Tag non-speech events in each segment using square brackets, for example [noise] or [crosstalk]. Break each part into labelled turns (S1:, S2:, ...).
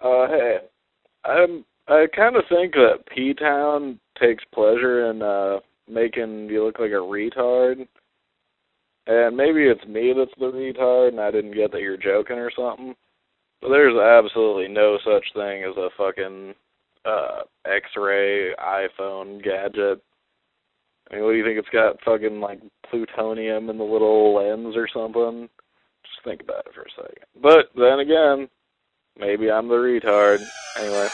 S1: Oh, hey. I'm I kind of think that P Town takes pleasure in uh making you look like a retard. And maybe it's me that's the retard and I didn't get that you're joking or something. But there's absolutely no such thing as a fucking uh X-ray iPhone gadget. I mean, what do you think it's got fucking like plutonium in the little lens or something? Just think about it for a second. But then again, maybe I'm the retard. Anyway.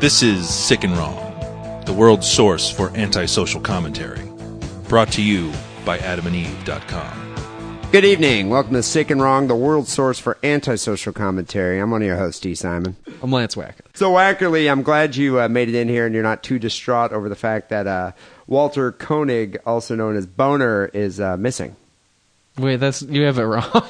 S2: This is Sick and Wrong, the world's source for antisocial commentary. Brought to you by adamandeve.com.
S3: Good evening. Welcome to Sick and Wrong, the world source for antisocial commentary. I'm one of your hosts, D. Simon.
S4: I'm Lance Wacker.
S3: So, Wackerly, I'm glad you uh, made it in here and you're not too distraught over the fact that uh, Walter Koenig, also known as Boner, is uh, missing.
S4: Wait, that's you have it [laughs] wrong.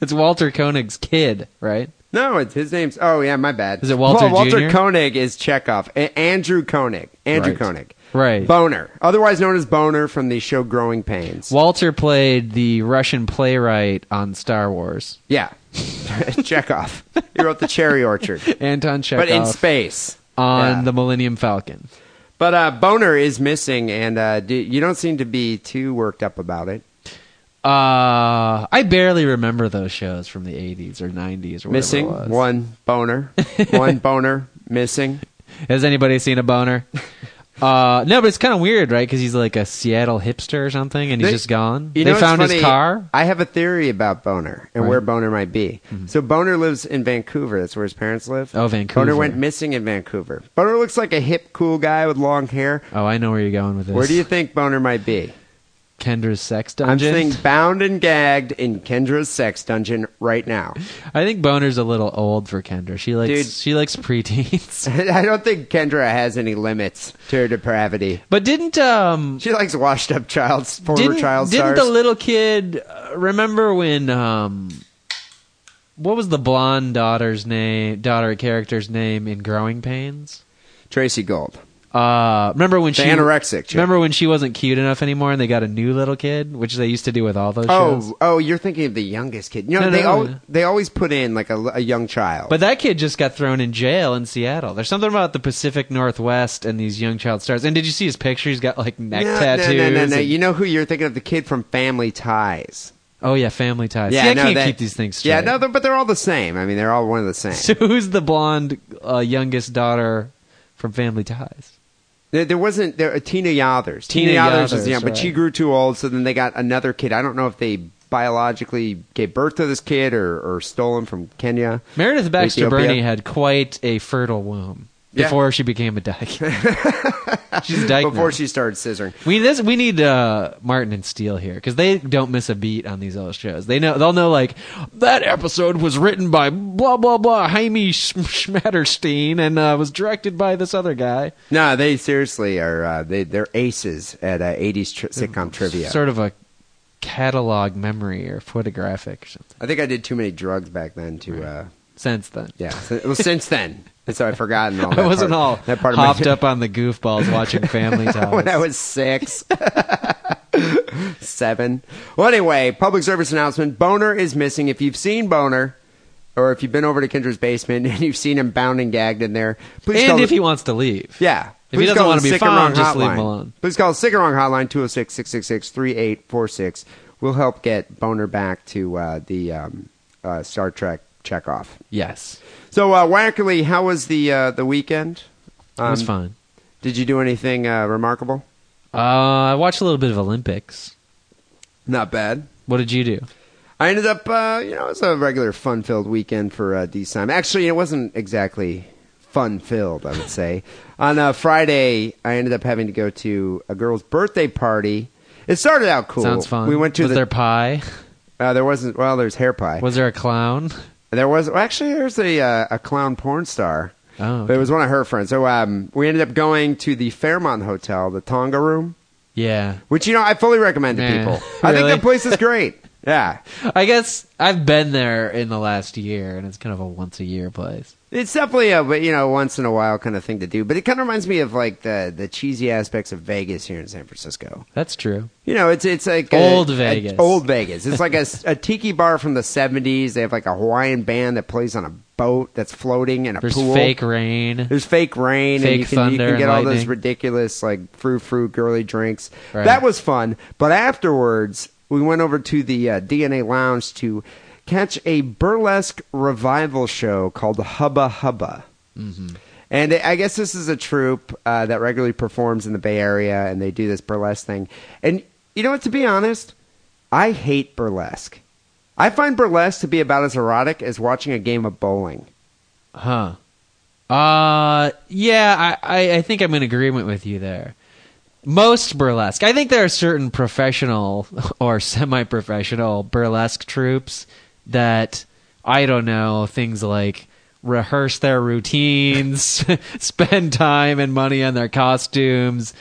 S4: it's Walter Koenig's kid, right?
S3: No, it's his name's. Oh, yeah, my bad.
S4: Is it Walter
S3: Well, Walter
S4: Jr.?
S3: Koenig is Chekhov. A- Andrew Koenig. Andrew
S4: Right.
S3: Koenig.
S4: Right.
S3: Boner, otherwise known as Boner from the show Growing Pains.
S4: Walter played the Russian playwright on Star Wars.
S3: yeah. [laughs] Chekhov. He wrote The Cherry Orchard.
S4: [laughs] Anton Chekhov
S3: But in space.
S4: on
S3: Yeah.
S4: the Millennium Falcon.
S3: But uh, Boner is missing, and uh, do, you don't seem to be too worked up about it.
S4: Uh, I barely remember those shows from the 80s or 90s or whatever it
S3: Missing
S4: was.
S3: one
S4: [laughs]
S3: boner, one boner missing.
S4: Has anybody seen a
S3: [laughs]
S4: boner? Uh, no, but it's kind of weird, right? Because he's like a Seattle hipster or something, and he's
S3: They-
S4: just gone.
S3: You know
S4: they
S3: what's
S4: found his
S3: funny?
S4: car.
S3: I have a theory about Boner
S4: Right.
S3: and
S4: Mm-hmm.
S3: where Boner might be. So Boner lives in Vancouver. That's where his parents live.
S4: Oh, Vancouver.
S3: Boner went missing in Vancouver. Boner looks like a hip, cool guy with long hair.
S4: Oh, I know where you're going with this.
S3: Where do you think Boner might be?
S4: Kendra's sex
S3: I'm
S4: dungeon?
S3: saying bound and gagged in Kendra's sex dungeon right now. [laughs]
S4: I think Boner's a little old for Kendra. She likes
S3: Dude.
S4: she likes preteens. [laughs]
S3: I don't think Kendra has any limits to her depravity.
S4: But didn't um
S3: She likes washed up child, former
S4: didn't,
S3: child
S4: didn't
S3: stars.
S4: the little kid uh, remember when um what was the blonde daughter's name daughter character's name in Growing Pains?
S3: Tracy Gold.
S4: Uh, remember when
S3: The
S4: she
S3: anorexic chick.
S4: Remember when she wasn't cute enough anymore, and they got a new little kid, which they used to do with all those shows.
S3: Oh, oh, you're thinking of the youngest kid. You know,
S4: No,
S3: they
S4: no,
S3: al-
S4: no.
S3: they always put in like a, a young child.
S4: But that kid just got thrown in jail in Seattle. There's something about the Pacific Northwest and these young child stars. And did you see his picture? He's got like neck
S3: no,
S4: tattoos.
S3: No, no, no, no.
S4: and-
S3: You know who you're thinking of? The kid from Family Ties.
S4: Oh yeah, family ties. Yeah, I
S3: no,
S4: can't
S3: that-
S4: keep these things straight.
S3: Yeah,
S4: [laughs]
S3: no, they're, but they're all the same. I mean, they're all one of the same.
S4: So who's the blonde uh, youngest daughter from Family Ties?
S3: there, there wasn't there, uh, Tina Yathers.
S4: Tina
S3: Yathers was
S4: Yathers,
S3: young, but she
S4: right.
S3: grew too old. So then they got another kid. I don't know if they biologically gave birth to this kid or, or stole him from Kenya.
S4: Meredith Baxter
S3: Ethiopia.
S4: Burney had quite a fertile womb
S3: Yeah.
S4: before she became a dyke.
S3: [laughs]
S4: She's a dyke
S3: before
S4: now.
S3: she started scissoring.
S4: We this we need uh, Martin and Steele here because they don't miss a beat on these old shows. They know they'll know like that episode was written by blah blah blah Jaime Sch- Schmatterstein and uh, was directed by this other guy.
S3: No, they seriously are. Uh, they they're aces at uh, '80s tri- sitcom trivia.
S4: Sort of a catalog memory or photographic or something.
S3: I think I did too many drugs back then to. Uh,
S4: Since then,
S3: yeah, so, well, since then, and so I've forgotten all. That
S4: [laughs] I wasn't
S3: part,
S4: all
S3: that part of my- [laughs]
S4: hopped up on the goofballs watching Family Ties.
S3: when I was six, [laughs] seven. Well, anyway, public service announcement: Boner is missing. If you've seen Boner, or if you've been over to Kendra's basement [laughs] and you've seen him bound and gagged in there, please
S4: and
S3: call
S4: if
S3: the-
S4: he wants to leave,
S3: Yeah.
S4: If he doesn't
S3: call
S4: wanna
S3: the
S4: be
S3: Sick and
S4: found,
S3: Wrong
S4: just leave
S3: hotline.
S4: him alone.
S3: Please call the Sick and Wrong Hotline 206 666 3846. We'll help get Boner back to uh, the um, uh, Star Trek checkoff.
S4: yes,
S3: So, uh, Wackerly, how was the uh, the weekend?
S4: it was
S3: Um,
S4: fine.
S3: Did you do anything uh, remarkable?
S4: Uh, I watched a little bit of Olympics.
S3: Not bad.
S4: What did you do?
S3: I ended up, uh, you know, it was a regular fun filled weekend for uh, D Sim. Actually, it wasn't exactly fun filled, I would say. On uh, Friday, I ended up having to go to a girl's birthday party. It started out cool.
S4: Sounds fun.
S3: We went to
S4: was
S3: the.
S4: there pie?
S3: uh, there wasn't. Well, there's hair pie.
S4: Was there a
S3: [laughs]
S4: clown?
S3: There was well, actually there's a uh, a clown porn star.
S4: Oh,
S3: But it was one of her friends. So um, we ended up going to the Fairmont Hotel, the Tonga room.
S4: Yeah.
S3: which you know I fully recommend to
S4: Yeah. [laughs]
S3: people. I think
S4: Really?
S3: that place is great. Yeah,
S4: I guess I've been there in the last year, and it's kind of a once a year place.
S3: it's definitely a but you know once in a while kind of thing to do. But it kind of reminds me of like the the cheesy aspects of Vegas here in San Francisco.
S4: That's true.
S3: You know, it's it's like
S4: Old
S3: a,
S4: Vegas.
S3: a- old Vegas. It's like a, a tiki bar from the '70s. They have like a Hawaiian band that plays on a boat that's floating in a
S4: There's
S3: pool.
S4: fake rain.
S3: There's fake rain,
S4: Fake
S3: and you can, you
S4: thunder
S3: can
S4: and
S3: get all those
S4: lightning.
S3: ridiculous like frou frou girly drinks.
S4: Right.
S3: That was fun. But afterwards, we went over to the uh, DNA Lounge to catch a burlesque revival show called Hubba Hubba.
S4: Mm-hmm.
S3: And I guess this is a troupe uh, that regularly performs in the Bay Area, and they do this burlesque thing. And you know what? To be honest, I hate burlesque. I find burlesque to be about as erotic as watching a game of bowling.
S4: Huh. Uh yeah, I, I, I think I'm in agreement with you there. Most burlesque. I think there are certain professional [laughs] or semi professional burlesque troupes that I don't know, things like rehearse their routines, [laughs] spend time and money on their costumes,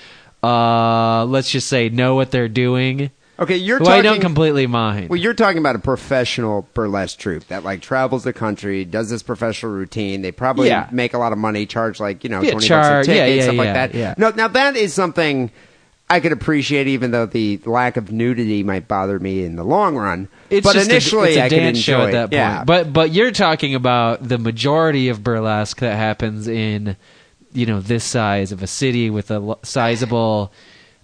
S4: uh let's just say know what they're doing.
S3: Okay, you're
S4: Who
S3: talking.
S4: I don't completely mind.
S3: Well, you're talking about a professional burlesque troupe that like travels the country, does this professional routine. They probably
S4: Yeah.
S3: make a lot of money, charge like you know
S4: Yeah,
S3: twenty
S4: charge-
S3: bucks a ticket,
S4: yeah, yeah,
S3: stuff
S4: yeah,
S3: like that.
S4: yeah.
S3: No, now that is something I could appreciate, even though the lack of nudity might bother me in the long run.
S4: It's
S3: but
S4: just a-
S3: initially,
S4: it's a
S3: I could
S4: dance show
S3: enjoy
S4: at
S3: it.
S4: that point.
S3: Yeah.
S4: But but you're talking about the majority of burlesque that happens in you know this size of a city with a lo- sizable.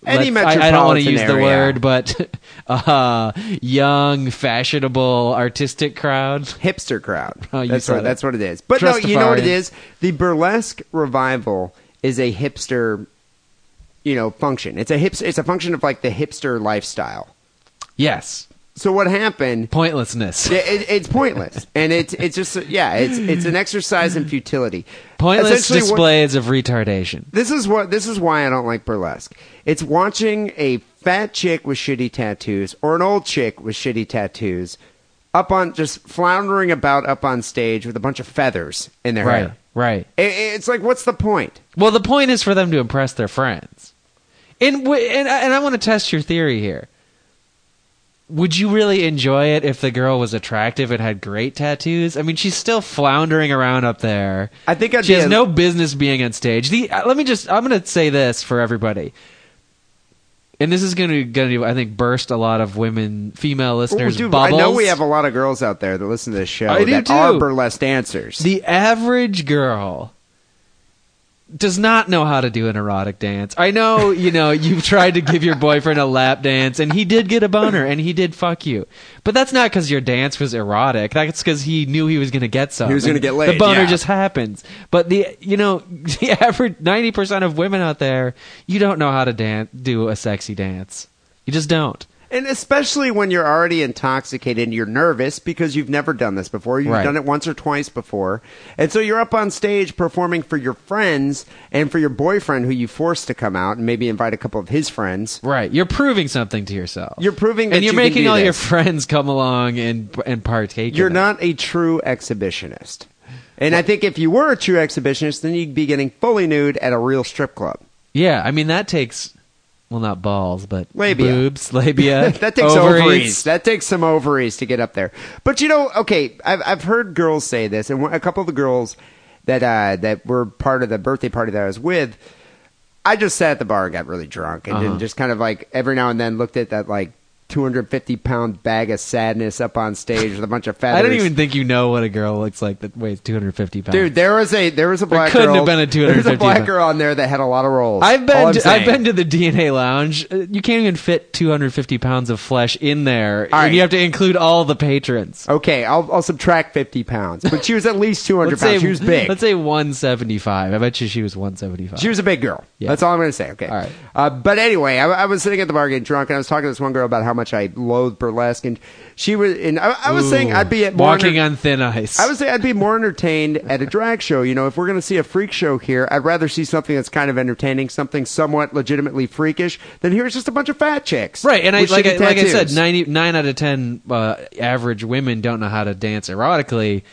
S3: Any
S4: let's- I, I don't want to
S3: metropolitan
S4: use the
S3: area.
S4: word, but [laughs] uh, young, fashionable, artistic crowd.
S3: hipster crowd.
S4: Oh, you
S3: that's
S4: said
S3: what
S4: it.
S3: that's what it is. But no, you know what it
S4: Trustafarian.
S3: is? The burlesque revival is a hipster, you know, function. It's a hips. It's a function of like the hipster lifestyle.
S4: Yes,
S3: So what happened?
S4: pointlessness.
S3: Yeah, it, it's pointless, and it's it's just yeah, it's it's an exercise in futility.
S4: Pointless
S3: Essentially, what-
S4: displays of retardation.
S3: this is what this is why I don't like burlesque. It's watching a fat chick with shitty tattoos or an old chick with shitty tattoos up on just floundering about up on stage with a bunch of feathers in their
S4: Right,
S3: hair.
S4: right.
S3: I- I- it's like, what's the point?
S4: Well, the point is for them to impress their friends. And w- and I- and I want to test your theory here. Would you really enjoy it if the girl was attractive and had great tattoos? I mean, she's still floundering around up there.
S3: I think I'd
S4: she
S3: be
S4: has
S3: a-
S4: no business being on stage. The uh, let me just I'm going to say this for everybody. And this is going to going to I think burst a lot of women female listeners
S3: Dude, I
S4: bubbles.
S3: know we have a lot of girls out there that listen to this show
S4: I do
S3: that are
S4: too.
S3: burlesque dancers.
S4: The average girl does not know how to do an erotic dance. I know, you know, [laughs] you've tried to give your boyfriend a lap dance and he did get a boner and he did fuck you. But that's not cuz your dance was erotic. That's cuz he knew he was going to get something.
S3: He was gonna get
S4: The
S3: laid,
S4: boner
S3: yeah.
S4: just happens. But the you know, [laughs] the average 90% of women out there, you don't know how to dance do a sexy dance. You just don't.
S3: And especially when you're already intoxicated and you're nervous because you've never done this before. You've
S4: Right.
S3: done it once or twice before. And so you're up on stage performing for your friends and for your boyfriend who you forced to come out and maybe invite a couple of his friends.
S4: Right. You're proving something to yourself.
S3: You're proving that
S4: and you're
S3: you can
S4: making
S3: do
S4: all your
S3: this.
S4: friends come along and and partake.
S3: You're
S4: in it.
S3: not a true exhibitionist. And I think if you were a true exhibitionist, then you'd be getting fully nude at a real strip club.
S4: Yeah, I mean that takes well not balls, but
S3: Labia. [laughs]
S4: boobs, labia.
S3: that takes ovaries. That takes some ovaries to get up there. But you know, okay, I've I've heard girls say this, and one- a couple of the girls that uh, that were part of the birthday party that I was with, I just sat at the bar and got really drunk, and
S4: Uh-huh.
S3: then just kind of like every now and then looked at that like. 250 pound bag of sadness up on stage with a bunch of
S4: [laughs]
S3: feathers.
S4: I don't even think you know what a girl looks like that weighs 250 pounds. [laughs]
S3: Dude, there was a there was a black
S4: couldn't have
S3: girl.
S4: been a
S3: [laughs] there was
S4: 250
S3: black
S4: pound.
S3: girl on there that had a lot of rolls.
S4: I've
S3: All
S4: been
S3: I'm
S4: to, I've been
S3: saying.
S4: to the DNA lounge. Uh, You can't even fit 250 pounds of flesh in there.
S3: All
S4: and
S3: right.
S4: you have to include all the patrons.
S3: Okay, I'll, I'll subtract 50 pounds, but she was at least
S4: [laughs]
S3: 200
S4: Let's
S3: pounds.
S4: say
S3: she was big.
S4: Let's say 175. I bet you she was 175.
S3: She was a big girl.
S4: Yeah.
S3: That's all I'm going to say. Okay.
S4: All right.
S3: Uh, but anyway, I, I was sitting at the bar getting drunk, and I was talking to this one girl about how much I loathe burlesque, and she was. And I, I was saying
S4: Ooh,
S3: I'd be at more
S4: walking
S3: enter-
S4: on thin ice.
S3: I would say I'd be more entertained at a drag show. You know, if we're going to see a freak show here, I'd rather see something that's kind of entertaining, something somewhat legitimately freakish, than here's just a bunch of fat chicks.
S4: Right, and I,
S3: with
S4: like, I,
S3: shitty
S4: like I said,
S3: tattoos.
S4: 99 out of 10 uh, average women don't know how to dance erotically.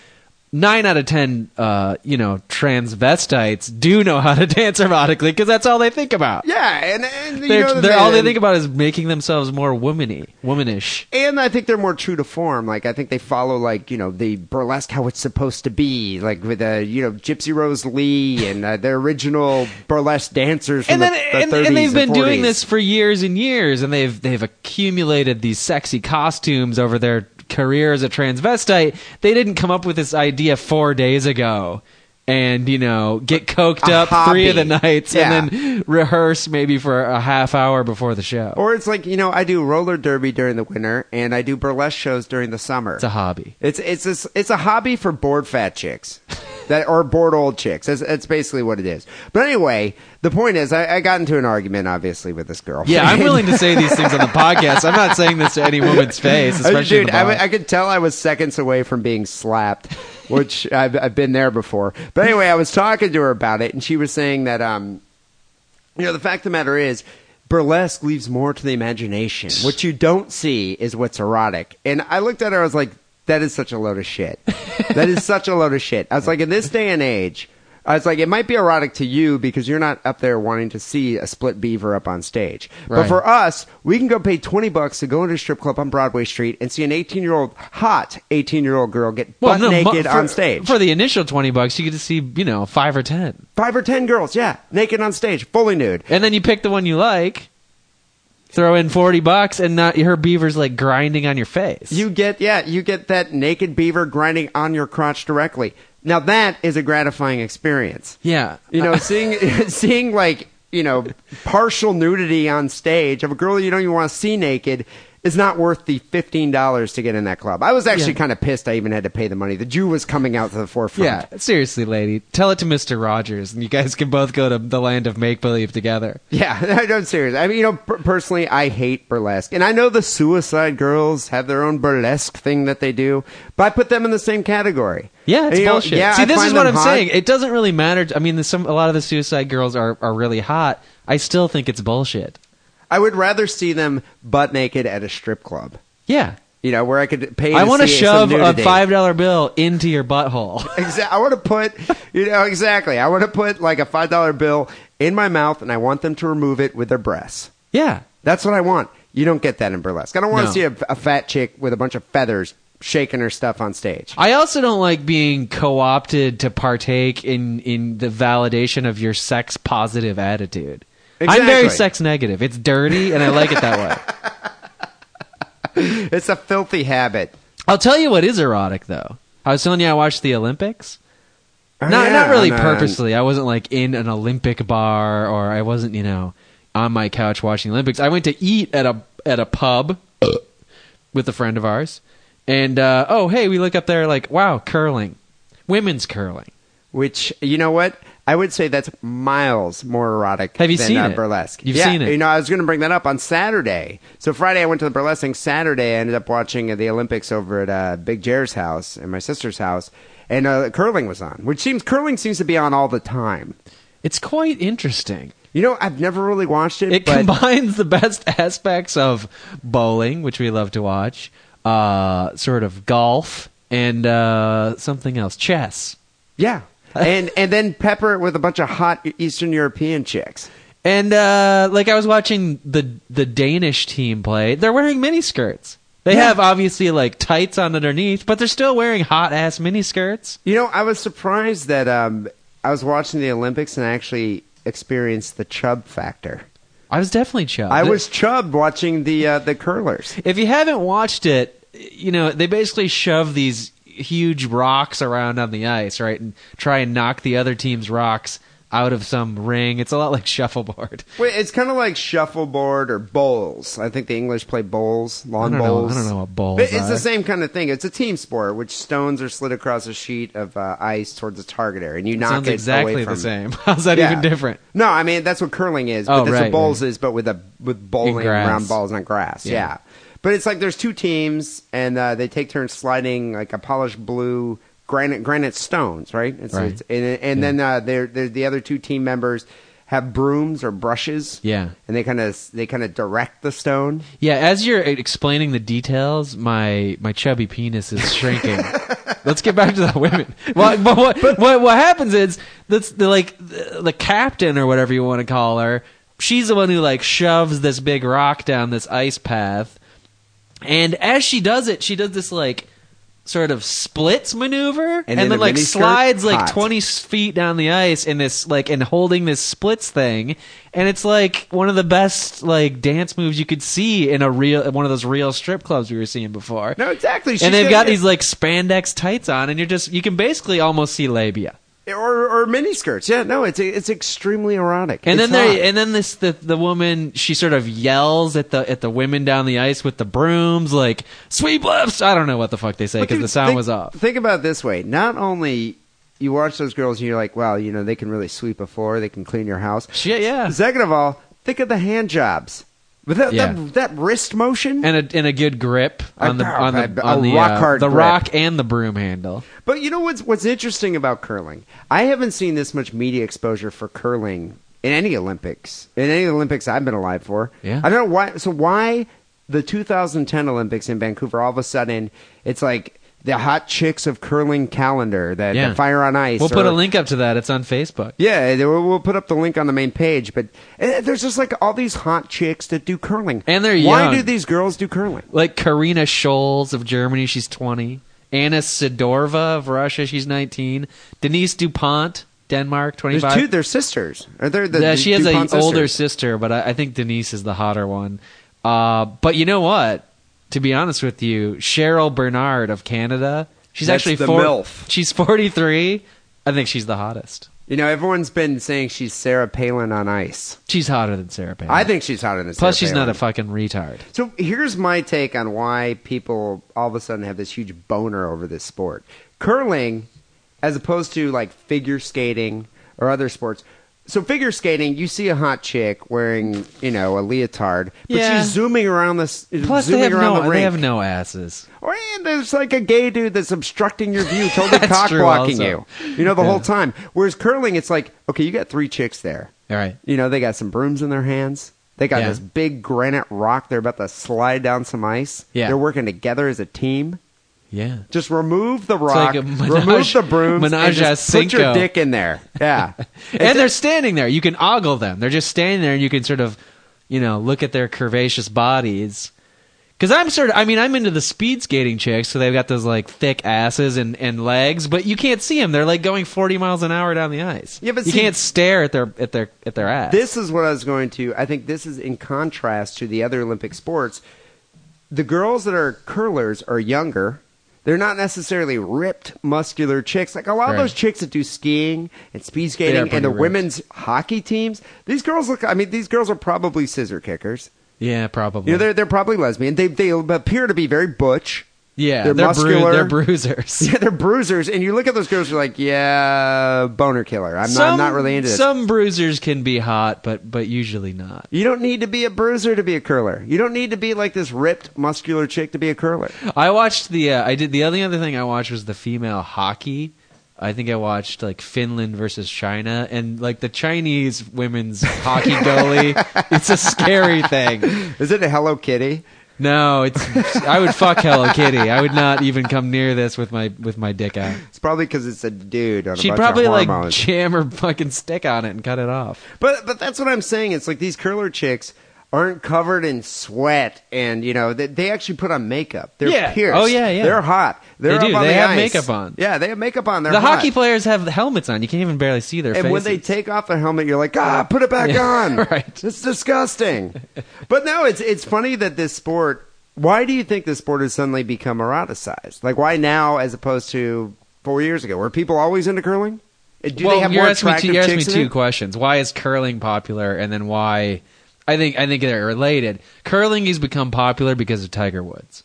S4: nine out of ten, uh, you know, transvestites do know how to [laughs] dance erotically because that's all they think about.
S3: Yeah, and, and you
S4: They're,
S3: know the
S4: they're- all they
S3: man.
S4: think about is making themselves more womany, womanish.
S3: And I think they're more true to form. Like I think they follow like you know the burlesque how it's supposed to be, like with uh, you know Gypsy Rose Lee and uh, the original burlesque dancers. From
S4: and then
S3: the, the
S4: and,
S3: 30s
S4: and they've been
S3: 40s.
S4: doing this for years and years and they've they've accumulated these sexy costumes over their career as a transvestite they didn't come up with this idea four days ago and you know get coked
S3: A
S4: up three of the
S3: hobby.
S4: nights and
S3: Yeah.
S4: then rehearse maybe for a half hour before the show
S3: Or it's like you know I do roller derby during the winter and I do burlesque shows during the summer.
S4: it's a hobby
S3: It's it's this, it's a hobby for bored fat chicks [laughs] that are bored old chicks. That's, that's basically what it is. But anyway, the point is, I, I got into an argument obviously with this girl.
S4: yeah
S3: [laughs]
S4: i'm willing to say these things on the podcast i'm not saying this to any woman's face especially in
S3: Uh, Oh, Dude,
S4: the
S3: I,
S4: bar.
S3: w- I could tell I was seconds away from being slapped, which I've, I've been there before. But anyway, I was talking to her about it, and she was saying that, um, you know, the fact of the matter is, burlesque leaves more to the imagination. What you don't see is what's erotic. And I looked at her, I was like, that is such a load
S4: [laughs]
S3: of shit. that is such a load of shit. I was like, in this day and age, I was like, it might be erotic to you because you're not up there wanting to see a split beaver up on stage. But
S4: Right.
S3: for us, we can go pay 20 bucks to go into a strip club on Broadway Street and see an 18 year old, hot 18 year old girl get butt
S4: no, mu-
S3: naked
S4: for-
S3: on stage.
S4: for the initial 20 bucks you get to see you know five or ten
S3: Five or 10 girls, yeah, naked on stage, fully nude.
S4: And then you pick the one you like, throw in 40 bucks, and not her beaver's like grinding on your face.
S3: You get yeah, you get that naked beaver grinding on your crotch directly. Now that is a gratifying experience.
S4: yeah. [laughs]
S3: You know, seeing [laughs] seeing like, you know, partial nudity on stage of a girl you don't even want to see naked is not worth the fifteen dollars to get in that club. I was actually
S4: Yeah.
S3: kind of pissed I even had to pay the money. The Jew was coming out to the forefront.
S4: Yeah, seriously, lady. Tell it to Mr. Rogers, and you guys can both go to the land of make believe together.
S3: Yeah, [laughs] no, I'm serious. I mean, you know, per- personally, I hate burlesque, and I know the Suicide Girls have their own burlesque thing that they do, but I put them in the same category.
S4: Yeah, it's
S3: And, you know,
S4: bullshit.
S3: yeah,
S4: See,
S3: I
S4: this
S3: find
S4: is what
S3: them
S4: I'm
S3: hot.
S4: saying. It doesn't really matter. I mean, there's some a lot of the suicide girls are, are really hot. I still think it's bullshit.
S3: I would rather see them butt naked at a strip club.
S4: Yeah.
S3: You know, where I could pay.
S4: I
S3: want to see some
S4: shove a
S3: nudity.
S4: five dollar bill into your butthole.
S3: [laughs] Exa- I want to put, you know, exactly. I want to put like a five dollar bill in my mouth, and I want them to remove it with their breasts.
S4: [laughs] yeah.
S3: That's what I want. You don't get that in burlesque. I don't want
S4: No.
S3: to see a, a fat chick with a bunch of feathers shaking her stuff on stage.
S4: I also don't like being co-opted to partake in in the validation of your sex positive attitude. I'm
S3: Exactly.
S4: very sex negative. It's dirty and I like it that
S3: [laughs]
S4: way.
S3: It's a filthy habit.
S4: I'll tell you what is erotic though. I was telling you I watched the Olympics.
S3: Oh,
S4: not
S3: yeah,
S4: not really
S3: and, uh,
S4: purposely. I wasn't like in an Olympic bar or I wasn't, you know, on my couch watching the Olympics. I went to eat at a at a pub [coughs] with a friend of ours. And uh, oh hey, we look up there like, wow, curling. Women's curling.
S3: Which you know what? I would say that's miles more erotic.
S4: Have you
S3: than,
S4: seen
S3: uh,
S4: it?
S3: burlesque?
S4: You've
S3: Yeah,
S4: seen it.
S3: You know, I was going to bring that up on Saturday. So Friday, I went to the burlesque. thing. Saturday, I ended up watching uh, the Olympics over at uh, Big Jer's house and my sister's house, and uh, curling was on. Which seems curling seems to be on all the time.
S4: It's quite interesting.
S3: You know, I've never really watched it.
S4: It
S3: but
S4: combines the best [laughs] aspects of bowling, which we love to watch, uh, sort of golf, and uh, something else, chess.
S3: yeah, and and then pepper it with a bunch of hot Eastern European chicks.
S4: And uh, like I was watching the the Danish team play, they're wearing miniskirts. They
S3: Yeah.
S4: have obviously like tights on underneath, but they're still wearing hot ass miniskirts.
S3: You know, I was surprised that um, I was watching the Olympics and I actually experienced the chub factor.
S4: I was definitely chubbed.
S3: I was chubbed watching the uh, the curlers.
S4: If you haven't watched it, you know, they basically shove these huge rocks around on the ice, right? And try and knock the other team's rocks out of some ring. It's a lot like [laughs] shuffleboard.
S3: Wait, it's kind of like shuffleboard or bowls. I think the English play bowls,
S4: I
S3: lawn
S4: don't, know,
S3: bowls.
S4: I don't know what bowls
S3: But it's
S4: are.
S3: the same kind of thing. It's a team sport, which stones are slid across a sheet of uh, ice towards a target area, and you knock
S4: Sounds
S3: it
S4: exactly
S3: away
S4: the
S3: from
S4: same. [laughs] How's that
S3: Yeah.
S4: even different?
S3: No, I mean that's what curling is, but
S4: Oh,
S3: that's what
S4: right,
S3: bowls is, but with a with bowling
S4: grass.
S3: round balls on grass. Yeah.
S4: Yeah.
S3: but it's like there's two teams, and uh, they take turns sliding like a polished blue granite granite stones, right? It's,
S4: Right.
S3: it's- and and then uh, they're, they're the other two team members have brooms or brushes.
S4: Yeah.
S3: and they kind of they kind of direct the stone.
S4: Yeah, as you're e-, explaining the details, my my chubby penis is
S3: [laughs]
S4: shrinking. Let's get back to the women. Well, but what what what happens is that's the like the, the captain or whatever you want to call her. She's the one who like shoves this big rock down this ice path, and as she does it, she does this like sort of splits maneuver
S3: And
S4: and,
S3: in
S4: then
S3: a
S4: like
S3: miniskirt?
S4: slides like
S3: Hot.
S4: 20 feet down the ice in this like and holding this splits thing and it's like one of the best like dance moves you could see in a real one of those real strip clubs we were seeing before
S3: No, exactly. She's
S4: and they've
S3: gonna
S4: got
S3: get-
S4: these like spandex tights on and you're just you can basically almost see labia
S3: or or mini skirts. Yeah, no, it's it's extremely erotic.
S4: and
S3: It's
S4: then they
S3: hot.
S4: and then this the, the woman she sort of yells at the at the women down the ice with the brooms like sweep lefts I don't know what the fuck they say
S3: But
S4: because
S3: dude,
S4: the sound
S3: think-
S4: was off
S3: Think about it this way: not only you watch those girls and you're like, wow, you know, they can really sweep a floor, they can clean your house.
S4: shit yeah
S3: Second of all, think of the hand jobs. But that,
S4: Yeah.
S3: that, that wrist motion.
S4: and a and a good grip
S3: A
S4: on the
S3: pow-
S4: on the,
S3: a- a
S4: on the,
S3: rock
S4: uh,
S3: hard
S4: the
S3: grip.
S4: rock and the broom handle.
S3: but you know what's what's interesting about curling? I haven't seen this much media exposure for curling in any Olympics. In any Olympics I've been alive for.
S4: Yeah.
S3: I don't know why so why the 2010 Olympics in Vancouver all of a sudden it's like the hot chicks of curling calendar that
S4: Yeah.
S3: fire on ice.
S4: We'll put
S3: or-
S4: a link up to that. It's on Facebook.
S3: Yeah, they- we'll we'll put up the link on the main page. But eh, there's just like all these hot chicks that do curling,
S4: And they're
S3: why
S4: young.
S3: do these girls do curling?
S4: Like Karina Scholes of Germany, she's 20. Anna Sidorova of Russia, she's 19. Denise DuPont, Denmark,
S3: There's
S4: 25.
S3: two. They're sisters. Are there the,
S4: yeah,
S3: the
S4: she has an
S3: DuPont sisters?
S4: older sister, but I, I think Denise is the hotter one. Uh, but you know what? To be honest with you, Cheryl Bernard of Canada, she's
S3: That's
S4: actually
S3: the
S4: four-
S3: MILF.
S4: She's 43. I think she's the hottest.
S3: You know, everyone's been saying she's Sarah Palin on ice.
S4: She's hotter than Sarah Palin.
S3: I think she's hotter than.
S4: Plus,
S3: Sarah
S4: she's not a
S3: Palin.
S4: fucking retard.
S3: So here's my take on why people all of a sudden have this huge boner over this sport. Curling, as opposed to like figure skating or other sports. So figure skating, you see a hot chick wearing, you know, a leotard, but
S4: Yeah.
S3: she's zooming around this.
S4: Plus, they
S3: zooming
S4: have
S3: around
S4: no
S3: the
S4: they
S3: rink.
S4: have no asses.
S3: Or and there's like a gay dude that's obstructing
S4: [laughs]
S3: your view, totally
S4: That's
S3: cock
S4: true
S3: blocking you.
S4: also.
S3: You know, the
S4: Yeah.
S3: whole time. Whereas curling, it's like, okay, you got three chicks there.
S4: All right.
S3: You know, they got some brooms in their hands. They got
S4: Yeah.
S3: this big granite rock. They're about to slide down some ice.
S4: Yeah.
S3: They're working together as a team.
S4: Yeah.
S3: Just remove the
S4: like
S3: rock,
S4: a menage-
S3: remove the brooms,
S4: menage
S3: and
S4: a
S3: just put your
S4: cinco.
S3: dick in there.
S4: [laughs]
S3: Yeah.
S4: And they're standing there. You can ogle them. They're just standing there and you can sort of, you know, look at their curvaceous bodies. Cause I'm sort of, I mean, I'm into the speed skating chicks, so they've got those like thick asses and, and legs, but you can't see them. They're like going 40 miles an hour down the ice.
S3: Yeah, but
S4: you
S3: see-
S4: can't stare at their at their at their ass.
S3: This is what I was going to. I think this is in contrast to the other Olympic sports. The girls that are curlers are younger. They're not necessarily ripped, muscular chicks. Like a lot of
S4: Right.
S3: those chicks that do skiing and speed
S4: They are
S3: skating
S4: pretty
S3: and the
S4: ripped.
S3: women's hockey teams. These girls look. I mean, these girls are probably scissor kickers.
S4: yeah, probably.
S3: You know, they're they're probably lesbian. They they appear to be very butch. [laughs]
S4: yeah,
S3: they're
S4: bru-
S3: muscular.
S4: they're bruisers.
S3: Yeah, they're bruisers. And you look at those girls, you're like, yeah, boner killer. [laughs] I'm, not, I'm not really into this.
S4: Some bruisers can be hot, but but usually not.
S3: You don't need to be a bruiser to be a curler. You don't need to be like this ripped, muscular chick to be a curler.
S4: I watched the. Uh, I did the only other thing I watched was the female hockey. I think I watched like Finland versus China, and like the Chinese women's hockey
S3: [laughs]
S4: goalie. It's a scary thing.
S3: Is it a Hello Kitty?
S4: No, it's. I would fuck Hello Kitty. I would not even come near this with my with my dick out.
S3: It's probably because it's a dude on a
S4: She'd
S3: bunch
S4: probably
S3: of
S4: like
S3: hormones.
S4: jam her fucking stick on it and cut it off.
S3: but but that's what I'm saying. It's like these curler chicks aren't covered in sweat, and you know they, they actually put on makeup. They're
S4: Yeah.
S3: pierced.
S4: Oh, yeah, yeah.
S3: They're hot. They're
S4: They
S3: up
S4: do.
S3: on
S4: They
S3: the
S4: have
S3: ice.
S4: makeup on.
S3: Yeah, they have makeup on. They're
S4: the
S3: hot.
S4: hockey players have helmets on. You can't even barely see their
S3: And
S4: faces.
S3: when they take off the helmet, you're like, ah, put it back
S4: Yeah, [laughs]
S3: on.
S4: right.
S3: It's disgusting. but no, it's it's funny that this sport. Why do you think this sport has suddenly become eroticized? Like, why now as opposed to four years ago? Were people always into curling? And Do
S4: well,
S3: they have
S4: you're
S3: more
S4: asking me two,
S3: attractive
S4: you asked
S3: chicks
S4: me
S3: in
S4: two
S3: it?
S4: questions. Why is curling popular, and then why? I think I think they're related. Curling has become popular because of Tiger Woods.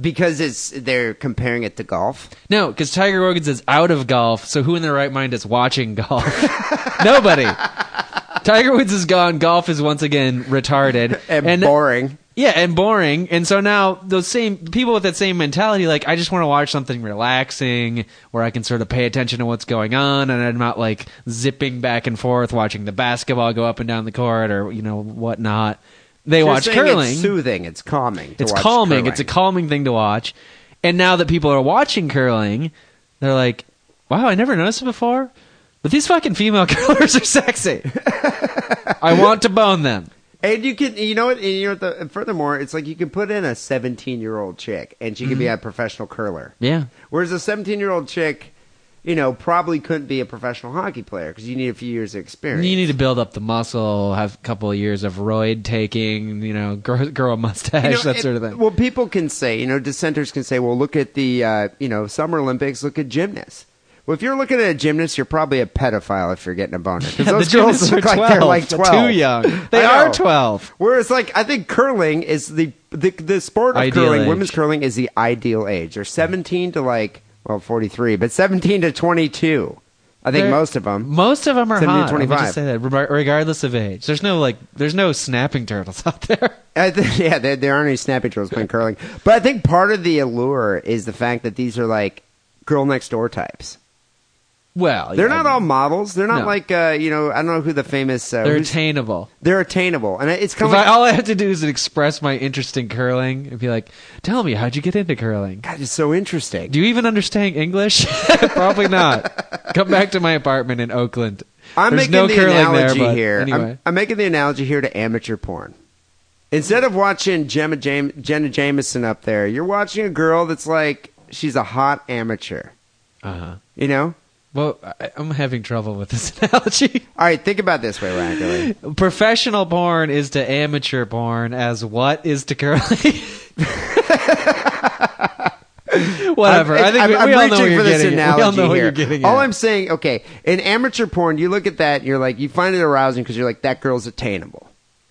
S3: Because it's they're comparing it to golf.
S4: No, because Tiger Woods is out of golf, so who in their right mind is watching golf? [laughs] Nobody. Tiger Woods is gone. Golf is once again retarded
S3: [laughs] And boring.
S4: Yeah, and boring. And so now those same people with that same mentality, like I just want to watch something relaxing where I can sort of pay attention to what's going on, and I'm not like zipping back and forth watching the basketball go up and down the court or you know whatnot. They
S3: You're
S4: watch
S3: saying it's
S4: curling.
S3: soothing. It's calming. to
S4: it's
S3: watch
S4: calming.
S3: curling.
S4: It's a calming thing to watch. And now that people are watching curling, they're like, "Wow, I never noticed it before." But these fucking female [laughs] curlers are
S3: [laughs]
S4: sexy. I want to bone them.
S3: And you can, you know what? And you know what? The, and furthermore, it's like you can put in a 17 year old chick, and she could
S4: Mm-hmm.
S3: be a professional curler.
S4: Yeah.
S3: Whereas a 17 year old chick, you know, probably couldn't be a professional hockey player because you need a few years of experience.
S4: You need to build up the muscle, have a couple of years of roid taking, you know, [laughs] grow, grow a mustache,
S3: You know,
S4: that
S3: it-
S4: sort of thing.
S3: Well, people can say, you know, dissenters can say, well, look at the, uh, you know, Summer Olympics, look at gymnasts. Well, if you're looking at a gymnast, you're probably a pedophile if you're getting a boner.
S4: [laughs]
S3: 'cause [laughs] those
S4: the
S3: girls
S4: gymnasts are
S3: look like they're
S4: 12,
S3: like
S4: they're
S3: 12.
S4: too
S3: [laughs]
S4: young. They
S3: I
S4: are
S3: know.
S4: 12.
S3: Whereas, like, I think curling is the the, the sport of
S4: Ideal
S3: curling,
S4: age.
S3: women's curling is the ideal age. They're 17 to like, well, 43, but 17 to 22. I think
S4: They're-
S3: most of them.
S4: Most of them are
S3: 70 to
S4: hot. Let me
S3: 25.
S4: just say that, regar- regardless of age. There's no like, there's no snapping turtles [laughs] out there.
S3: I th- [laughs] yeah, there, there aren't any snappy girls playing curling. But I think part of the allure is the fact that these are like girl next door types.
S4: Well,
S3: They're
S4: Oh, yeah,
S3: not all models. They're not
S4: No.
S3: like uh, you know. I don't know who the famous. Uh,
S4: They're
S3: who's-
S4: attainable.
S3: they're attainable, and it's
S4: If
S3: kind of like
S4: I, all I have to do is express my interest in curling and be like, "Tell me, how'd you get into curling?
S3: oh, God, it's so interesting.
S4: Do you even understand English? [laughs] Probably
S3: [laughs]
S4: not. Come back to my apartment in Oakland.
S3: I'm
S4: There's
S3: making
S4: no
S3: the
S4: curling
S3: analogy
S4: there, but
S3: here. I'm-
S4: Anyway.
S3: I'm, making the analogy here to amateur porn. Instead of watching Gemma Jam- Jenna Jameson up there, you're watching a girl that's like she's a hot amateur.
S4: uh huh.
S3: You know.
S4: Well, I, I'm having trouble with this [laughs] analogy.
S3: All right, think about it this way, Ryan. Gurley.
S4: Professional porn is to amateur porn as what is to curling. [laughs] Whatever.
S3: I'm,
S4: I think
S3: I'm,
S4: we,
S3: I'm
S4: we all know
S3: reaching
S4: what
S3: for
S4: you're
S3: this
S4: getting. at.
S3: analogy
S4: We all know what
S3: here.
S4: you're getting.
S3: All
S4: at.
S3: I'm saying, okay, in amateur porn, you look at that and you're like, you find it arousing because you're like, that girl's attainable.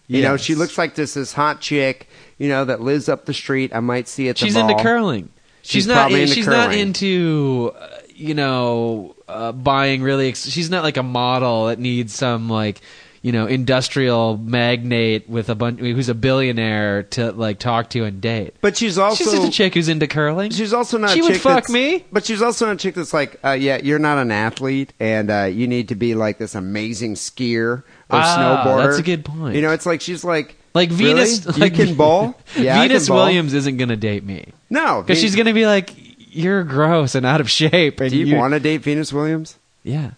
S3: You know,
S4: Yes.
S3: she looks like this this hot chick, you know, that lives up the street. I might see at the
S4: she's
S3: mall.
S4: into curling. She's,
S3: She's
S4: not.
S3: probably into
S4: she's not
S3: curling.
S4: into uh, you know uh, buying really. Ex- she's not like a model that needs some like you know industrial magnate with a bunch who's a billionaire to like talk to and date.
S3: But she's also
S4: she's just a chick who's into curling.
S3: She's also not.
S4: She
S3: a
S4: would
S3: chick
S4: fuck
S3: that's-
S4: me.
S3: But she's also not a chick that's like, uh, yeah, you're not an athlete, and uh, you need to be like this amazing skier or
S4: Ah,
S3: snowboarder.
S4: that's a good point.
S3: You know, it's like she's like
S4: Like
S3: "Really?
S4: Venus,
S3: You
S4: like
S3: can
S4: [laughs]
S3: bowl. Yeah, I
S4: Venus
S3: can bowl."
S4: Williams isn't gonna date me
S3: No,
S4: because she's gonna be like, "You're gross and out of shape." And
S3: Do you want to date Venus Williams?
S4: [laughs] Yeah.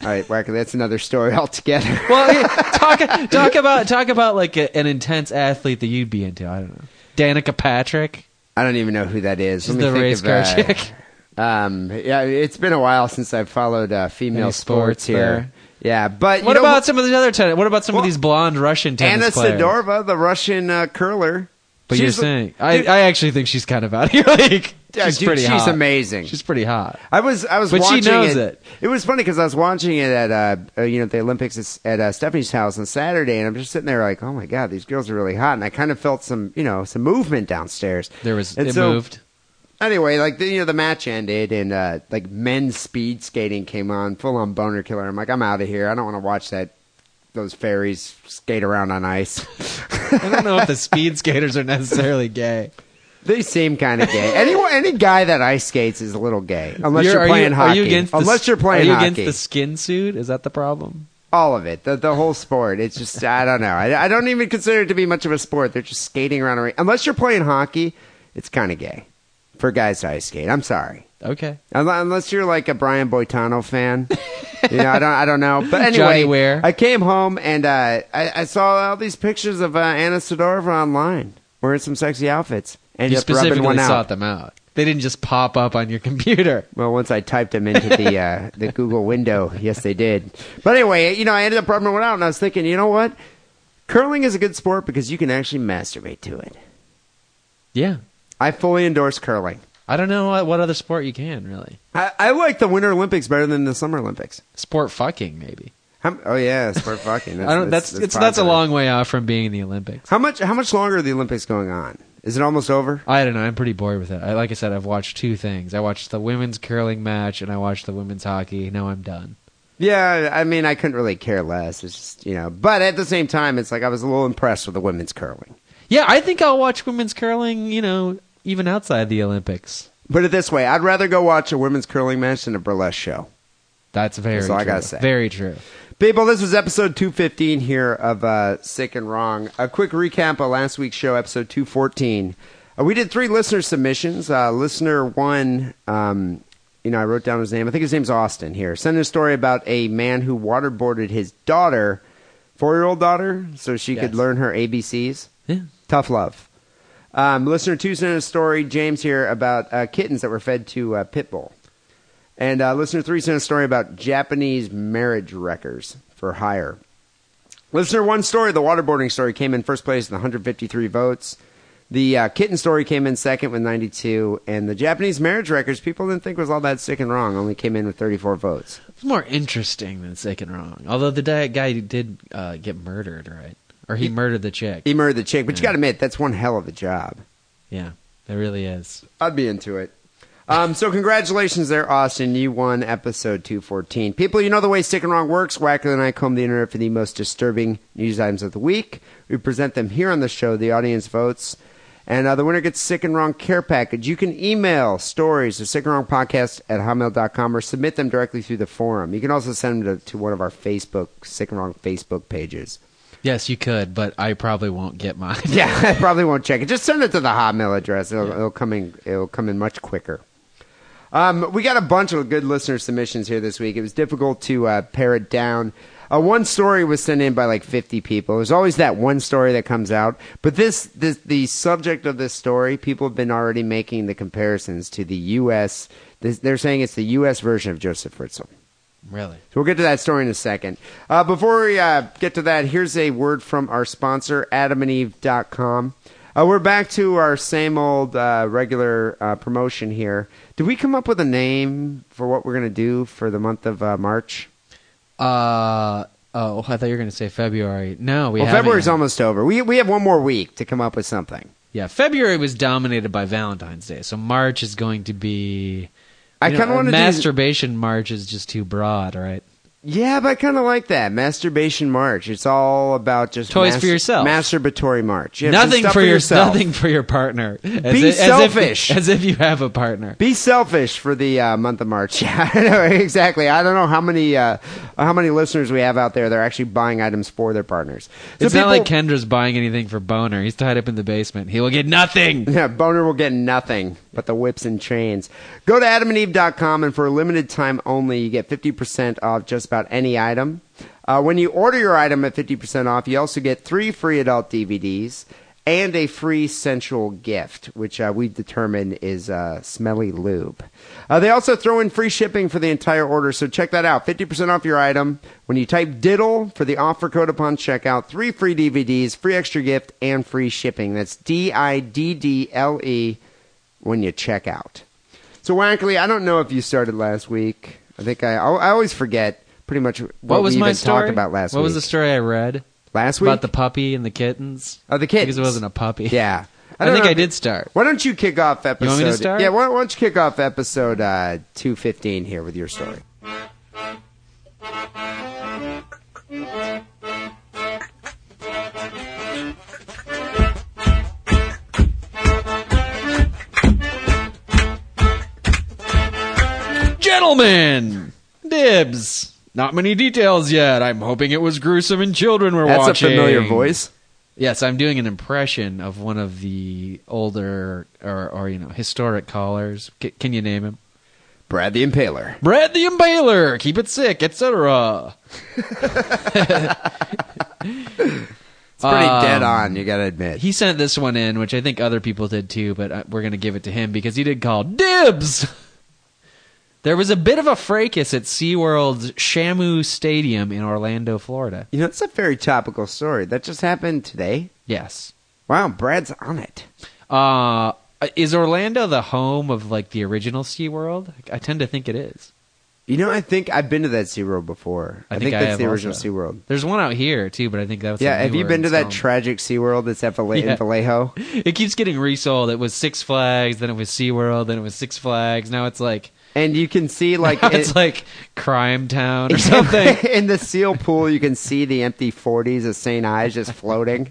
S3: All right, Wacker, that's another story [laughs] altogether.
S4: Well, yeah, talk talk about talk about like a, an intense athlete that you'd be into. I don't know. Danica Patrick.
S3: [laughs] I don't even know who that is.
S4: She's
S3: Let me
S4: the
S3: think
S4: race
S3: of,
S4: car
S3: uh,
S4: chick.
S3: [laughs] Um, yeah, it's been a while since I've followed uh, female
S4: Any
S3: sports,
S4: sports
S3: here. Yeah, but
S4: [laughs] What
S3: you know
S4: about some of these other tennis? What about some
S3: Well,
S4: of these blonde Russian tennis
S3: Anna
S4: players?
S3: Sidorova, the Russian uh, curler?
S4: But
S3: She's
S4: you're
S3: the-
S4: saying I,
S3: Dude,
S4: I actually think she's kind of out of your [laughs] league.
S3: Yeah,
S4: she's
S3: dude,
S4: pretty
S3: she's
S4: hot.
S3: amazing.
S4: She's pretty hot.
S3: I was I was
S4: But she
S3: watching
S4: knows
S3: it.
S4: it.
S3: was funny because I was watching it at uh, uh, you know the Olympics is- at uh, Stephanie's house on Saturday, and I'm just sitting there like, oh my god, these girls are really hot, and I kind of felt some you know some movement downstairs.
S4: There was
S3: and
S4: it
S3: so,
S4: moved.
S3: Anyway, like the, you know the match ended, and uh, like men's speed skating came on, full on boner killer. I'm like, I'm out of here. I don't want to watch that. Those fairies skate around on ice. [laughs]
S4: I don't know if the speed skaters are necessarily gay.
S3: They seem kind of
S4: [laughs]
S3: gay. Anyone, any guy that ice skates is a little gay, unless
S4: You're-
S3: you're,
S4: are
S3: playing
S4: you,
S3: hockey.
S4: Are you against
S3: unless
S4: the,
S3: you're playing
S4: Are you
S3: hockey.
S4: against the skin suit? Is that the problem?
S3: all of it the, the whole sport it's just i don't know I, I don't even consider it to be much of a sport they're just skating around a ring. unless you're playing hockey it's kind of gay for guys to ice skate i'm sorry
S4: Okay.
S3: Un- unless you're like a brian boitano fan you know i don't i
S4: [laughs]
S3: don't know but anyway
S4: Johnny Ware.
S3: i came home and uh, I, I saw all these pictures of uh, anna sidorova online wearing some sexy outfits and
S4: you
S3: just rubbing one
S4: specifically
S3: out
S4: sought them out. They didn't just pop up on your [laughs] computer.
S3: Well, once I typed them into the uh,
S4: [laughs]
S3: the Google window, yes, they did. But anyway, you know, I ended up rubbing one out, and I was thinking, you know what? Curling is a good sport because you can actually masturbate to it.
S4: Yeah.
S3: I fully endorse curling.
S4: I don't know what, what other sport you can really.
S3: I, I like the Winter Olympics better than the Summer Olympics.
S4: Sport fucking maybe.
S3: How, oh yeah, sport fucking. That's,
S4: I don't. That's it's that's a
S3: positive.
S4: long way off from being in the Olympics.
S3: How much? How much longer are the Olympics going on? Is it almost over?
S4: I don't know. I'm pretty bored with it. I, like I said, I've watched two things. I watched the women's curling match and I watched the women's hockey. Now I'm done.
S3: Yeah, I mean, I couldn't really care less. It's just you know, but at the same time, it's like I was a little impressed with the women's curling.
S4: Yeah, I think I'll watch women's curling. You know, even outside the Olympics.
S3: Put it this way: I'd rather go watch a women's curling match than a burlesque show.
S4: That's very
S3: That's all I
S4: true.
S3: gotta say.
S4: Very true.
S3: People, this was episode 215 here of uh, Sick and Wrong. A quick recap of last week's show, episode 214. Uh, we did three listener submissions. Uh, listener one, um, you know, I wrote down his name. I think his name's Austin here. Sent in a story about a man who waterboarded his daughter, four year old daughter, so she could
S4: Yes.
S3: learn her ABCs.
S4: Yeah.
S3: Tough love. Um, listener two sent in a story, James here, about uh, kittens that were fed to uh, pit bull. And uh, listener three sent a story about Japanese marriage wreckers for hire. Listener one story, the waterboarding story, came in first place with 153 votes. The uh, kitten story came in second with 92. And the Japanese marriage wreckers, people didn't think was all that sick and wrong, only came in with 34 votes.
S4: It's more interesting than sick and wrong. Although the di- guy did uh, get murdered, right? Or he murdered the chick.
S3: He murdered E. the chick, but you got to admit, that's one hell of a job.
S4: Yeah, it really is.
S3: I'd be into it. Um, so congratulations there, Austin. You won episode 214. People, you know the way Sick and Wrong works. Wacker and I comb the internet for the most disturbing news items of the week. We present them here on the show. The audience votes. And uh, the winner gets Sick and Wrong care package. You can email stories to Sick and Wrong Podcast at hotmail.com or submit them directly through the forum. You can also send them to, to one of our Facebook, Sick and Wrong Facebook pages.
S4: Yes, you could, but I probably won't get mine.
S3: [laughs]
S4: [laughs]
S3: Yeah, I probably won't check it. Just send it to the Hotmail address. It'll, it'll come in. It'll come in much quicker. Um, we got a bunch of good listener submissions here this week. It was difficult to uh, pare it down. Uh, one story was sent in by like 50 people. There's always that one story that comes out, but this, this the subject of this story. People have been already making the comparisons to the U.S. This, they're saying it's the U.S. version of Joseph Fritzl.
S4: Really?
S3: So we'll get to that story in a second. Uh, before we uh, get to that, here's a word from our sponsor, adamandeve.com. Uh, we're back to our same old uh, regular uh, promotion here. Did we come up with a name for what we're going to do for the month of uh, March?
S4: Uh oh, I thought you were going to say February. No, we
S3: well,
S4: haven't
S3: February's
S4: yet.
S3: almost over. We, we have one more week to come up with something.
S4: Yeah, February was dominated by Valentine's Day, so March is going to be.
S3: I
S4: you know, uh,
S3: kinda wanna do-
S4: masturbation. March is just too broad, right?
S3: Yeah, but I kind of like that. Masturbation March. It's all about just
S4: Toys for yourself.
S3: Masturbatory March. Yeah, just
S4: nothing
S3: stuff
S4: for your
S3: yourself.
S4: nothing for your partner. As
S3: Be
S4: if- as if- [laughs]
S3: selfish.
S4: as if you have a partner.
S3: Be selfish for the uh, month of March. [laughs] Yeah, I know, exactly. I don't know how many uh, how many listeners we have out there that are actually buying items for their partners. So
S4: it's not like Kendra's buying anything for Boner. He's tied up in the basement. He will get nothing.
S3: Yeah, Boner will get nothing but the whips and chains. Go to adamandeve.com and for a limited time only, you get 50% off just about any item. Uh, when you order your item at 50% off, you also get three free adult DVDs and a free sensual gift, which uh, we've determined is uh, smelly lube. Uh, they also throw in free shipping for the entire order, so check that out. 50% off your item. When you type diddle for the offer code upon checkout, three free DVDs, free extra gift, and free shipping. That's D I D D L E when you check out. So, Wankley, I don't know if you started last week. I think I, I always forget pretty much what,
S4: What, was
S3: we
S4: my
S3: even
S4: story?
S3: talked about last
S4: what
S3: week.
S4: was the story I read
S3: Last week?
S4: about the puppy and the kittens?
S3: Oh, the
S4: Because
S3: kittens.
S4: it wasn't a puppy.
S3: Yeah.
S4: [laughs] I,
S3: don't
S4: think
S3: know
S4: I
S3: if-
S4: did start.
S3: Why don't you kick off episode?
S4: You want me to start?
S3: Yeah, why, why don't you kick off episode uh, 215 here with your story?
S4: Gentlemen, dibs. Not many details yet. I'm hoping it was gruesome and children were
S3: That's
S4: watching.
S3: a familiar voice.
S4: Yes, I'm doing an impression of one of the older or, or you know historic callers. C- can you name him?
S3: Brad the Impaler.
S4: Brad the Impaler, keep it sick, etc.
S3: It's pretty
S4: Um,
S3: dead on, you gotta admit.
S4: He sent this one in, which I think other people did too, but uh, we're going to give it to him because he did call dibs. [laughs] There was a bit of a fracas at SeaWorld's Shamu Stadium in Orlando, Florida.
S3: you know, it's a very topical story. That just happened today.
S4: Yes.
S3: Wow, Brad's on it.
S4: Uh, is Orlando the home of like the original SeaWorld? I tend to think it is.
S3: You know, I think I've been to that SeaWorld before.
S4: I
S3: I,
S4: think
S3: think,
S4: I
S3: that's
S4: have
S3: the original
S4: also.
S3: SeaWorld.
S4: There's one out here too, but I think that was
S3: Yeah,
S4: the
S3: have you
S4: newer
S3: been to that
S4: installment.
S3: tragic SeaWorld that's at Valle-
S4: Yeah.
S3: in Vallejo?
S4: [laughs] it keeps getting resold. It was Six Flags, then it was SeaWorld, then it was Six Flags. Now it's like
S3: and you
S4: [laughs]
S3: can see like
S4: it's
S3: it-
S4: like Crime
S3: [laughs]
S4: Town or something.
S3: in the seal pool, you can see the empty 40s of St. Ives just floating.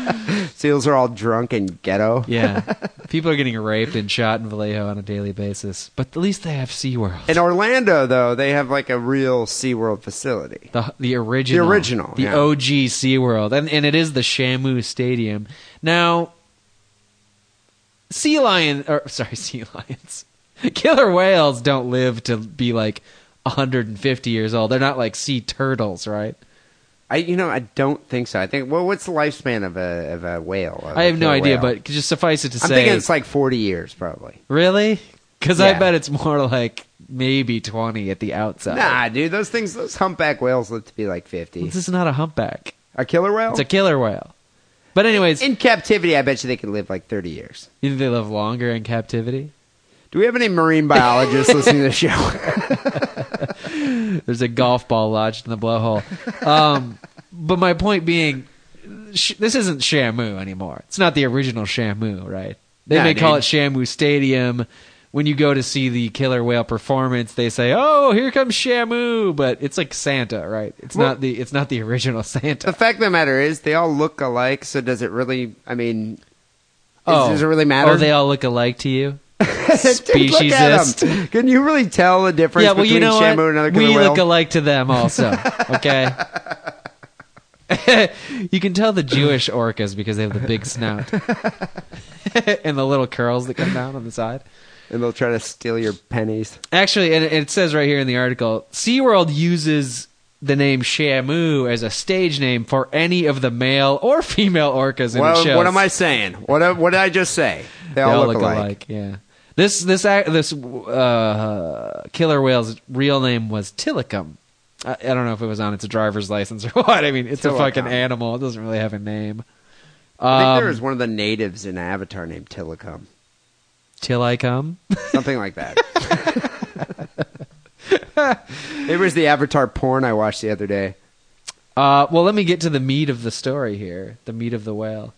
S4: [laughs]
S3: Seals are all drunk and ghetto.
S4: yeah, [laughs] people are getting raped and shot in Vallejo on a daily basis, but at least they have SeaWorld.
S3: In Orlando, though, they have like a real SeaWorld facility.
S4: The, the original.
S3: The original,
S4: The
S3: yeah.
S4: OG SeaWorld. And, and it is the Shamu Stadium. Now, sea lion, or [laughs] sorry, sea lions. [laughs] Killer whales don't live to be like 150 years old. They're not like sea turtles, right?
S3: I, you know, I don't think so. I think well, what's the lifespan of a of a whale? Of
S4: I
S3: a
S4: have no
S3: killer
S4: idea,
S3: whale?
S4: but just suffice it to
S3: I'm
S4: say.
S3: thinking it's like 40 years probably.
S4: really? Because I
S3: Yeah.
S4: bet it's more like maybe 20 at the outside.
S3: Nah, dude, those things, those humpback whales live to be like 50.
S4: This is not a humpback.
S3: A killer whale?
S4: It's a killer whale. But, anyways,
S3: in captivity, I bet you they could live like 30 years.
S4: you think they live longer in captivity?
S3: Do we have any marine
S4: [laughs]
S3: biologists listening to the show?
S4: There's a golf ball lodged in the blowhole. Um, but my point being, sh- this isn't Shamu anymore. It's not the original Shamu, right? They
S3: Nah,
S4: may call it
S3: dude.
S4: Shamu Stadium. When you go to see the killer whale performance, they say, "Oh, here comes Shamu," but it's like Santa, right? It's
S3: Well-
S4: not the it's not the original Santa.
S3: The fact of the matter is, they all look alike. So does it really? I mean, is,
S4: oh,
S3: does it really matter?
S4: Oh, they
S3: [laughs]
S4: all look alike to you.
S3: Dude, look at 'em.
S4: speciesist.
S3: Can you really tell the difference
S4: yeah, well,
S3: between
S4: you know
S3: Shamu
S4: what?
S3: and another killer
S4: we
S3: whale?
S4: look alike to them also. Okay. [laughs] you can tell the Jewish orcas because they have the big snout [laughs] and the little curls that come down on the side.
S3: and they'll try to steal your pennies.
S4: Actually, and it says right here in the article, SeaWorld uses the name Shamu as a stage name for any of the male or female orcas in the show.
S3: Well, what am I saying? What what did I just say? They,
S4: They all look, alike. Yeah. This this ac- this uh, killer whale's real name was Tillicum. I, I don't know if it was on its driver's license or [laughs] what. I mean, it's a
S3: Tillicum.
S4: fucking animal. It doesn't really have a name.
S3: I think
S4: Um,
S3: there was one of the natives in Avatar named Tillicum,
S4: Till I come.
S3: something
S4: [laughs]
S3: like that. it was the Avatar porn I watched the other day.
S4: Uh, well, let me get to the meat of the story here. The meat of the whale.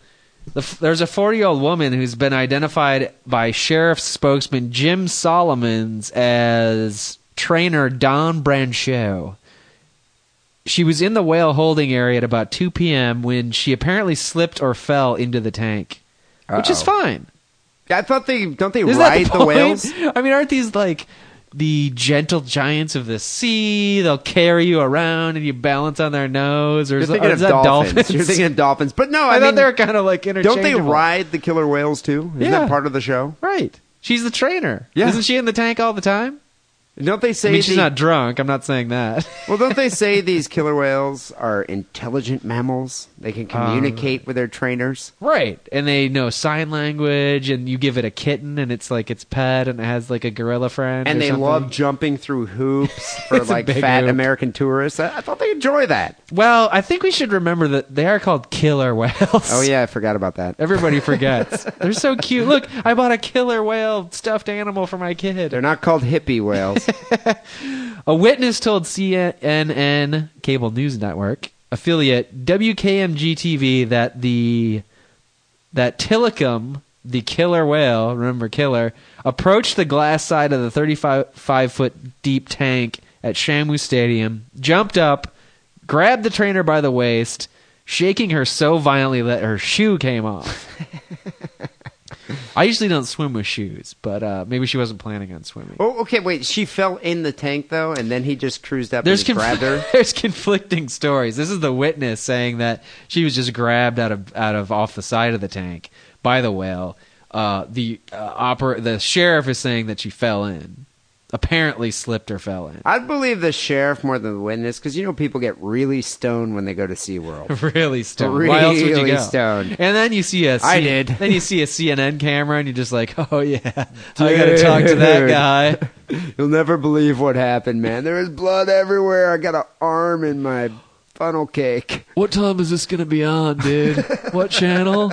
S4: The, f- there's a 40 year old woman who's been identified by sheriff's spokesman Jim Solomons as trainer Don Branchot. She was in the whale holding area at about 2 p.m. when she apparently slipped or fell into the tank, which is
S3: Uh-oh.
S4: fine.
S3: I thought they don't they
S4: Isn't that
S3: ride
S4: the,
S3: the,
S4: point?
S3: whales?
S4: I mean, aren't these like the gentle giants of the sea? They'll carry you around and you balance on their nose, or
S3: You're
S4: is, that-
S3: thinking
S4: or
S3: of
S4: is that
S3: dolphins.
S4: dolphins? [laughs]
S3: You're thinking of dolphins, but no,
S4: I,
S3: I,
S4: thought
S3: mean,
S4: they were kind of like
S3: Don't
S4: interchangeable.
S3: they ride the killer whales too? Isn't
S4: Yeah.
S3: that part of the show?
S4: Right. She's the trainer.
S3: Yeah.
S4: Isn't she in the tank all the time?
S3: Don't they say
S4: I mean, she's
S3: the-
S4: not drunk. I'm not saying that.
S3: [laughs]
S4: [laughs]
S3: Well, don't they say these killer whales are intelligent mammals? They
S4: Uh,
S3: can communicate with their trainers.
S4: right. And they know sign language, and you give it a kitten, and it's like its pet, and it has like a gorilla friend.
S3: And
S4: or
S3: they
S4: something.
S3: love jumping
S4: [laughs]
S3: through hoops for
S4: It's a
S3: like
S4: big
S3: fat
S4: hoop.
S3: American tourists. I, I thought they enjoy that.
S4: Well, I think we should remember that they are called killer [laughs] whales.
S3: Oh yeah, I forgot about that.
S4: Everybody forgets. They're so cute. Look, I bought a killer whale stuffed animal for my kid.
S3: [laughs] They're not called
S4: [laughs]
S3: hippie whales.
S4: A witness told CNN cable news network affiliate WKMG TV that the that Tillicum, the killer whale, remember killer, approached the glass side of the 35 five foot deep tank at Shamu Stadium, jumped up, grabbed the trainer by the waist, shaking her so violently that her shoe came off. I usually don't swim with shoes, but uh, maybe she wasn't planning on swimming.
S3: oh, okay, wait. She fell in the tank though, and then he just cruised up
S4: There's, conf-
S3: and grabbed her.
S4: [laughs] there's conflicting stories. This is the witness saying that she was just grabbed out of out of off the side of the tank by the whale. Uh, the uh, oper- the sheriff is saying that she fell in, apparently slipped or fell in. [laughs]
S3: I'd believe the sheriff more than the witness because you know people get really stoned when they go to SeaWorld.
S4: [laughs] really stoned. Why else would you
S3: Really
S4: go?
S3: stoned.
S4: And then you see a C-
S3: I did.
S4: Then you see a CNN camera, and you're just like, [laughs] oh
S3: [laughs]
S4: yeah, I got to talk to that
S3: Dude.
S4: guy.
S3: You'll never believe what happened, man. There was blood everywhere. I got an arm in my funnel cake.
S4: What time is this gonna be on, dude? what
S3: [laughs]
S4: channel?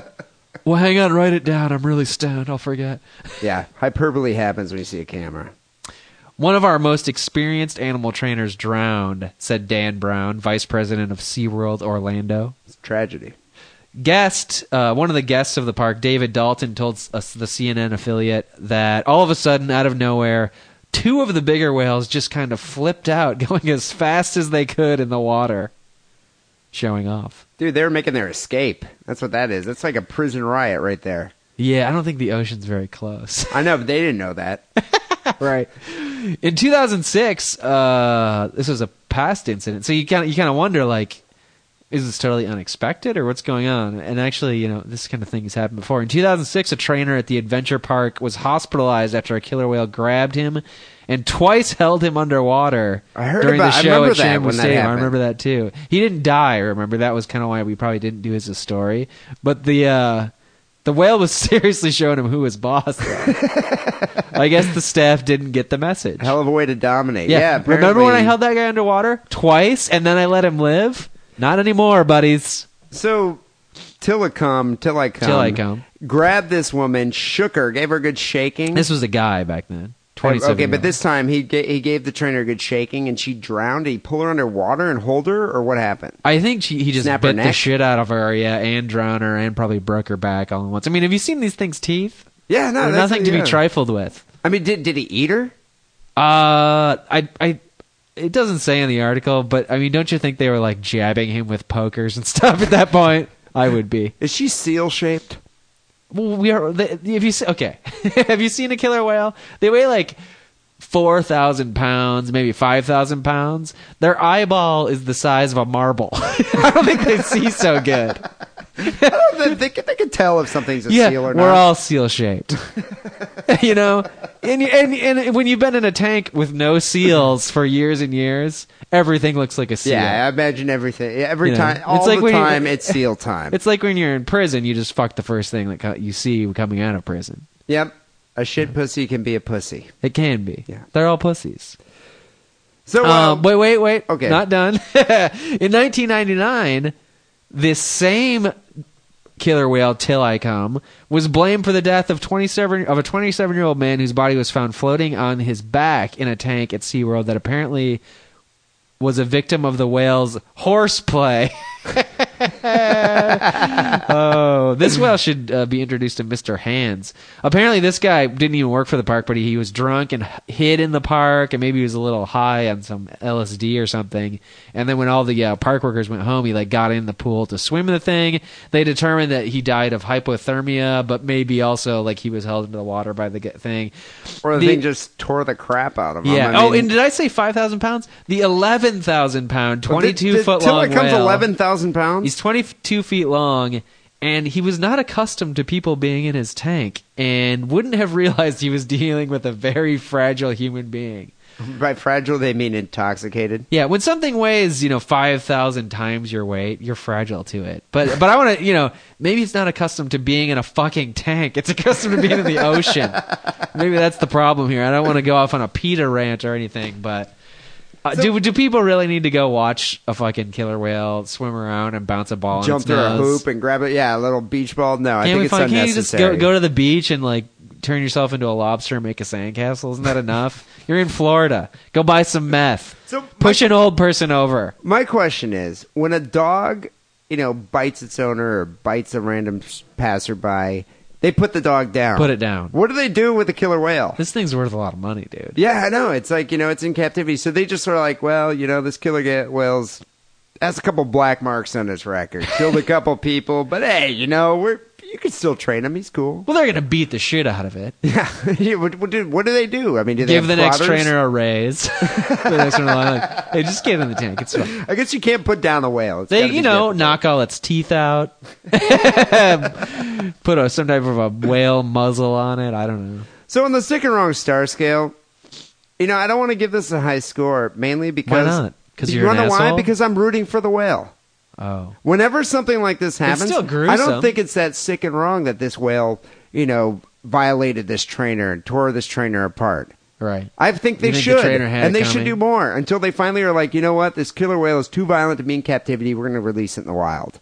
S4: Well, hang on, write it down. I'm really stoned. I'll forget.
S3: Yeah, hyperbole happens when you see a camera.
S4: One of our most experienced animal trainers drowned, said Dan Brown, vice president of SeaWorld Orlando.
S3: It's a tragedy.
S4: Guest, uh, one of the guests of the park, David Dalton, told us the CNN affiliate that all of a sudden, out of nowhere, two of the bigger whales just kind of flipped out, [laughs] going as fast as they could in the water, showing off.
S3: Dude, they're making their escape. That's what that is. That's like a prison riot right there.
S4: Yeah, I don't think the ocean's very close. [laughs]
S3: I know, but they didn't know that.
S4: right. In 2006, uh, this was a past incident, so you kind of you kind of wonder like, is this totally unexpected or what's going on? And actually, you know, this kind of thing has happened before. In 2006, a trainer at the adventure park was hospitalized after a killer whale grabbed him and twice [laughs] held him underwater
S3: I heard
S4: during
S3: about-
S4: the
S3: I
S4: show
S3: remember
S4: at
S3: that
S4: Shamrock
S3: when that
S4: Stadium. I
S3: happened.
S4: remember that too. He didn't die. Remember that was kind of why we probably didn't do his a story, but the. uh the whale was [laughs] seriously showing him who was boss. though. I guess the staff didn't get the message.
S3: Hell of a way to dominate. Yeah, apparently.
S4: remember when I held that guy underwater twice and then I let him live? Not anymore, buddies.
S3: So, till I come, till I come,
S4: Till I come.
S3: grabbed this woman, shook her, gave her a good shaking.
S4: This was a guy back then.
S3: okay,
S4: 27
S3: but
S4: year
S3: this time he ga- he gave the trainer a good shaking, and she drowned. Did he pull her underwater and hold her, or what happened?
S4: old. I think she, he just
S3: Snap her
S4: bit the
S3: neck?
S4: shit out of her, yeah, and drowned her, and probably broke her back all at once. I mean, have you seen these things' teeth?
S3: Yeah, no,
S4: They're
S3: that's-
S4: nothing to
S3: yeah.
S4: be trifled with.
S3: I mean, did did he eat her?
S4: Uh, I, I, it doesn't say in the article, but I mean, don't you think they were like jabbing him with pokers and [laughs] stuff at that point? I would be.
S3: Is she seal [laughs] shaped?
S4: Well, we are. The, the- have you se- okay? [laughs] have you seen a killer whale? They weigh like four thousand pounds, maybe five thousand pounds. Their eyeball is the size of a marble. [laughs] I don't think they see so
S3: [laughs]
S4: good.
S3: they, they, could- they could tell if something's a
S4: yeah,
S3: seal or
S4: we're
S3: not.
S4: all seal shaped. [laughs] you know, and, and and when you've been in a tank with no seals for years and years, everything looks like a seal.
S3: yeah, I imagine everything. yeah, Every
S4: You know,
S3: time,
S4: it's
S3: all
S4: like
S3: the
S4: when you- [laughs]
S3: time, it's seal time.
S4: It's like when you're in prison, you just fuck the first thing that co- you see coming out of prison.
S3: yep, a shit pussy can be a pussy.
S4: It can be.
S3: Yeah.
S4: They're all pussies.
S3: So,
S4: Um,
S3: um,
S4: wait, wait, wait.
S3: Okay.
S4: Not done. [laughs] In 1999, this same killer whale, Till I Come, was blamed for the death of 27 of a 27 year old man whose body was found floating on his back in a tank at SeaWorld that apparently was a victim of the whale's horseplay. [laughs] oh, this whale should uh, be introduced to Mr. Hands. Apparently, this guy didn't even work for the park, but he, he was drunk and h- hid in the park, and maybe he was a little high on some LSD or something. And then when all the uh, park workers went home, he like got in the pool to swim in the thing. They determined that he died of hypothermia, but maybe also like he was held into the water by the g- thing.
S3: or the
S4: the-
S3: thing just tore the crap out of him.
S4: Yeah.
S3: Um, I
S4: oh,
S3: mean-
S4: and did I say five thousand pounds? The eleven thousand pound,
S3: Well,
S4: twenty two
S3: did- did
S4: foot
S3: Till
S4: long
S3: it comes
S4: whale.
S3: eleven thousand pounds.
S4: He's twenty two feet long, and he was not accustomed to people being in his tank, and wouldn't have realized he was dealing with a very fragile human being.
S3: By fragile, they mean intoxicated.
S4: Yeah, when something weighs, you know, 5,000 times your weight, you're fragile to it. But but I want to, you know, maybe it's not accustomed to being in a fucking tank. It's accustomed to being in the ocean. Maybe that's the problem here. I don't want to go off on a PETA rant or anything, but uh, do do people really need to go watch a fucking killer whale swim around and bounce a ball
S3: Jump
S4: in its
S3: through a
S4: nose?
S3: hoop and grab it. Yeah, a little beach ball. No,
S4: Can't
S3: I think
S4: we
S3: it's
S4: find, can't you just
S3: unnecessary.
S4: go, go to the beach and like turn yourself into a lobster and make a sandcastle? Isn't that enough? [laughs] You're in Florida. Go buy some meth.
S3: So my-
S4: Push an old person over.
S3: My question is, when a dog, you know, bites its owner or bites a random s- passerby, they put the dog down.
S4: Put it down.
S3: What do they do with a killer whale?
S4: This thing's worth a lot of money, dude.
S3: Yeah, I know. It's like you know, it's in captivity, so they just sort of like, well, you know, this killer ga- whale's has a couple black marks on his record, killed
S4: [laughs]
S3: a couple people, but hey, you know, we're you can still train him. He's cool.
S4: Well, they're gonna beat the shit out of it.
S3: [laughs] Yeah. Yeah, what, what, do, what do they do? I mean, do they
S4: give the
S3: have
S4: next
S3: plotters?
S4: trainer a raise. [laughs] the next one in line, like, hey, just get in the tank. It's fine.
S3: I guess you can't put down a whale. It's
S4: They,
S3: gotta be
S4: you know,
S3: difficult.
S4: knock all its teeth out. [laughs] Put a, some type of a whale muzzle on it. I don't know.
S3: So on the sick and wrong star scale, you know, I don't want to give this a high score mainly because
S4: not? 'Cause
S3: you
S4: you're an
S3: wanna know why?
S4: asshole?
S3: Because I'm rooting for the whale.
S4: Oh,
S3: Whenever something like this happens,
S4: still
S3: I
S4: gruesome.
S3: don't think it's that sick and wrong that this whale, you know, violated this trainer and tore this trainer apart.
S4: right.
S3: I think they
S4: You think the
S3: should,
S4: trainer had
S3: and
S4: it
S3: they should
S4: coming?
S3: do more until they finally are like, you know what, this killer whale is too violent to be in captivity. We're going to release it in the wild.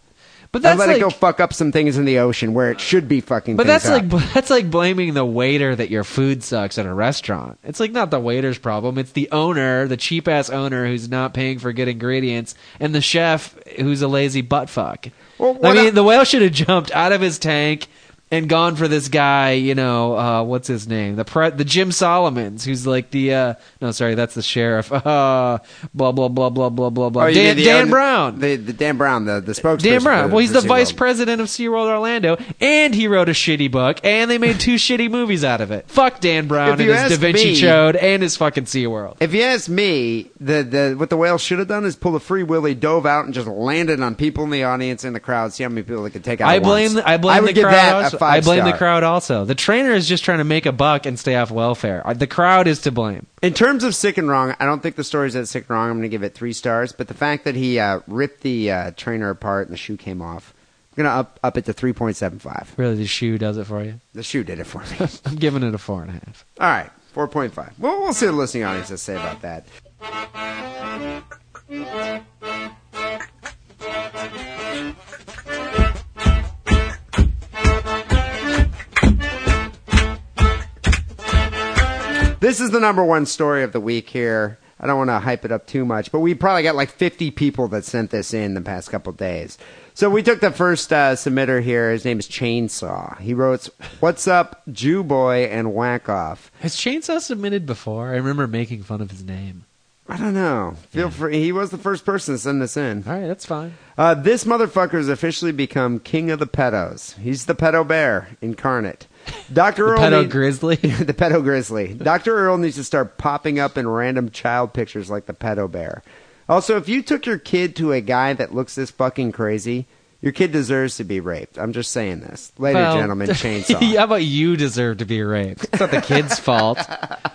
S4: But
S3: And
S4: that's
S3: let
S4: like,
S3: it go fuck up some things in the ocean where it should be fucking.
S4: but
S3: things
S4: that's
S3: up.
S4: like [laughs] that's like blaming the waiter that your food sucks at a restaurant. It's like not the waiter's problem. It's the owner, the cheap ass owner who's not paying for good ingredients, and the chef who's a lazy butt fuck.
S3: Well,
S4: I
S3: what
S4: mean,
S3: I-
S4: the whale should have jumped out of his tank and gone for this guy, you know, uh, what's his name? The pre- the Jim Solomons, who's like the uh, no, sorry, that's the sheriff. [laughs] Uh, blah blah blah blah blah blah blah.
S3: Oh, you mean
S4: Dan,
S3: the
S4: Dan
S3: own-
S4: Brown.
S3: The, the Dan Brown, the, the spokesperson.
S4: Dan Brown.
S3: for-
S4: Well, he's
S3: for
S4: the vice
S3: SeaWorld.
S4: president of SeaWorld Orlando, and he wrote a shitty book, and they made
S3: [laughs]
S4: two shitty movies out of it. Fuck Dan Brown
S3: If
S4: and
S3: you
S4: his Da
S3: ask
S4: Vinci
S3: me-
S4: Code and his fucking SeaWorld.
S3: If you ask me, the, the what the whale should have done is pull a free willy, dove out, and just landed on people in the audience and the crowd. See how many people they could take out.
S4: I
S3: at
S4: blame
S3: once.
S4: I blame
S3: I would
S4: the
S3: give
S4: crowd.
S3: that
S4: also.
S3: a five
S4: I blame the
S3: star.
S4: crowd also. The trainer is just trying to make a buck and stay off welfare. Uh, The crowd is to blame.
S3: In terms of sick and wrong, I don't think the story's that sick and wrong. I'm going to give it three stars. But the fact that he uh, ripped the uh, trainer apart and the shoe came off, I'm going to up up it to three point seven five.
S4: Really, the shoe does it for you. [laughs]
S3: The shoe did it for me.
S4: I'm giving it a four and a half.
S3: All right, four point five. Well, we'll see what the listening audience has to say about that. This is the number one story of the week here. I don't want to hype it up too much, but we probably got like 50 people that sent this in the past couple days. So we took the first uh, submitter here. His name is Chainsaw. He wrote, What's up, Jew Boy and Whack Off?
S4: Has Chainsaw submitted before? I remember making fun of his name.
S3: I don't know. Feel free. He was the first person to send this in.
S4: All right, that's fine.
S3: Uh, this motherfucker has officially become king of the pedos. He's the pedo bear incarnate.
S4: [laughs]
S3: Doctor
S4: The
S3: Earl
S4: pedo
S3: need-
S4: grizzly. [laughs]
S3: [laughs] the pedo grizzly. Doctor Earl needs to start popping up in random child pictures like the pedo bear. Also, if you took your kid to a guy that looks this fucking crazy, your kid deserves to be raped. I'm just saying this. Later,
S4: Well, [laughs]
S3: gentlemen, chainsaw.
S4: How about you deserve to be raped? It's not the
S3: [laughs]
S4: kid's fault.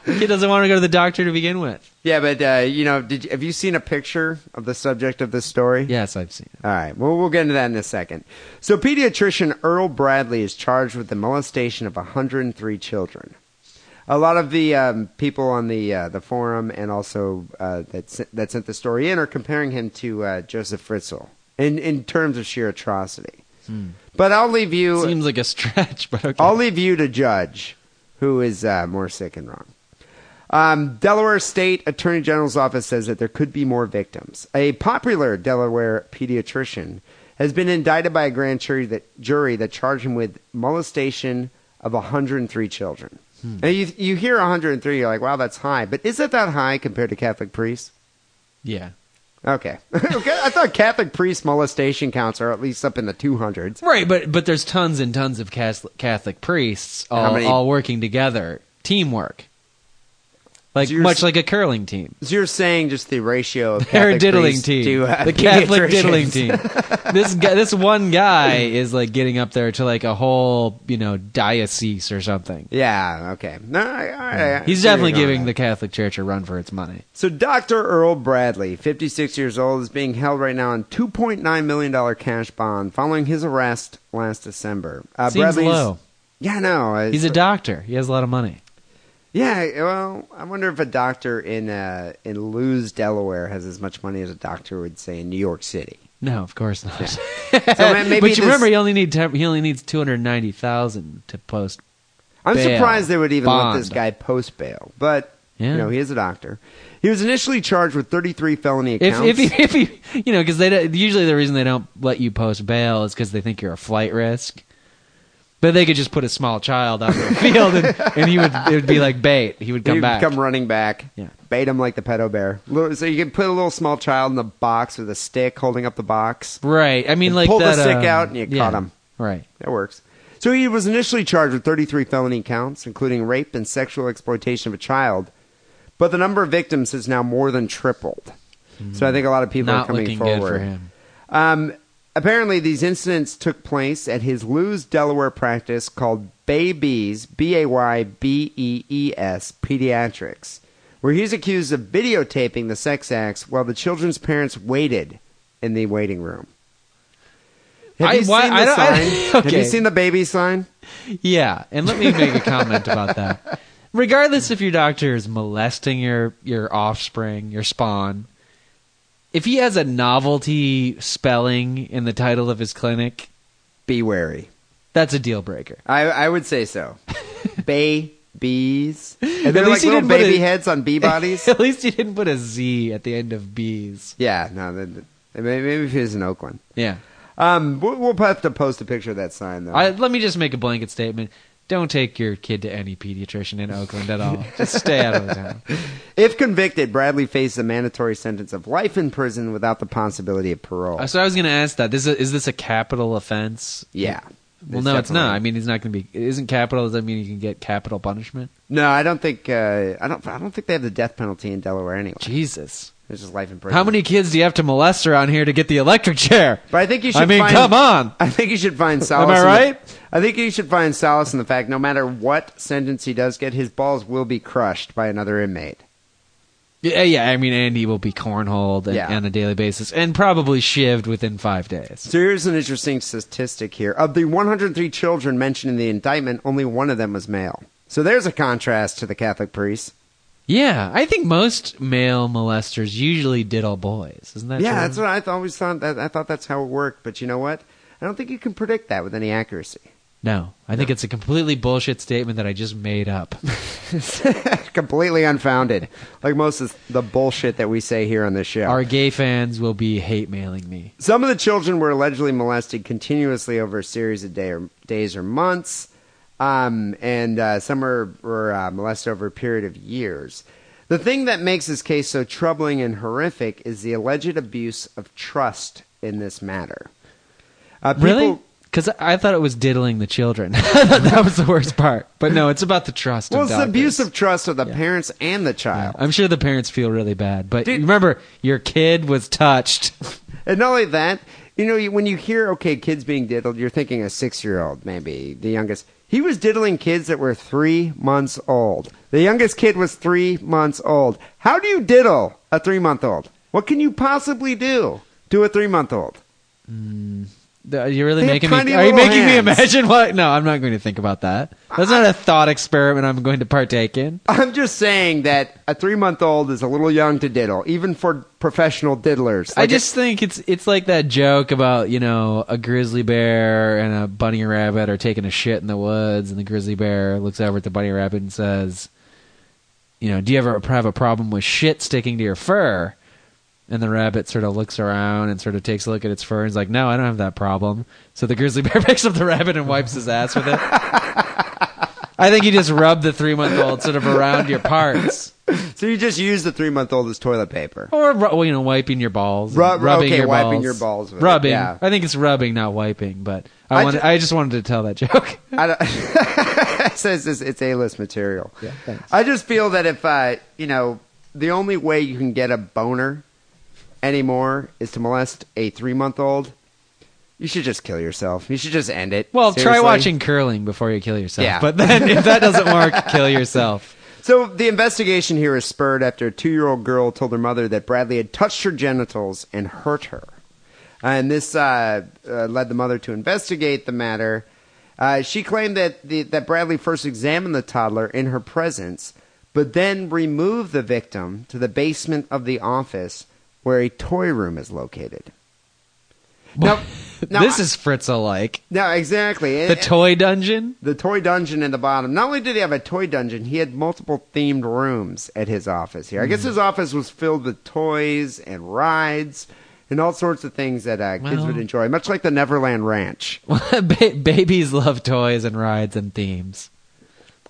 S4: The kid doesn't want to go to the doctor to begin with.
S3: Yeah, but uh, you know, did you, have you seen a picture of the subject of this story?
S4: Yes, I've seen it.
S3: All right. Well, we'll get into that in a second. So, pediatrician Earl Bradley is charged with the molestation of 103 children. A lot of the um, people on the uh, the forum and also uh, that sent, that sent the story in are comparing him to uh, Joseph Fritzl in in terms of sheer atrocity. But I'll leave you.
S4: Seems like a stretch, [laughs] but okay.
S3: I'll leave you to judge who is uh, more sick and wrong. Um, Delaware State Attorney General's office says that there could be more victims. A popular Delaware pediatrician has been indicted by a grand jury that jury that charged him with molestation of 103 children. Now you you hear 103, you're like, wow, that's high. But is it that high compared to Catholic priests?
S4: yeah.
S3: Okay, [laughs] okay. I thought Catholic priest molestation counts are at least up in the 200s.
S4: Right, but but there's tons and tons of Cas- Catholic priests
S3: How
S4: all,
S3: many-
S4: all working together, teamwork, like
S3: So you're
S4: much
S3: s-
S4: like a curling team.
S3: So you're saying just the ratio of
S4: They're a
S3: Catholic
S4: diddling
S3: priests
S4: team,
S3: to uh, [laughs]
S4: the Catholic
S3: pediatricians.
S4: diddling team.
S3: [laughs]
S4: this guy, this one guy is like getting up there to like a whole you know diocese or something.
S3: Yeah. Okay. No, I, I, I,
S4: He's definitely
S3: I see where you're going
S4: giving
S3: with
S4: the
S3: that.
S4: Catholic Church a run for its money.
S3: So Dr. Earl Bradley, 56 years old, is being held right now on 2.9 million dollar cash bond following his arrest last December. Uh,
S4: Seems
S3: Bradley's-
S4: low.
S3: Yeah. No.
S4: He's a doctor. He has a lot of money.
S3: Yeah. Well, I wonder if a doctor in uh, in Lewes, Delaware, has as much money as a doctor would say in New York City.
S4: No, of course not. [laughs]
S3: So ma- maybe
S4: but you
S3: this-
S4: remember, he only need te- he only needs two hundred ninety thousand to post.
S3: I'm
S4: bail,
S3: surprised they would even let this
S4: bond.
S3: guy post bail, but
S4: Yeah.
S3: you know he is a doctor. He was initially charged with 33 felony
S4: If
S3: accounts.
S4: if he, if he you know because they don't- usually the reason they don't let you post bail is because they think you're a flight risk. But they could just put a small child out in the [laughs] field, and, and he would it would be like bait. He would
S3: [laughs]
S4: come
S3: you
S4: back.
S3: come running back.
S4: Yeah.
S3: Bait him like the pedo bear. Little- So you can put a little small child in the box with a stick holding up the box.
S4: right. I mean,
S3: And
S4: like
S3: pull the
S4: that,
S3: stick
S4: um,
S3: out and you
S4: yeah,
S3: caught him.
S4: Right.
S3: That works. So he was initially charged with 33 felony counts, including rape and sexual exploitation of a child. But the number of victims has now more than tripled. So I think a lot of people are
S4: Not
S3: coming
S4: looking
S3: forward.
S4: good for him.
S3: Um, apparently, these incidents took place at his Lewes, Delaware practice called Babies, B A Y B E E S, Pediatrics, where he's accused of videotaping the sex acts while the children's parents waited in the waiting room. Have
S4: I-
S3: you
S4: why-
S3: seen the
S4: I don't- I- [laughs]
S3: sign? Have
S4: okay.
S3: you seen the baby sign?
S4: Yeah, and let me make a comment about that. Regardless if your doctor is molesting your your offspring, your spawn, if he has a novelty spelling in the title of his clinic,
S3: Be wary.
S4: that's a deal breaker.
S3: I, I would
S4: [laughs]
S3: say so. Babies. And
S4: At
S3: they're like
S4: least he
S3: little
S4: didn't put
S3: baby
S4: a-
S3: heads on bee
S4: [laughs]
S3: bodies.
S4: At least you didn't put a Z at the end of bees.
S3: yeah, no, they- they- maybe if he was in Oakland.
S4: Yeah.
S3: Um, we'll, we'll have to post a picture of that sign though.
S4: I, let me just make a blanket statement. Don't take your kid to any pediatrician in Oakland at all. Just stay out of the
S3: [laughs]
S4: town.
S3: if convicted, Bradley faces a mandatory sentence of life in prison without the possibility of parole.
S4: Uh, So I was going to ask that. This is, is this a capital offense?
S3: yeah.
S4: Well,
S3: There's
S4: no, it's not.
S3: definitely-
S4: I mean, he's not going to be. Isn't capital? Does that mean you can get capital punishment?
S3: No, I don't think. Uh, I don't. I don't think they have the death penalty in Delaware anyway.
S4: Jesus.
S3: There's just life in prison.
S4: How many kids do you have to molest around here to get the electric chair?
S3: But I think you should.
S4: I mean,
S3: find-
S4: come on.
S3: [laughs] I think you should find solace.
S4: Am I
S3: in the-
S4: right?
S3: I think you should find solace in the fact, no matter what sentence he does get, his balls will be crushed by another inmate.
S4: Yeah, yeah. I mean, Andy will be cornholed and,
S3: Yeah.
S4: on a daily basis, and probably shivved within five days.
S3: So here's an interesting statistic here: of the 103 children mentioned in the indictment, only one of them was male. So there's a contrast to the Catholic priests.
S4: Yeah, I think most male molesters usually diddle boys. Isn't that
S3: yeah,
S4: true?
S3: that's what I th- always thought. That, I thought that's how it worked. But you know what? I don't think you can predict that with any accuracy. [laughs]
S4: No, I think it's a completely bullshit statement that I just made
S3: [laughs]
S4: up.
S3: Completely unfounded, like most of the bullshit that we say here on this show.
S4: Our gay fans will be hate mailing me.
S3: Some of the children were allegedly molested continuously over a series of day or, days or months, um, and uh, some were, were uh, molested over a period of years. The thing that makes this case so troubling and horrific is the alleged abuse of trust in this matter. Uh, people-
S4: Really? Because I thought it was diddling the children. [laughs] I thought that was the worst part. But no, it's about the trust.
S3: Well,
S4: of
S3: it's the
S4: doctors.
S3: abuse of trust of the
S4: Yeah.
S3: parents and the
S4: Yeah.
S3: child.
S4: I'm sure the parents feel really bad, but
S3: Dude-
S4: remember, your kid was touched. [laughs]
S3: And not only that, you know, you- when you hear, okay, kids being diddled, you're thinking a six year old, maybe the youngest. He was diddling kids that were three months old. The youngest kid was three months old. How do you diddle a three month old? What can you possibly do to a three month old?
S4: Are you really
S3: They have
S4: making me?
S3: tiny
S4: Are you
S3: little
S4: making me
S3: hands.
S4: imagine what? No, I'm not going to think about that. That's not a thought experiment I'm going to partake in.
S3: [laughs] I'm just saying that a three month old is a little young to diddle, even for professional diddlers.
S4: I
S3: Like,
S4: just think it's it's like that joke about you know a grizzly bear and a bunny rabbit are taking a shit in the woods, and the grizzly bear looks over at the bunny rabbit and says, "You know, do you ever have a problem with shit sticking to your fur?" And the rabbit sort of looks around and sort of takes a look at its fur and is like, "No, I don't have that problem." So the grizzly [laughs] bear picks up the rabbit and wipes his ass with it. I think you just rub the three month old sort of around your parts.
S3: so you just use the three month old as toilet paper.
S4: Or ru- well, you know, wiping your balls, and
S3: Rub-
S4: rubbing
S3: okay,
S4: your
S3: wiping
S4: balls.
S3: your balls with it,
S4: rubbing.
S3: yeah.
S4: I think it's rubbing, not wiping. But I,
S3: I
S4: wanted,
S3: ju-
S4: I just wanted to tell that joke. [laughs]
S3: I don't, [laughs] so it's, it's, it's A-list material.
S4: Yeah, thanks.
S3: I just feel that if, uh, you know, the only way you can get a boner anymore is to molest a three-month-old, you should just kill yourself. You should just end it.
S4: well, try
S3: Seriously.
S4: watching curling before you kill yourself.
S3: Yeah.
S4: But then, if that doesn't
S3: [laughs]
S4: work, kill yourself.
S3: So the investigation here is spurred after a two-year-old girl told her mother that Bradley had touched her genitals and hurt her, and this uh, uh, led the mother to investigate the matter. Uh, she claimed that the, that Bradley first examined the toddler in her presence, but then removed the victim to the basement of the office where a toy room is located. Now, now
S4: this
S3: I-
S4: is Fritzel like
S3: now exactly
S4: the toy dungeon. [laughs]
S3: the toy dungeon in the bottom. Not only did he have a toy dungeon, he had multiple themed rooms at his office here. I
S4: Hmm.
S3: guess his office was filled with toys and rides and all sorts of things that uh, kids
S4: Well-
S3: would enjoy, much like the Neverland Ranch.
S4: ba- babies love toys and rides and themes.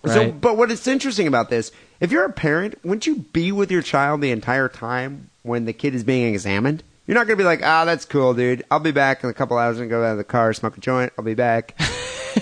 S3: So,
S4: Right.
S3: but what is interesting about this, if you're a parent, wouldn't you be with your child the entire time when the kid is being examined? You're not going to be like, ah, that's cool, dude. I'll be back in a couple hours and go out of the car, smoke a joint. I'll
S4: [laughs]
S3: be back.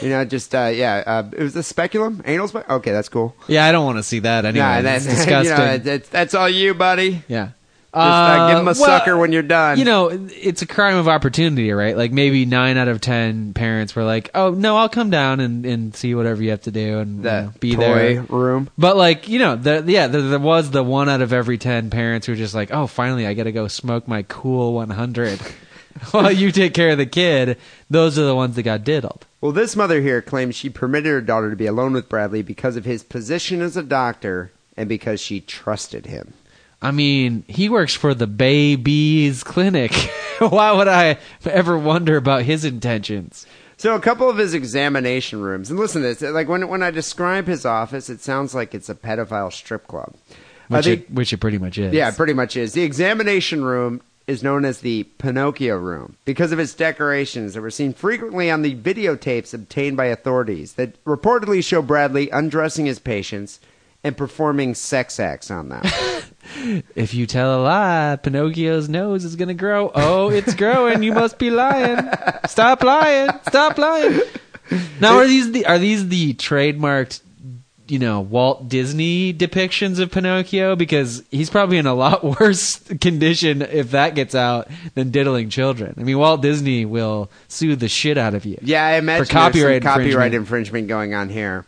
S3: you know, just, uh, yeah. Uh, it was a speculum? Anal spe- Okay, that's cool.
S4: Yeah, I don't want to see that anyway.
S3: Nah,
S4: that's
S3: that-
S4: disgusting.
S3: [laughs] You know, that's, that's all you, buddy.
S4: Yeah.
S3: uh, give 'em
S4: well,
S3: a sucker when you're done.
S4: You know, it's a crime of opportunity, right? Like maybe nine out of ten parents were like, "Oh no, I'll come down and, and see whatever you have to do and you
S3: That
S4: know, be
S3: toy
S4: there."
S3: room.
S4: But like you know, the, yeah, there, there was the one out of every ten parents who were just like, "Oh, finally, I got to go smoke my cool 100." [laughs] While you take care of the kid, those are the ones that got diddled.
S3: Well, this mother here claims she permitted her daughter to be alone with Bradley because of his position as a doctor and because she trusted him.
S4: I mean, he works for the babies clinic. [laughs] Why would I ever wonder about his intentions?
S3: So a couple of his examination rooms, and listen to this. Like when when I describe his office, it sounds like it's a pedophile strip club. Uh,
S4: Which,
S3: the-
S4: it, which it pretty much is.
S3: yeah, pretty much is. The examination room is known as the Pinocchio Room because of its decorations that were seen frequently on the videotapes obtained by authorities that reportedly show Bradley undressing his patients and performing sex acts on them.
S4: If you tell a lie, Pinocchio's nose is going to grow. Oh, it's growing. You must be lying. Stop lying. Stop lying. Now are these the are these the trademarked you know Walt Disney depictions of Pinocchio because he's probably in a lot [laughs] worse condition if that gets out than diddling children. I mean Walt Disney will sue the shit out of you.
S3: Yeah, I imagine
S4: For copyright
S3: there's some copyright
S4: infringement.
S3: infringement going on here.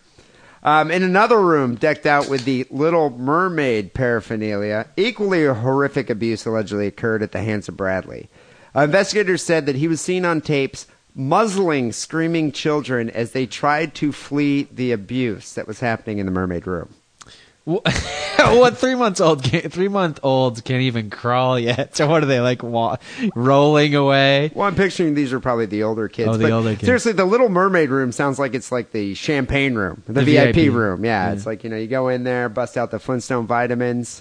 S3: Um, in another room decked out with the Little Mermaid paraphernalia, equally horrific abuse allegedly occurred at the hands of Bradley. Uh, investigators said that he was seen on tapes muzzling screaming children as they tried to flee the abuse that was happening in the mermaid room.
S4: [laughs] what three months old can three month olds can't even crawl yet [laughs] so what are they like wa- rolling away
S3: Well, I'm picturing these are probably the older kids.
S4: Oh, the
S3: but
S4: older kids.
S3: Seriously, the Little Mermaid room sounds like it's like the champagne room, the,
S4: The
S3: VIP,
S4: VIP.
S3: room. Yeah, it's like you know, you go in there, bust out the Flintstone
S4: [laughs]
S3: vitamins.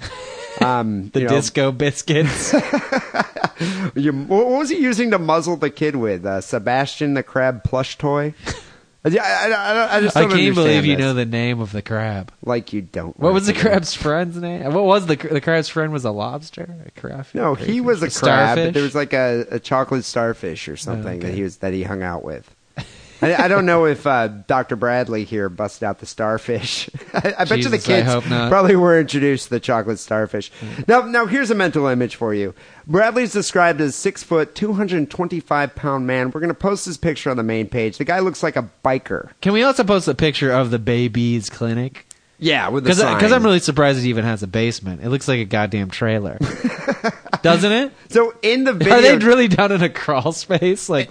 S3: Um,
S4: the
S3: you know,
S4: disco [laughs] biscuits
S3: you- what what was he using to muzzle the kid with? Uh, Sebastian the crab
S4: [laughs]
S3: plush toy. Yeah, I, I, I, don't- I just
S4: i
S3: don't
S4: can't
S3: understand
S4: believe you
S3: this.
S4: know the name of the crab
S3: Like you don't.
S4: what
S3: like
S4: was the
S3: it.
S4: crab's friend's name what was the cr- the crab's friend was a lobster a crab
S3: No, he was a crab.
S4: starfish? Oh,
S3: But there was like a, a chocolate starfish or something that
S4: okay.
S3: he was that he hung
S4: [laughs]
S3: out with. I, I don't know if uh, Dr. Bradley here busted out the starfish. [laughs] I, I bet you the
S4: Jesus, I
S3: kids
S4: hope not. Hmm.
S3: probably were introduced to the chocolate starfish. Now, now here's a mental image for you. Bradley's described as six foot, two hundred and twenty five pound man. We're gonna post his picture on the main page. The guy looks like a biker.
S4: can we also post a picture of the baby's clinic
S3: Yeah, with the
S4: because
S3: sign.
S4: i'm really surprised it even has a basement it looks like a goddamn [laughs] trailer doesn't it
S3: so in the
S4: [laughs]
S3: video.
S4: are they really down in a crawl space like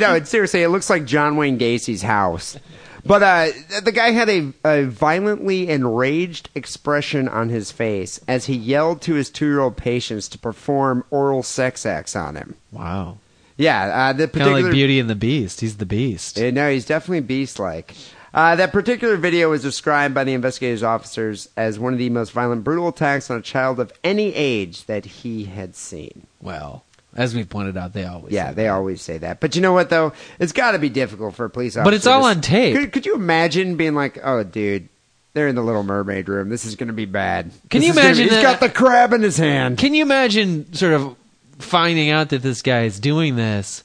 S3: No, it, seriously, it looks like John Wayne Gacy's house. But uh, th- the guy had a, a violently enraged expression on his face as he yelled to his two year old patients to perform oral sex acts on him.
S4: wow
S3: Yeah, uh, the
S4: Kind
S3: particular.
S4: of like Beauty and the Beast. He's the Beast.
S3: Yeah, no, he's definitely beast like. Uh, that particular video was described by the investigators' officers as one of the most violent, brutal attacks on a child of any age that he had seen.
S4: well, as we pointed out, they always.
S3: Yeah,
S4: say
S3: they always say that. But you know what though? It's got to be difficult for a police officer.
S4: But it's all
S3: to-
S4: on tape.
S3: Could, could you imagine being like, "Oh, dude, they're in the Little Mermaid room. This is going to be bad."
S4: Can
S3: This
S4: you
S3: is gonna
S4: imagine
S3: Be, he's
S4: that-
S3: got the crab in his hand.
S4: that. Can you imagine sort of finding out that this guy is doing this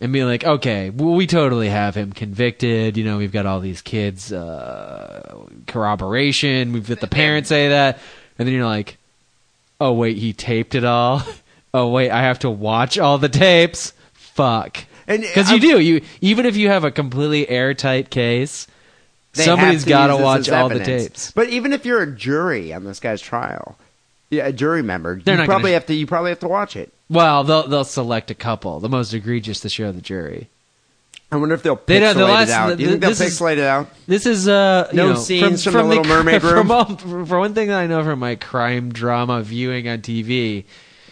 S4: and being like, okay, well, we totally have him convicted. You know, we've got all these kids' uh, corroboration. We've got the parents say that. And then you're like, oh, wait, he taped it all. [laughs] oh, wait, I have to watch all the tapes. Fuck.
S3: And uh,
S4: Because you do. You even if you have a completely airtight case,
S3: They
S4: somebody's
S3: have to
S4: got to
S3: use this
S4: watch
S3: as
S4: all the
S3: evidence.
S4: tapes.
S3: But even if you're a jury on this guy's trial, yeah, a jury member,
S4: They're
S3: you
S4: not
S3: probably
S4: gonna-
S3: have to. You probably have to watch it.
S4: Well, they'll they'll select a couple, the most egregious to show the jury.
S3: I wonder if they'll pixelate
S4: They don't- the last-
S3: it out. Do you
S4: the-
S3: think they'll
S4: this is-
S3: pixelate it out?
S4: This is uh, you
S3: No
S4: know,
S3: scenes from The Little
S4: cr-
S3: Mermaid
S4: From,
S3: room?
S4: all- for one thing that I know from my crime drama viewing on TV,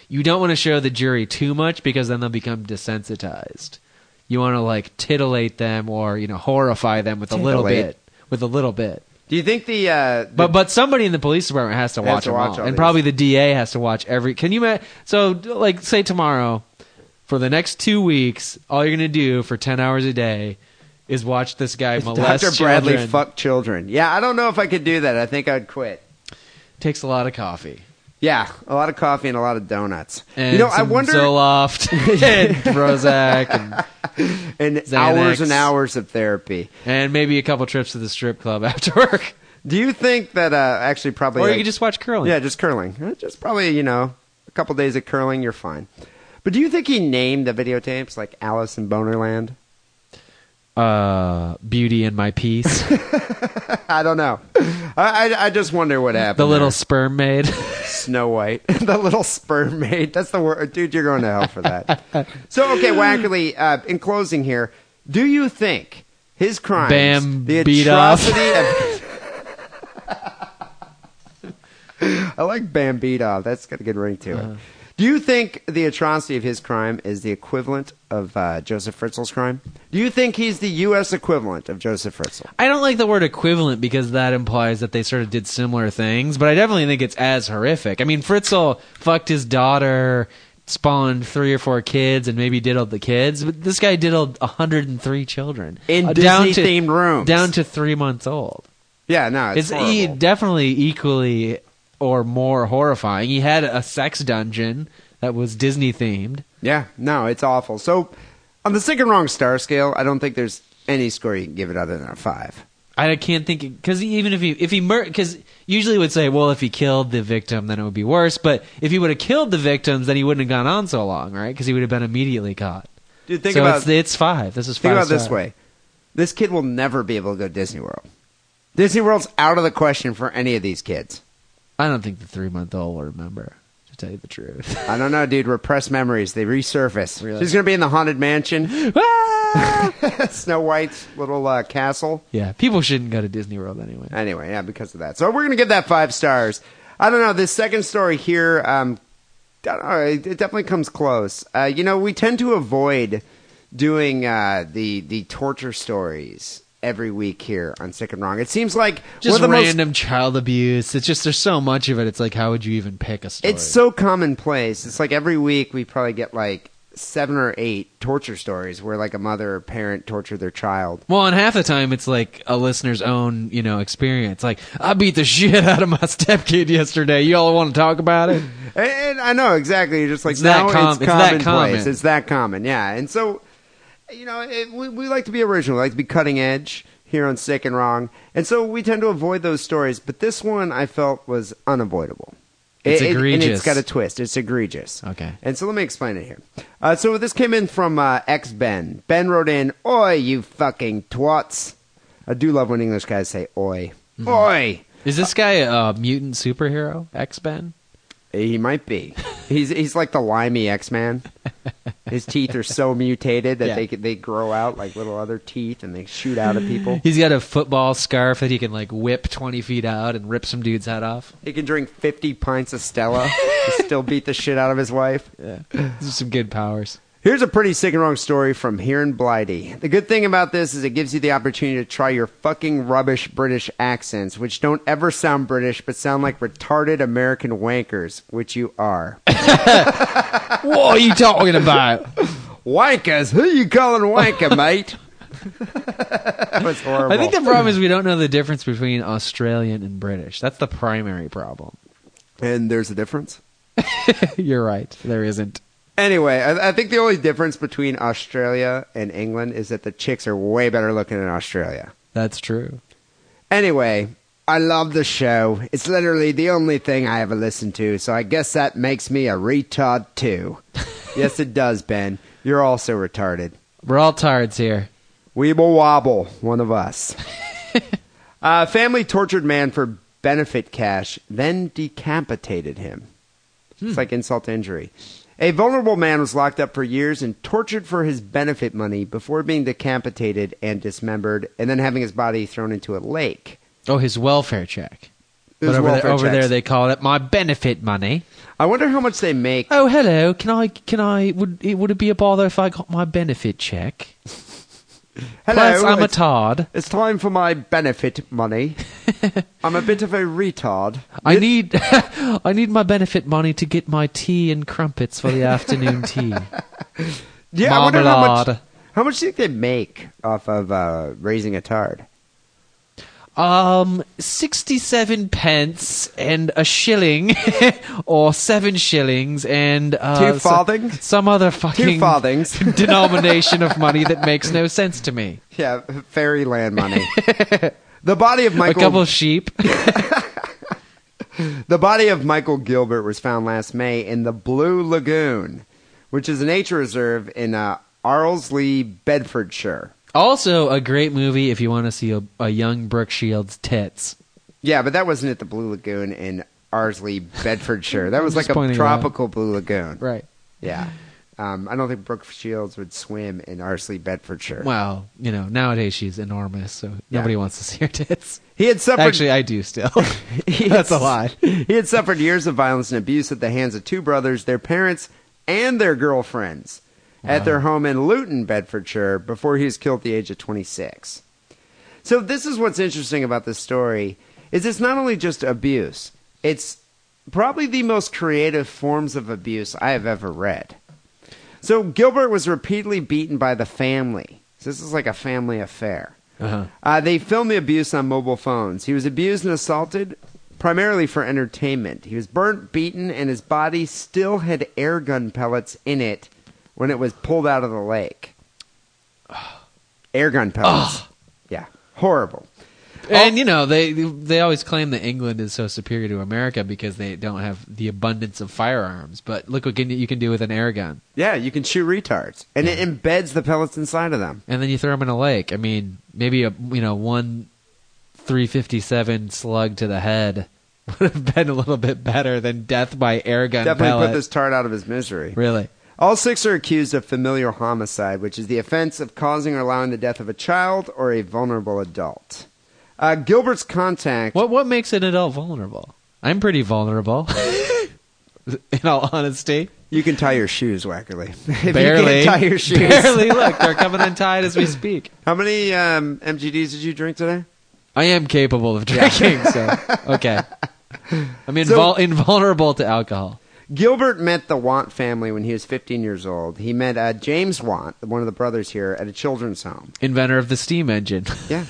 S4: you don't want to show the jury too much because then they'll become desensitized. You want to like titillate them or you know horrify them with a little
S3: Titillate.
S4: bit, with a little bit.
S3: Do you think the uh,
S4: But but somebody in the police department has to
S3: Has
S4: watch,
S3: to
S4: them
S3: watch
S4: all.
S3: all
S4: and
S3: these.
S4: probably the DA has to watch every. Can you ma- so like say tomorrow for the next two weeks, all you're gonna do for ten hours a day is watch this guy molest
S3: Dr. Bradley
S4: children.
S3: fuck children? Yeah, I don't know if I could do that. I think I'd quit.
S4: Takes a lot of coffee.
S3: Yeah, a lot of coffee and a lot of donuts.
S4: And
S3: you know, I
S4: some
S3: wonder
S4: Zoloft and Prozac and,
S3: [laughs] and
S4: Xanax.
S3: hours and hours of therapy.
S4: and maybe a couple trips to the strip club [laughs] after work,
S3: Do you think that uh, actually probably
S4: or you
S3: like-
S4: could just watch curling.
S3: yeah, just curling, Uh, just probably you know a couple days of curling, you're fine. But do you think he named the videotapes like Alice in Bonerland?
S4: Uh, beauty and my
S3: [laughs]
S4: piece.
S3: [laughs] I don't know. I, I I just wonder what happened.
S4: the little
S3: there.
S4: sperm maid.
S3: Snow White, [laughs] the little sperm maid. That's the word, dude. You're going to hell for that. so okay, Wackerly. Uh, in closing, here, do you think his crimes,
S4: Bam
S3: the
S4: beat up.
S3: atrocity of, [laughs] I like Bam beat off. That's got a good ring to it.
S4: Uh-huh.
S3: Do you think the atrocity of his crime is the equivalent of uh, Joseph Fritzl's crime? Do you think he's the U.S. equivalent of Joseph Fritzl?
S4: I don't like the word equivalent because that implies that they sort of did similar things, but I definitely think it's as horrific. I mean, Fritzl fucked his daughter, spawned three or four kids and maybe diddled the kids. But this guy diddled 103 children Uh,
S3: In
S4: down to-
S3: Disney-themed rooms.
S4: down to three months old.
S3: Yeah, no,
S4: It's,
S3: it's,
S4: e-
S3: horrible.
S4: definitely equally or more horrifying. He had a sex dungeon that was Disney themed.
S3: Yeah, no, it's awful. So on the sick and wrong star scale, I don't think there's any score you can give it other than a five.
S4: I can't think because even if he if he because usually would say well if he killed the victim then it would be worse but if he would have killed the victims then he wouldn't have gone on so long right because he would have been immediately caught.
S3: Dude, think
S4: so
S3: about
S4: it's, it's five. This is
S3: think
S4: five
S3: about it this
S4: star.
S3: way: this kid will never be able to go to Disney World. Disney World's out of the question for any of these kids.
S4: I don't think the three month old will remember to tell you the truth.
S3: I don't know, dude. Repressed memories they resurface.
S4: Really?
S3: She's gonna be in the haunted
S4: [laughs] [laughs]
S3: mansion, [laughs]
S4: Ah!
S3: Snow White's little uh, castle.
S4: yeah, people shouldn't go to Disney World anyway.
S3: Anyway, yeah, because of that. So we're going to give that five stars. I don't know. This second story here, um, I don't know, it, it definitely comes close. Uh, you know, we tend to avoid doing uh, the the torture stories every week here on Sick and Wrong. It seems like
S4: Just
S3: one of the most
S4: random child abuse. It's just there's so much of it. It's like how would you even pick a story?
S3: It's so commonplace. It's like every week we probably get like seven or eight torture stories where like a mother or parent torture their child.
S4: well, and half the time it's like a listener's own, you know, experience. Like I beat the [laughs] shit out of my stepkid yesterday. You all want to talk about it?
S3: And, and I know exactly. You're just like
S4: It's that
S3: now
S4: com-
S3: it's
S4: it's that
S3: commonplace.
S4: common.
S3: It's that common. Yeah, and so you know it, we, we like to be original. We like to be cutting edge here on Sick and Wrong, and so we tend to avoid those stories. But this one I felt was unavoidable.
S4: It's
S3: It- it- and
S4: egregious.
S3: it's got a twist. It's egregious.
S4: Okay.
S3: And so let me explain it here. Uh, so this came in from uh, ex Ben. Ben wrote in, "Oi, you fucking twats." I do love when English guys say "oi."
S4: Mm-hmm.
S3: Oi.
S4: Is this guy a mutant superhero? X Ben?
S3: He might be. He's he's like the limey X Man. His teeth are so mutated that
S4: Yeah.
S3: they they they grow out like little other teeth and they shoot out at people.
S4: He's got a football scarf that he can like whip twenty feet out and rip some dude's head off.
S3: He can drink fifty pints of Stella and still beat the shit out of his wife.
S4: Yeah, these are some good [laughs] powers.
S3: Here's a pretty sick and wrong story from here in Blighty. The good thing about this is it gives you the opportunity to try your fucking rubbish British accents, which don't ever sound British but sound like retarded American wankers, which you are.
S4: What are you talking about?
S3: Wankers? Who you
S4: [laughs]
S3: calling wanker, mate? that was horrible.
S4: I think the problem is we don't know the difference between Australian and British. That's the primary problem. [laughs]
S3: And there's a difference?
S4: You're right. There isn't.
S3: Anyway, I, I think the only difference between Australia and England is that the chicks are way better looking in Australia.
S4: That's true.
S3: Anyway, I love the show. It's literally the only thing I ever listened to, so I guess that makes me a retard
S4: [laughs]
S3: too. yes, it does, Ben. You're also retarded.
S4: We're all tards here.
S3: Weeble Wobble, one
S4: [laughs]
S3: of us. uh, family tortured man for benefit cash, then decapitated him.
S4: Hmm.
S3: It's like insult to injury. A vulnerable man was locked up for years and tortured for his benefit money before being decapitated and dismembered, and then having his body thrown into a lake.
S4: Oh, his welfare check.
S3: His
S4: but over,
S3: welfare
S4: there, over
S3: checks.
S4: there, they call it my benefit money.
S3: I wonder how much they make.
S4: Oh, hello. Can I? Can I? Would it would it be a bother if I got my benefit check?
S3: Hello,
S4: Plus, I'm a
S3: it's-
S4: tard.
S3: it's time for my
S4: [laughs]
S3: benefit money. I'm a bit of a retard.
S4: I need, [laughs] I need my benefit money to get my tea and crumpets
S3: [laughs]
S4: for the afternoon tea.
S3: Yeah, I wonder how much.
S4: Marmalade.
S3: How much do you think they make off of uh, raising a tard?
S4: Um, sixty-seven pence and a shilling, [laughs] or seven shillings and uh,
S3: Two
S4: so-
S3: farthing?
S4: some other fucking
S3: Two farthings.
S4: [laughs] denomination of money
S3: [laughs]
S4: that makes no sense to me.
S3: yeah,
S4: [laughs]
S3: fairyland money. the body of
S4: A couple
S3: Michael.
S4: of sheep.
S3: the body of Michael Gilbert was found last May in the Blue Lagoon, which is a nature reserve in uh, Arlesley, Bedfordshire.
S4: Also, a great movie if you want to see a, a young Brooke Shields tits.
S3: Yeah, but that wasn't at the Blue Lagoon in Arlesley, Bedfordshire. That was
S4: Just
S3: like a
S4: pointing it out.
S3: tropical Blue Lagoon.
S4: Right.
S3: Yeah. Um, I don't think Brooke Shields would swim in Arsley, Bedfordshire.
S4: Well, you know, nowadays she's enormous, so
S3: Yeah.
S4: nobody wants to see her tits.
S3: he had suffered.
S4: Actually, I do
S3: [laughs]
S4: still.
S3: He
S4: That's a
S3: had-
S4: lie.
S3: [laughs] He had suffered years of violence and abuse at the hands of two brothers, their parents, and their girlfriends at their home in Luton, Bedfordshire, before he was killed at the age of 26. So this is what's interesting about this story is it's not only just abuse, it's probably the most creative forms of abuse I have ever read. So Gilbert was repeatedly beaten by the family. So this is like a family affair.
S4: Uh-huh.
S3: Uh, they filmed the abuse on mobile phones. He was abused and assaulted primarily for entertainment. He was burnt, beaten, and his body still had air gun pellets in it when it was pulled out of
S4: [sighs]
S3: the lake. Air gun pellets. Yeah. Horrible.
S4: And you know they they always claim that England is so superior to America because they don't have the abundance of firearms. But look what can, you can do with an air gun,
S3: Yeah, you can shoot retards. And it embeds the pellets inside of them.
S4: and then you throw them in a lake. I mean, maybe a you know one three fifty seven slug to the head [laughs] would have been a little bit better than death by air gun.
S3: Definitely
S4: pellet.
S3: put this tart out of his misery.
S4: really.
S3: All six are accused of familial homicide, which is the offense of causing or allowing the death of a child or a vulnerable adult. Uh, Gilbert's contact.
S4: What what makes an adult vulnerable? I'm pretty vulnerable. [laughs] In all honesty,
S3: You can tie your shoes, Wackerly. [laughs] if
S4: barely.
S3: You
S4: [laughs]
S3: can tie your shoes.
S4: Barely. Look, they're coming untied as we speak.
S3: How many um, MGDs did you drink today?
S4: I am capable of drinking, [laughs] so okay. I'm invul- invulnerable to alcohol.
S3: Gilbert met the Want family when he was 15 years old. He met uh, James Want, one of the brothers here, at a children's home.
S4: Inventor of the steam engine. [laughs]
S3: Yeah.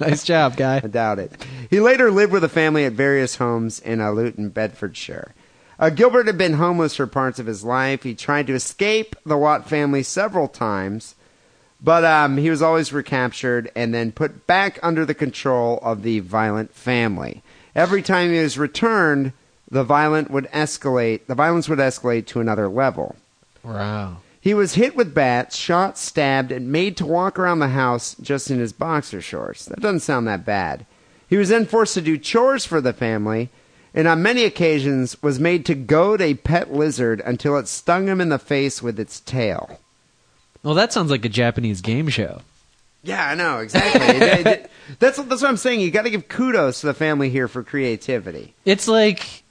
S4: nice job, guy.
S3: I doubt it. He later lived with a family at various homes in uh, Luton, Bedfordshire. Uh, Gilbert had been homeless for parts of his life. He tried to escape the Watt family several times, but um, he was always recaptured and then put back under the control of the violent family. Every time he was returned, the violent would escalate. The violence would escalate to another level.
S4: Wow.
S3: He was hit with bats, shot, stabbed, and made to walk around the house just in his boxer shorts. That doesn't sound that bad. He was then forced to do chores for the family, and on many occasions was made to goad a pet lizard until it stung him in the face with its tail.
S4: Well, that sounds like a Japanese game show.
S3: Yeah, I know [laughs] exactly. They- they- that's that's what I'm saying. You got to give kudos to the family here for creativity.
S4: It's like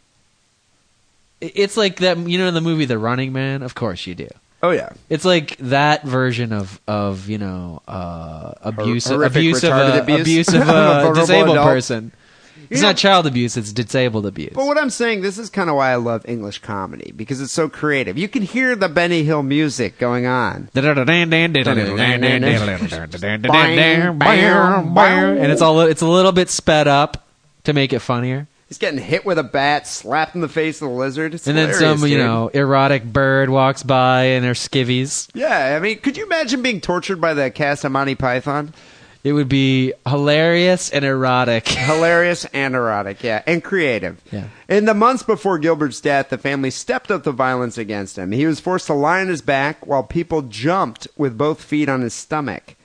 S4: it's like that you know the movie The Running Man? Of course you do.
S3: Oh yeah,
S4: It's like that version of of you know uh, abuse
S3: horrific,
S4: abuse of
S3: retarded
S4: a,
S3: abuse. [laughs]
S4: abuse of
S3: Of a
S4: a
S3: vulnerable
S4: uh, disabled
S3: adult.
S4: person. It's
S3: know-
S4: not child abuse; it's disabled abuse.
S3: But what I'm saying, this is kind of why I love English comedy because it's so creative. You can hear the Benny Hill music going on.
S4: and it's all it's a little bit sped up to make it funnier.
S3: He's getting hit with a bat, slapped in the face of the lizard. It's
S4: And then
S3: hilarious,
S4: some, you
S3: dude.
S4: know, erotic bird walks by and they're skivvies.
S3: Yeah, I mean, could you imagine being tortured by the cast of Monty Python?
S4: It would be hilarious and erotic. [laughs]
S3: [laughs] Hilarious and erotic, yeah, and creative.
S4: Yeah.
S3: In the months before Gilbert's death, the family stepped up the violence against him. He was forced to lie on his back while people jumped with both feet on his stomach.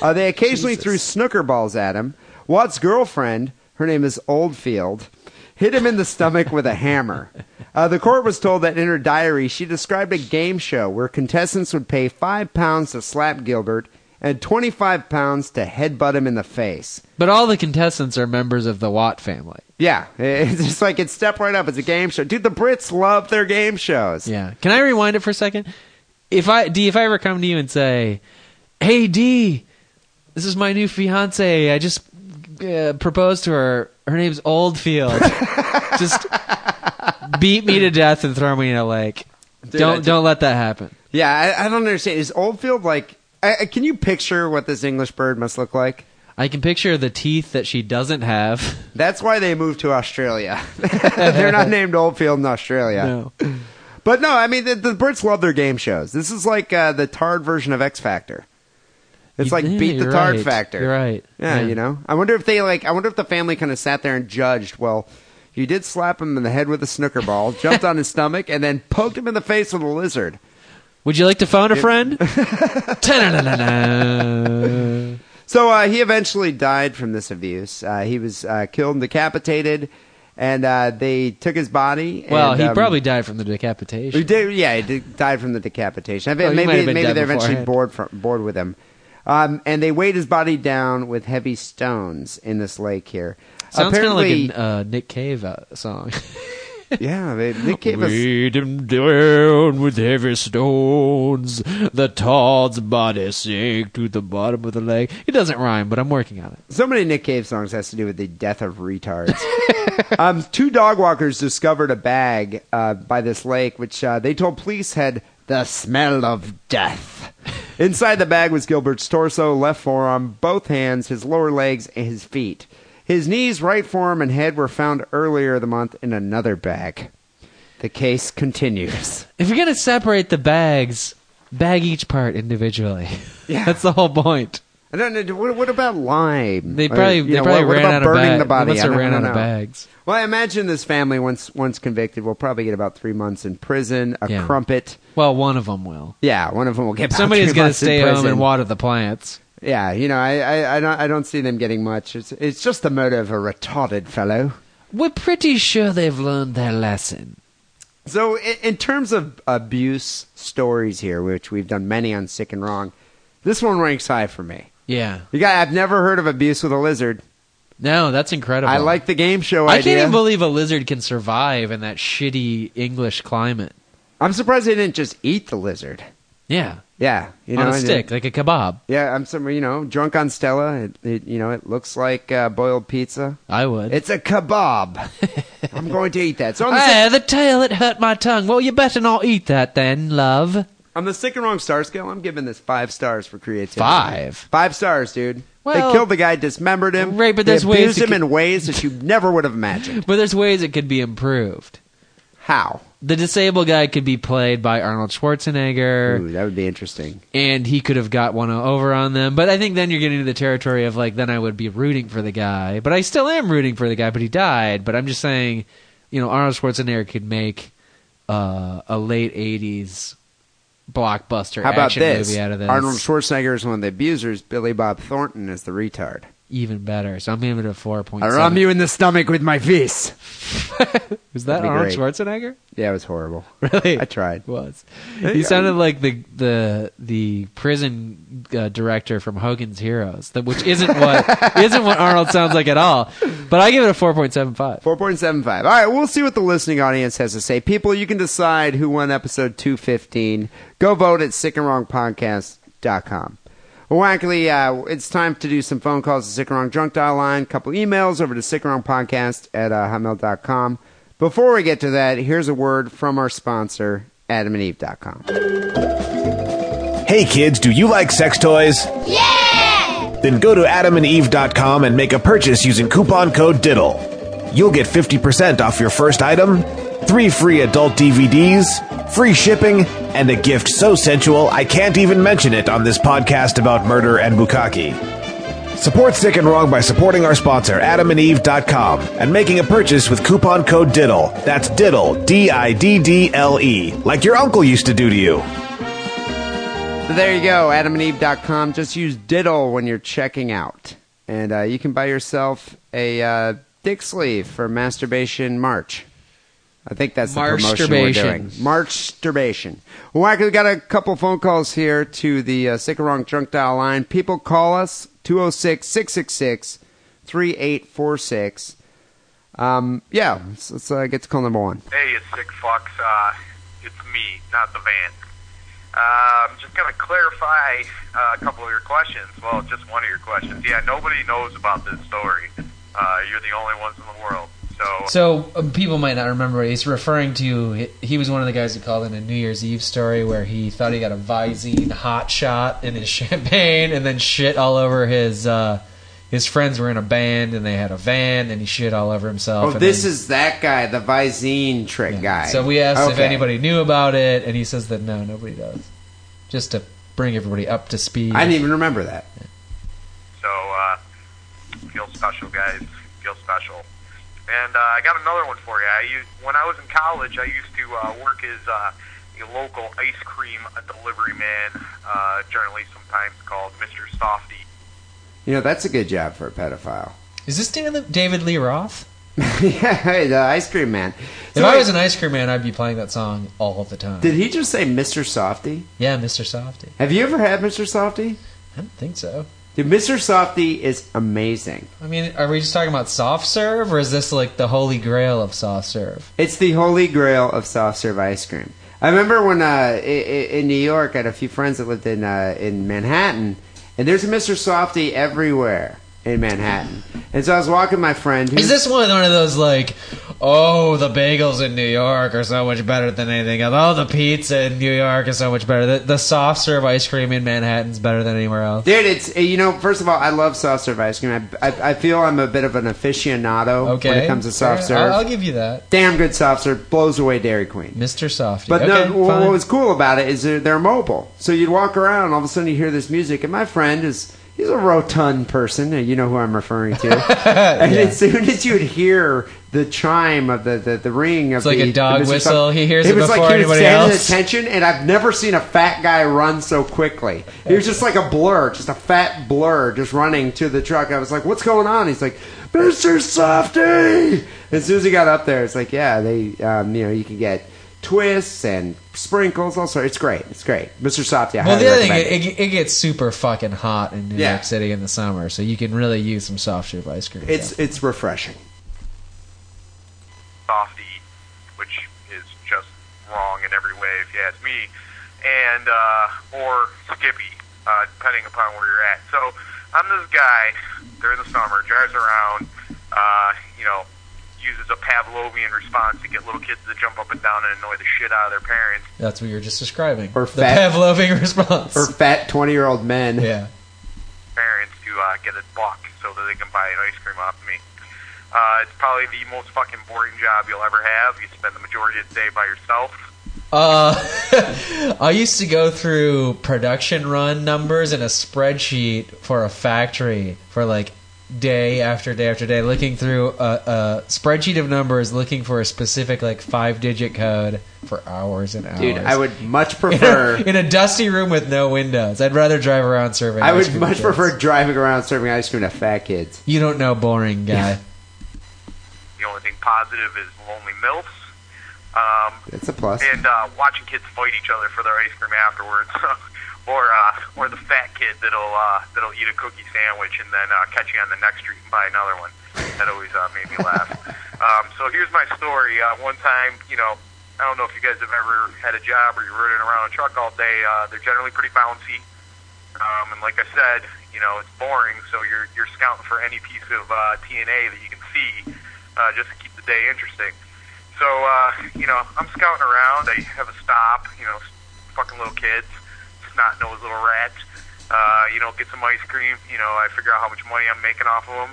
S3: Uh, they occasionally threw snooker balls at him. Watt's girlfriend, her name is Oldfield, hit him in the stomach with a hammer. Uh, the court was told that in her diary, she described a game show where contestants would pay five pounds to slap Gilbert and 25 pounds to headbutt him in the face.
S4: But all the contestants are members of the Watt family.
S3: Yeah, [laughs] it's just like it's step right up. It's a game show, dude. The Brits love their game shows.
S4: Yeah. Can I rewind it for a second? If I D, if I ever come to you and say, "Hey D, this is my new fiance. I just uh, proposed to her. Her name's
S3: [laughs]
S4: Oldfield." just beat me to death and throw me in a lake.
S3: I
S4: don't
S3: do-
S4: don't let that happen.
S3: Yeah, I, I don't understand. Is Oldfield like? I, I- can you picture what this English bird must look like?
S4: I can picture the teeth that she doesn't have.
S3: That's why they moved to Australia. [laughs] They're not named Oldfield in Australia.
S4: No.
S3: But no, I mean the, the Brits love their game shows. This is like uh, the Tard version of X Factor. It's
S4: You-
S3: like
S4: yeah,
S3: beat the
S4: you're
S3: Tard
S4: right.
S3: factor.
S4: You're right.
S3: Yeah,
S4: Yeah.
S3: you know. I wonder if they like. I wonder if the family kind of sat there and judged. Well, you did slap him in the head with a
S4: [laughs]
S3: snooker ball, jumped on his stomach, and then poked him in the face with a lizard.
S4: Would you like to phone a
S3: [laughs]
S4: friend? Ta-da-da-da-da.
S3: So uh, he eventually died from this abuse. Uh, he was uh, killed and decapitated, and uh, they took his body.
S4: well,
S3: and,
S4: he
S3: um,
S4: probably died from the decapitation.
S3: He did, yeah, he did, died from the decapitation. I bet-
S4: Oh, he might
S3: maybe
S4: have been
S3: maybe
S4: dead
S3: they're eventually
S4: beforehand.
S3: bored from, bored with him, um, and they weighed his body down with heavy stones in this lake here.
S4: Sounds kind of
S3: Apparently,
S4: like a uh, Nick Cave uh, song.
S3: yeah, they, they [laughs] gave us.
S4: Weed him down with heavy stones. The tod's body sank to the bottom of the lake. It doesn't rhyme, but I'm working on it.
S3: So many Nick Cave songs has to do with the death of retards. [laughs] um, two dog walkers discovered a bag uh, by this lake, which uh, they told police had the smell of
S4: [laughs]
S3: death. Inside the bag was Gilbert's torso, left forearm, both hands, his lower legs, and his feet. His knees, right forearm, and head were found earlier the month in another bag. The
S4: [laughs]
S3: case continues.
S4: If you're gonna separate the bags, bag each part individually.
S3: [laughs] Yeah.
S4: that's the whole point.
S3: I don't know. What, what about lime?
S4: They
S3: Or,
S4: probably
S3: you
S4: they
S3: know,
S4: probably
S3: what, what
S4: ran
S3: about
S4: out of
S3: burning
S4: bags.
S3: the body.
S4: They must
S3: I
S4: have
S3: don't-
S4: ran
S3: I
S4: out
S3: don't
S4: of
S3: know.
S4: bags.
S3: Well, I imagine this family once once convicted will probably get about three months in prison, a
S4: Yeah.
S3: crumpet.
S4: Well, one of them
S3: [laughs]
S4: will.
S3: Yeah, one of them will get. About
S4: Somebody's
S3: going
S4: gonna
S3: to
S4: stay
S3: in
S4: home and
S3: prison.
S4: water the plants.
S3: Yeah, you know, I, I, I don't, I don't see them getting much. It's, it's just the murder of a retarded fellow.
S4: We're pretty sure they've learned their lesson.
S3: So, in, in terms of abuse stories here, which we've done many on Sick and Wrong, this one ranks high for me.
S4: Yeah.
S3: You guy, I've never heard of abuse with a lizard.
S4: No, that's incredible.
S3: I like the game show
S4: Uh-huh. I
S3: idea.
S4: can't even believe a lizard can survive in that shitty English climate.
S3: I'm surprised they didn't just eat the lizard.
S4: Yeah,
S3: Yeah, you
S4: on
S3: know,
S4: a
S3: and-
S4: stick like a kebab.
S3: Yeah, I'm some, you know, drunk on Stella. It, it, you know, it looks like uh, boiled pizza.
S4: I would.
S3: It's a
S4: [laughs]
S3: kebab. I'm going to eat that. So on the, sick,
S4: ah, the tail it hurt my tongue. Well, you better not eat that then, love.
S3: on the sick and wrong star scale, I'm giving this five stars for creativity.
S4: Five.
S3: Five stars, dude.
S4: Well-
S3: they killed the guy, dismembered him,
S4: Right, but
S3: they
S4: there's ways
S3: abused
S4: to
S3: him
S4: ki-
S3: in ways that you never would have imagined.
S4: But there's ways it could be improved.
S3: How?
S4: The disabled guy could be played by Arnold Schwarzenegger,
S3: Ooh, that would be interesting.
S4: and he could have got one over on them. But I think then you're getting to the territory of like, then I would be rooting for the guy. But I still am rooting for the guy, but he died. But I'm just saying, you know, Arnold Schwarzenegger could make uh, a late 80s blockbuster
S3: How about
S4: action
S3: this?
S4: movie out of this.
S3: Arnold Schwarzenegger is one of the abusers. Billy Bob Thornton is the retard.
S4: Even better. So I'm giving it a 4.7.
S3: I ram you in the stomach with my fist.
S4: Was that
S3: That'd be
S4: Arnold
S3: great.
S4: Schwarzenegger?
S3: Yeah, it was horrible. [laughs]
S4: Really?
S3: I
S4: [laughs]
S3: tried.
S4: It was. He sounded like the the the prison uh, director from Hogan's Heroes, that, which isn't what [laughs] isn't what Arnold sounds like at all. But I give it a four point seven five.
S3: 4.75. All right, we'll see what the listening audience has to say. People, you can decide who won episode 215. Go vote at sickandwrongpodcast.com. Well, Wackley, uh, it's time to do some phone calls to Sick and Wrong Drunk Dial Line, a couple emails over to sickandwrongpodcast at uh, hotmail.com. Before we get to that, here's a word from our sponsor, adamandeve.com.
S5: Hey kids, do you like sex toys? Yeah! Then go to adamandeve.com and make a purchase using coupon code DIDDLE. You'll get 50% off your first item, three free adult DVDs, free shipping, and a gift so sensual I can't even mention it on this podcast about murder and bukkake. Support Sick and Wrong by supporting our sponsor, adamandeve.com, and making a purchase with coupon code DIDDLE. That's DIDDLE, D I D D L E, like your uncle used to do to you.
S3: So there you go, adamandeve.com. Just use diddle when you're checking out. And uh, you can buy yourself a uh, dick sleeve for Masturbation March. I think that's the promotion we're doing.
S4: Masturbation.
S3: Masturbation. Well, Wacker, we got a couple phone calls here to the uh, Sick and Wrong Drunk Dial line. People call us 206 666 3846. Um, Yeah, let's, let's uh, get to call number one.
S6: Hey, it's Six Fox. Uh, it's me, not the van. Uh, I'm just going to clarify uh, a couple of your questions. Well, just one of your questions. Yeah, nobody knows about this story. Uh, you're the only ones in the world. So,
S4: So um, people might not remember. He's referring to he- he was one of the guys who called in a New Year's Eve story where he thought he got a Visine hot shot in his [laughs] champagne and then shit all over his. Uh, his friends were in a band and they had a van and he shit all over himself.
S3: Oh,
S4: and
S3: this
S4: then-
S3: is that guy, the Visine trick guy.
S4: So we asked if
S3: Okay.
S4: anybody knew about it, and he says that no, nobody does. Just to bring everybody up to speed.
S3: I didn't even remember that.
S6: so uh, feel special, guys. Feel special. And uh, I got another one for you. I used, when I was in college, I used to uh, work as uh, a local ice cream delivery man, uh, generally sometimes called Mr. Softy.
S3: You know, that's a good job for a pedophile. [laughs]
S4: Is this David, David Lee Roth?
S3: yeah, hey, the ice cream man.
S4: If
S3: So
S4: I
S3: wait,
S4: was an ice cream man, I'd be playing that song all the time.
S3: did he just say Mr. Softy?
S4: yeah, Mr. Softy.
S3: Have you ever had Mr. Softy?
S4: I don't think so.
S3: Dude, Mr. Softy is amazing.
S4: I mean, are we just talking about soft serve, or is this like the holy grail of soft serve?
S3: It's the holy grail of soft serve ice cream. I remember when uh, i- i- in New York, I had a few friends that lived in uh, in Manhattan, and there's a Mr. Softy everywhere in Manhattan. And so I was walking my friend. who-
S4: Is this one one of those like, oh, the bagels in New York are so much better than anything else. Oh, the pizza in New York is so much better. The, the soft serve ice cream in Manhattan's better than anywhere else.
S3: Dude, it's uh, you know. First of all, I love soft serve ice cream. I, I, I feel I'm a bit of an aficionado
S4: Okay,
S3: when it comes to soft
S4: Fair. I'll,
S3: serve.
S4: I'll give you that,
S3: Damn good soft serve blows away Dairy Queen.
S4: Mister Softy.
S3: But
S4: okay,
S3: no, wh-
S4: fine.
S3: what was cool about it is they're, they're mobile. So you'd walk around, and all of a sudden you hear this music. And my friend is he's a rotund person, and you know who I'm
S4: [laughs]
S3: referring to. and as soon as you'd hear the chime of the the, the ring of
S4: It's like
S3: the,
S4: a dog
S3: the Mr.
S4: whistle.
S3: Softy,
S4: He hears it
S3: was
S4: before
S3: like he
S4: anybody
S3: was standing
S4: else.
S3: at attention, and I've never seen a fat guy run so quickly. He was just like a blur, just a fat blur, just running to the truck. I was like, "What's going on?" He's like, "Mr. Softy." As soon as he got up there, it's like, "Yeah, they, um, you know, you can get twists and sprinkles, all sorts. It's great. It's great, Mr. Softy." I
S4: Well,
S3: highly
S4: the other thing,
S3: recommend it.
S4: it, it, it gets super fucking hot in New
S3: Yeah.
S4: York City in the summer, so you can really use some soft serve ice cream.
S3: it's it's refreshing.
S6: softy, which is just wrong in every way if you ask me, and uh, or Skippy, uh, depending upon where you're at. So I'm this guy during the summer drives around, uh, you know, uses a Pavlovian response to get little kids to jump up and down and annoy the shit out of their parents.
S4: That's what you were just describing.
S3: Or
S4: the
S3: fat-
S4: Pavlovian [laughs] response.
S3: For fat twenty year old men,
S4: Er yeah.
S6: parents to uh, get a buck so that they can buy an ice cream off me. Uh, it's probably the most fucking boring job you'll ever have. You spend the majority of the day by yourself.
S4: Uh, [laughs] I used to go through production run numbers in a spreadsheet for a factory for like day after day after day, looking through a, a spreadsheet of numbers, looking for a specific like five digit code for hours and hours.
S3: dude, I would Oh, [laughs] much
S4: in a,
S3: prefer.
S4: in a dusty room with no windows. I'd rather drive around serving.
S3: I
S4: ice
S3: would
S4: cream
S3: much
S4: kids.
S3: prefer driving around serving ice cream to fat kids.
S4: You don't know, boring guy.
S6: The only thing positive is lonely milfs. Um,
S3: That's a plus.
S6: and uh, watching kids fight each other for their ice cream afterwards, [laughs] or uh, or the fat kid that'll uh, that'll eat a cookie sandwich and then uh, catch you on the next street and buy another one. That always uh, made me laugh. um, so here's my story. Uh, one time, you know, I don't know if you guys have ever had a job or you're running around a truck all day. Uh, they're generally pretty bouncy, um, and like I said, you know, it's boring. So you're you're scouting for any piece of uh, TNA that you can see, uh, just to keep the day interesting. So, uh, you know, I'm scouting around. I have a stop, you know, fucking little kids, snot nosed little rats. Uh, you know, get some ice cream. You know, I figure out how much money I'm making off of them.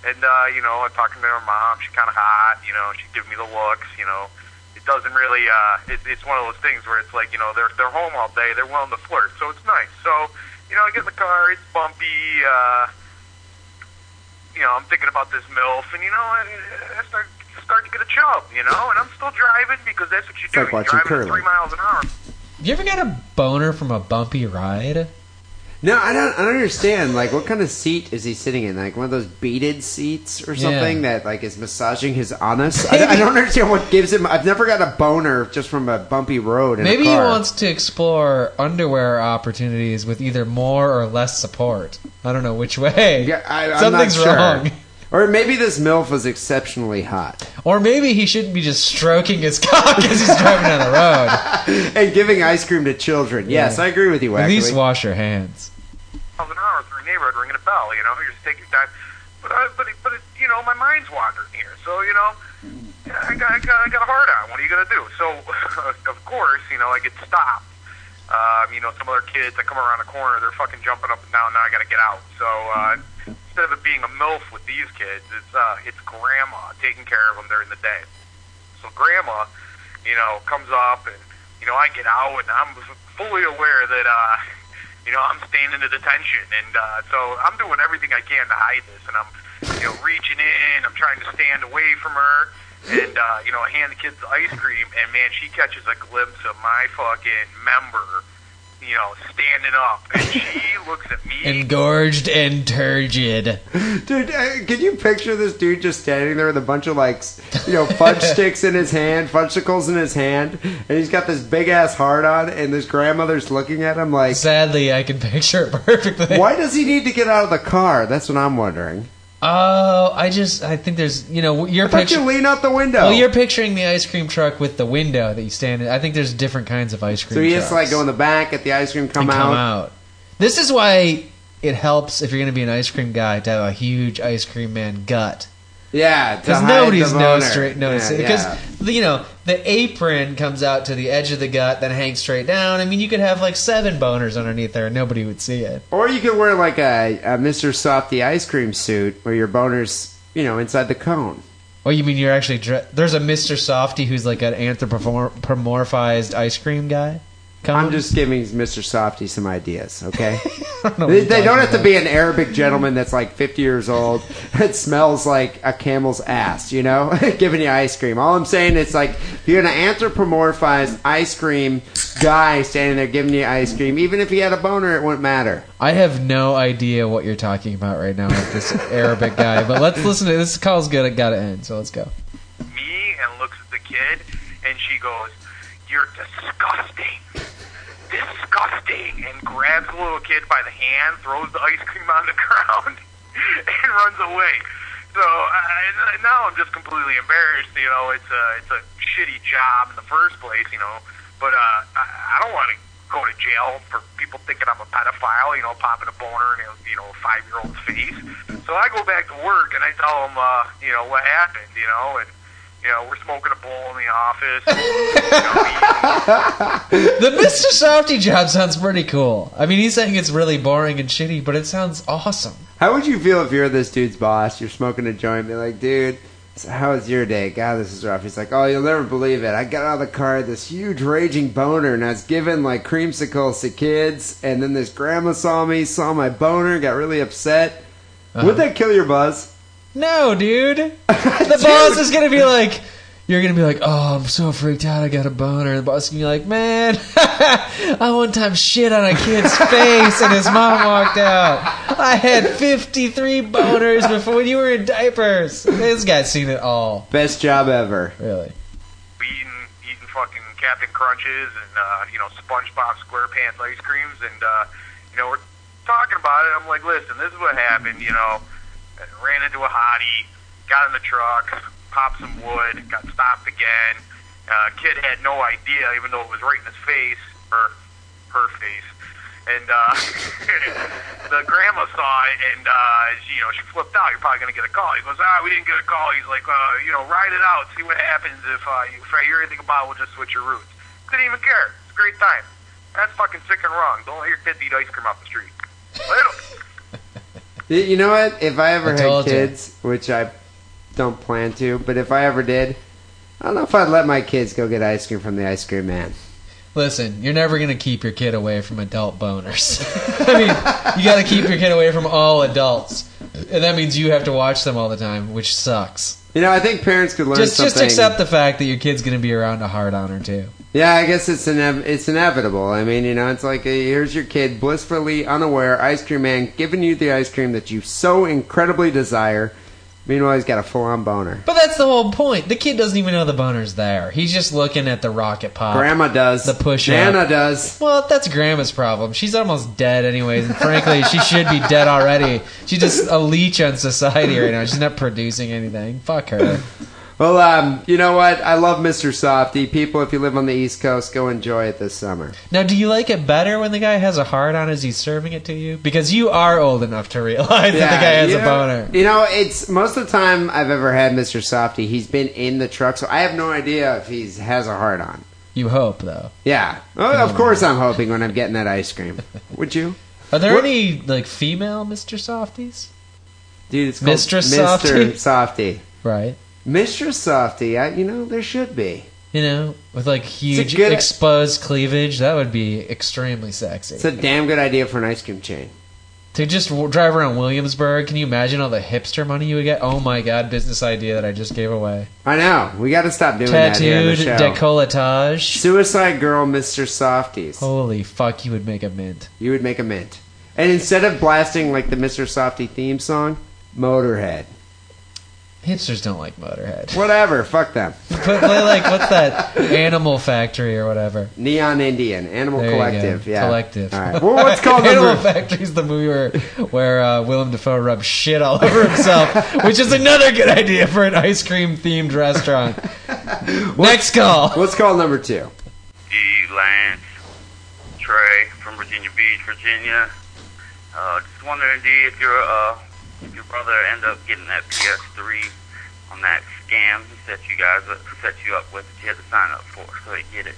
S6: And, uh, you know, I'm talking to her mom. She's kind of hot. You know, she's giving me the looks. You know, it doesn't really, uh, it, it's one of those things where it's like, you know, they're, they're home all day. They're willing to flirt. So it's nice. So, you know, I get in the car. It's bumpy. Uh, you know, I'm thinking about this MILF, and you know, I, I start start to get a chub, you know, and I'm still driving because that's what you do.
S3: like
S6: You're
S3: watching
S6: driving at three
S3: curling.
S6: miles an hour.
S4: you ever got a boner from a bumpy ride?
S3: No, I don't. I don't understand. Like, what kind of seat is he sitting in? Like one of those beaded seats or something that like is massaging his anus. I, I don't understand what gives him. I've never got a boner just from a bumpy road. In
S4: Maybe
S3: a
S4: he
S3: car.
S4: wants to explore underwear opportunities with either more or less support. I don't know which way.
S3: Yeah, I, I'm
S4: Something's
S3: not sure.
S4: wrong.
S3: Or maybe this milf was exceptionally hot
S4: Or maybe he shouldn't be just stroking his cock as he's driving down the
S3: [laughs]
S4: road.
S3: and giving ice cream to children. Yes,
S4: Yeah.
S3: I agree with you.
S4: At least
S3: Wackley.
S4: wash your hands.
S6: miles an hour through a neighborhood ringing a bell. You know, you're just taking time. But I, but it, but it, you know, my mind's wandering here. So you know, I got I got, I got a hard on. What are you gonna do? So [laughs] of course, you know, I get stopped. Um, you know, some other kids. I come around the corner. They're fucking jumping up and down. Now I gotta get out. So uh, instead of it being a milf with these kids, it's uh, it's grandma taking care of them during the day. So grandma, you know, comes up and you know I get out and I'm fully aware that uh, you know I'm standing at attention and uh, so I'm doing everything I can to hide this and I'm you know reaching in, I'm trying to stand away from her and uh, you know I hand the kids the ice cream and man she catches a glimpse of my fucking member you know, standing up, and she looks at me.
S7: Engorged and turgid.
S3: Dude, uh, can you picture this dude just standing there with a bunch of like, s- you
S4: [laughs]
S3: know, fudge sticks in his hand, fudgesicles in his hand, and he's got this big ass heart on, and his grandmother's looking at him like,
S4: Sadly, I can picture it [laughs] perfectly.
S3: why does he need to get out of the car? That's what I'm wondering.
S4: Oh, I just I think there's you know you're
S3: Why don't you
S4: picturing.
S3: lean out the window?
S4: Well, you're picturing the ice cream truck with the window that you stand in. I think there's different kinds of ice cream.
S3: so he has to like
S4: trucks.
S3: go in the back, get the ice cream,
S4: and
S3: come, out.
S4: come out. This is why it helps if you're going to be an ice cream guy to have a huge ice cream man gut
S3: Yeah, to
S4: because
S3: hide
S4: nobody's
S3: the
S4: no
S3: boner.
S4: straight notice
S3: Yeah,
S4: it. because
S3: yeah.
S4: the- you know the apron comes out to the edge of the gut then hangs straight down. I mean, you could have like seven boners underneath there and nobody would see it.
S3: Or you could wear like a, a Mr. Softy ice cream suit where your boner's, you know, inside the cone.
S4: Oh, you mean you're actually dre- there's a Mr. Softy who's like an anthropomorphized ice cream guy. Come
S3: I'm just giving Mr. Softy some ideas, okay?
S4: [laughs] I don't know what
S3: they
S4: you're
S3: they don't
S4: talking
S3: have to
S4: about.
S3: be an Arabic gentleman that's like 50 years old [laughs] that smells like a camel's ass, you know, [laughs] giving you ice cream. All I'm saying is like, if you're an anthropomorphized ice cream guy standing there giving you ice cream, even if he had a boner, it wouldn't matter.
S4: I have no idea what you're talking about right now with
S3: [laughs]
S4: this Arabic guy, but let's listen to this call's good. It got to end, so let's go.
S6: me and looks at the kid and she goes, You're disgusting. Disgusting. And grabs the little kid by the hand, throws the ice cream on the [laughs] ground, and runs away. So I, I- now I'm just completely embarrassed. You know, it's a, it's a shitty job in the first place, you know. But uh, I, I don't want to go to jail for people thinking I'm a pedophile, you know, popping a boner in a, you know, a five-year-old's face. So I go back to work and I tell them, uh, you know, what happened, you know, and, you know, we're smoking a bowl in the office.
S4: The Mr. Softy job sounds pretty cool. I mean, he's saying it's really boring and shitty, but it sounds awesome.
S3: How would you feel if you're this dude's boss? You're smoking a joint, be like, dude, so how was your day? God, this is rough. He's like, oh, you'll never believe it. I got out of the car, this huge raging boner, and I was giving like creamsicles to kids, and then this grandma saw me, saw my boner, got really upset.
S4: Uh-huh.
S3: Would that kill your buzz? [laughs]
S4: No, dude. [laughs] The boss is gonna be like, you're gonna be like, oh, I'm so freaked out. I got a boner. The boss is gonna be like, man, [laughs] I one time shit on a kid's
S3: [laughs]
S4: face and his mom walked out. I had 53 boners before you were in diapers. This guy's seen it all,
S3: Best job ever.
S4: really.
S6: We're eating, eating fucking Captain Crunches and, uh, you know, SpongeBob SquarePants ice creams. And, uh, you know, we're talking about it. I'm like, listen, this is what happened, you know. I ran into a hottie, got in the truck, popped some wood, got stopped again. Uh, kid had no idea, even though it was right in his face, or her face. And uh, [laughs] the grandma saw it, and uh, she, you know she flipped out. You're probably gonna get a call. He goes, ah, we didn't get a call. He's like, uh, you know, ride it out, see what happens. If uh, you- if I hear anything about, it, we'll just switch your routes. Didn't even care. It's a great time. That's fucking sick and wrong. Don't let your kids eat ice cream off the street. Later.
S3: Y- You know what? If I ever
S4: I
S3: had
S4: told ya.
S3: kids, which I don't plan to, but if I ever did, I don't know if I'd let my kids go get ice cream from the ice cream man.
S4: Listen, you're never gonna keep your kid away from adult boners. [laughs] I mean, you gotta keep your kid away from all adults, and that means you have to watch them all the time, which sucks.
S3: You know, I think parents could learn
S4: just
S3: something.
S4: just accept the fact that your kid's going to be around a hard on or two.
S3: Yeah, I guess it's inev- it's inevitable. I mean, you know, it's like uh here's your kid, blissfully unaware, ice cream man, giving you the ice cream that you so incredibly desire. Meanwhile, he's got a full-on boner.
S4: But that's the whole point. The kid doesn't even know the boner's there. He's just looking at the rocket pop.
S3: Grandma does.
S4: Uh, The push-up.
S3: Nana does.
S4: Well, that's grandma's problem. She's almost dead anyways, and frankly, she should be dead already. She's just a leech on society right now. She's not producing anything. Fuck her.
S3: Well, um, you know what? I love Mr. Softy. People, if you live on the East Coast, go enjoy it
S4: [laughs]
S3: this summer.
S4: Now, do you like it better when the guy has a hard on as he's serving it to you? Because you are old enough to realize that the guy has
S3: you
S4: a
S3: know-
S4: boner.
S3: You know, it's most of the time I've ever had Mr. Softy. He's been in the truck, so I have no idea if he's has a hard on.
S4: You hope though.
S3: Yeah, well, of
S4: Hmm.
S3: course I'm hoping when I'm getting that ice cream. Would you?
S4: Are there
S3: What-
S4: any like female Mr. Softies?
S3: Dude, it's called
S4: Mistress Softy?
S3: Mr. Softy.
S4: Right.
S3: Mistress Softy, I, you know, there should be.
S4: You know, with like huge
S3: good-
S4: exposed cleavage, that would be extremely sexy.
S3: It's a damn good idea for an ice cream chain.
S4: To just w- drive around Williamsburg, can you imagine all the hipster money you would get? Oh my god, business idea that I just gave away.
S3: I know. We got to stop doing that here on the
S4: Tattooed
S3: show.
S4: decolletage.
S3: Suicide Girl, Mr. Softies.
S4: Holy fuck, you would make a mint.
S3: You would make a mint. And instead of blasting like the Mr. Softy theme song, Motorhead.
S4: Hipsters don't like Motorhead.
S3: Whatever. Fuck them.
S4: Put, play like what's
S3: [laughs]
S4: that? Animal Factory or whatever.
S3: Neon Indian, Animal
S4: There you go.
S3: Collective. Yeah.
S4: Collective.
S3: All right. Well, what's
S4: [laughs]
S3: called
S4: Animal
S3: number?
S4: Factory is the movie where where uh, Willem Dafoe rubs shit all over himself, which is another good idea for an ice cream themed
S3: [laughs]
S4: restaurant. Next call.
S3: What's called number two?
S8: D. Lance Trey from Virginia Beach, Virginia. Uh, just wondering, D, if your uh, if your brother ended up getting that PS3 on that scam he set you guys up, set you up with that you had to sign up for, so he get it.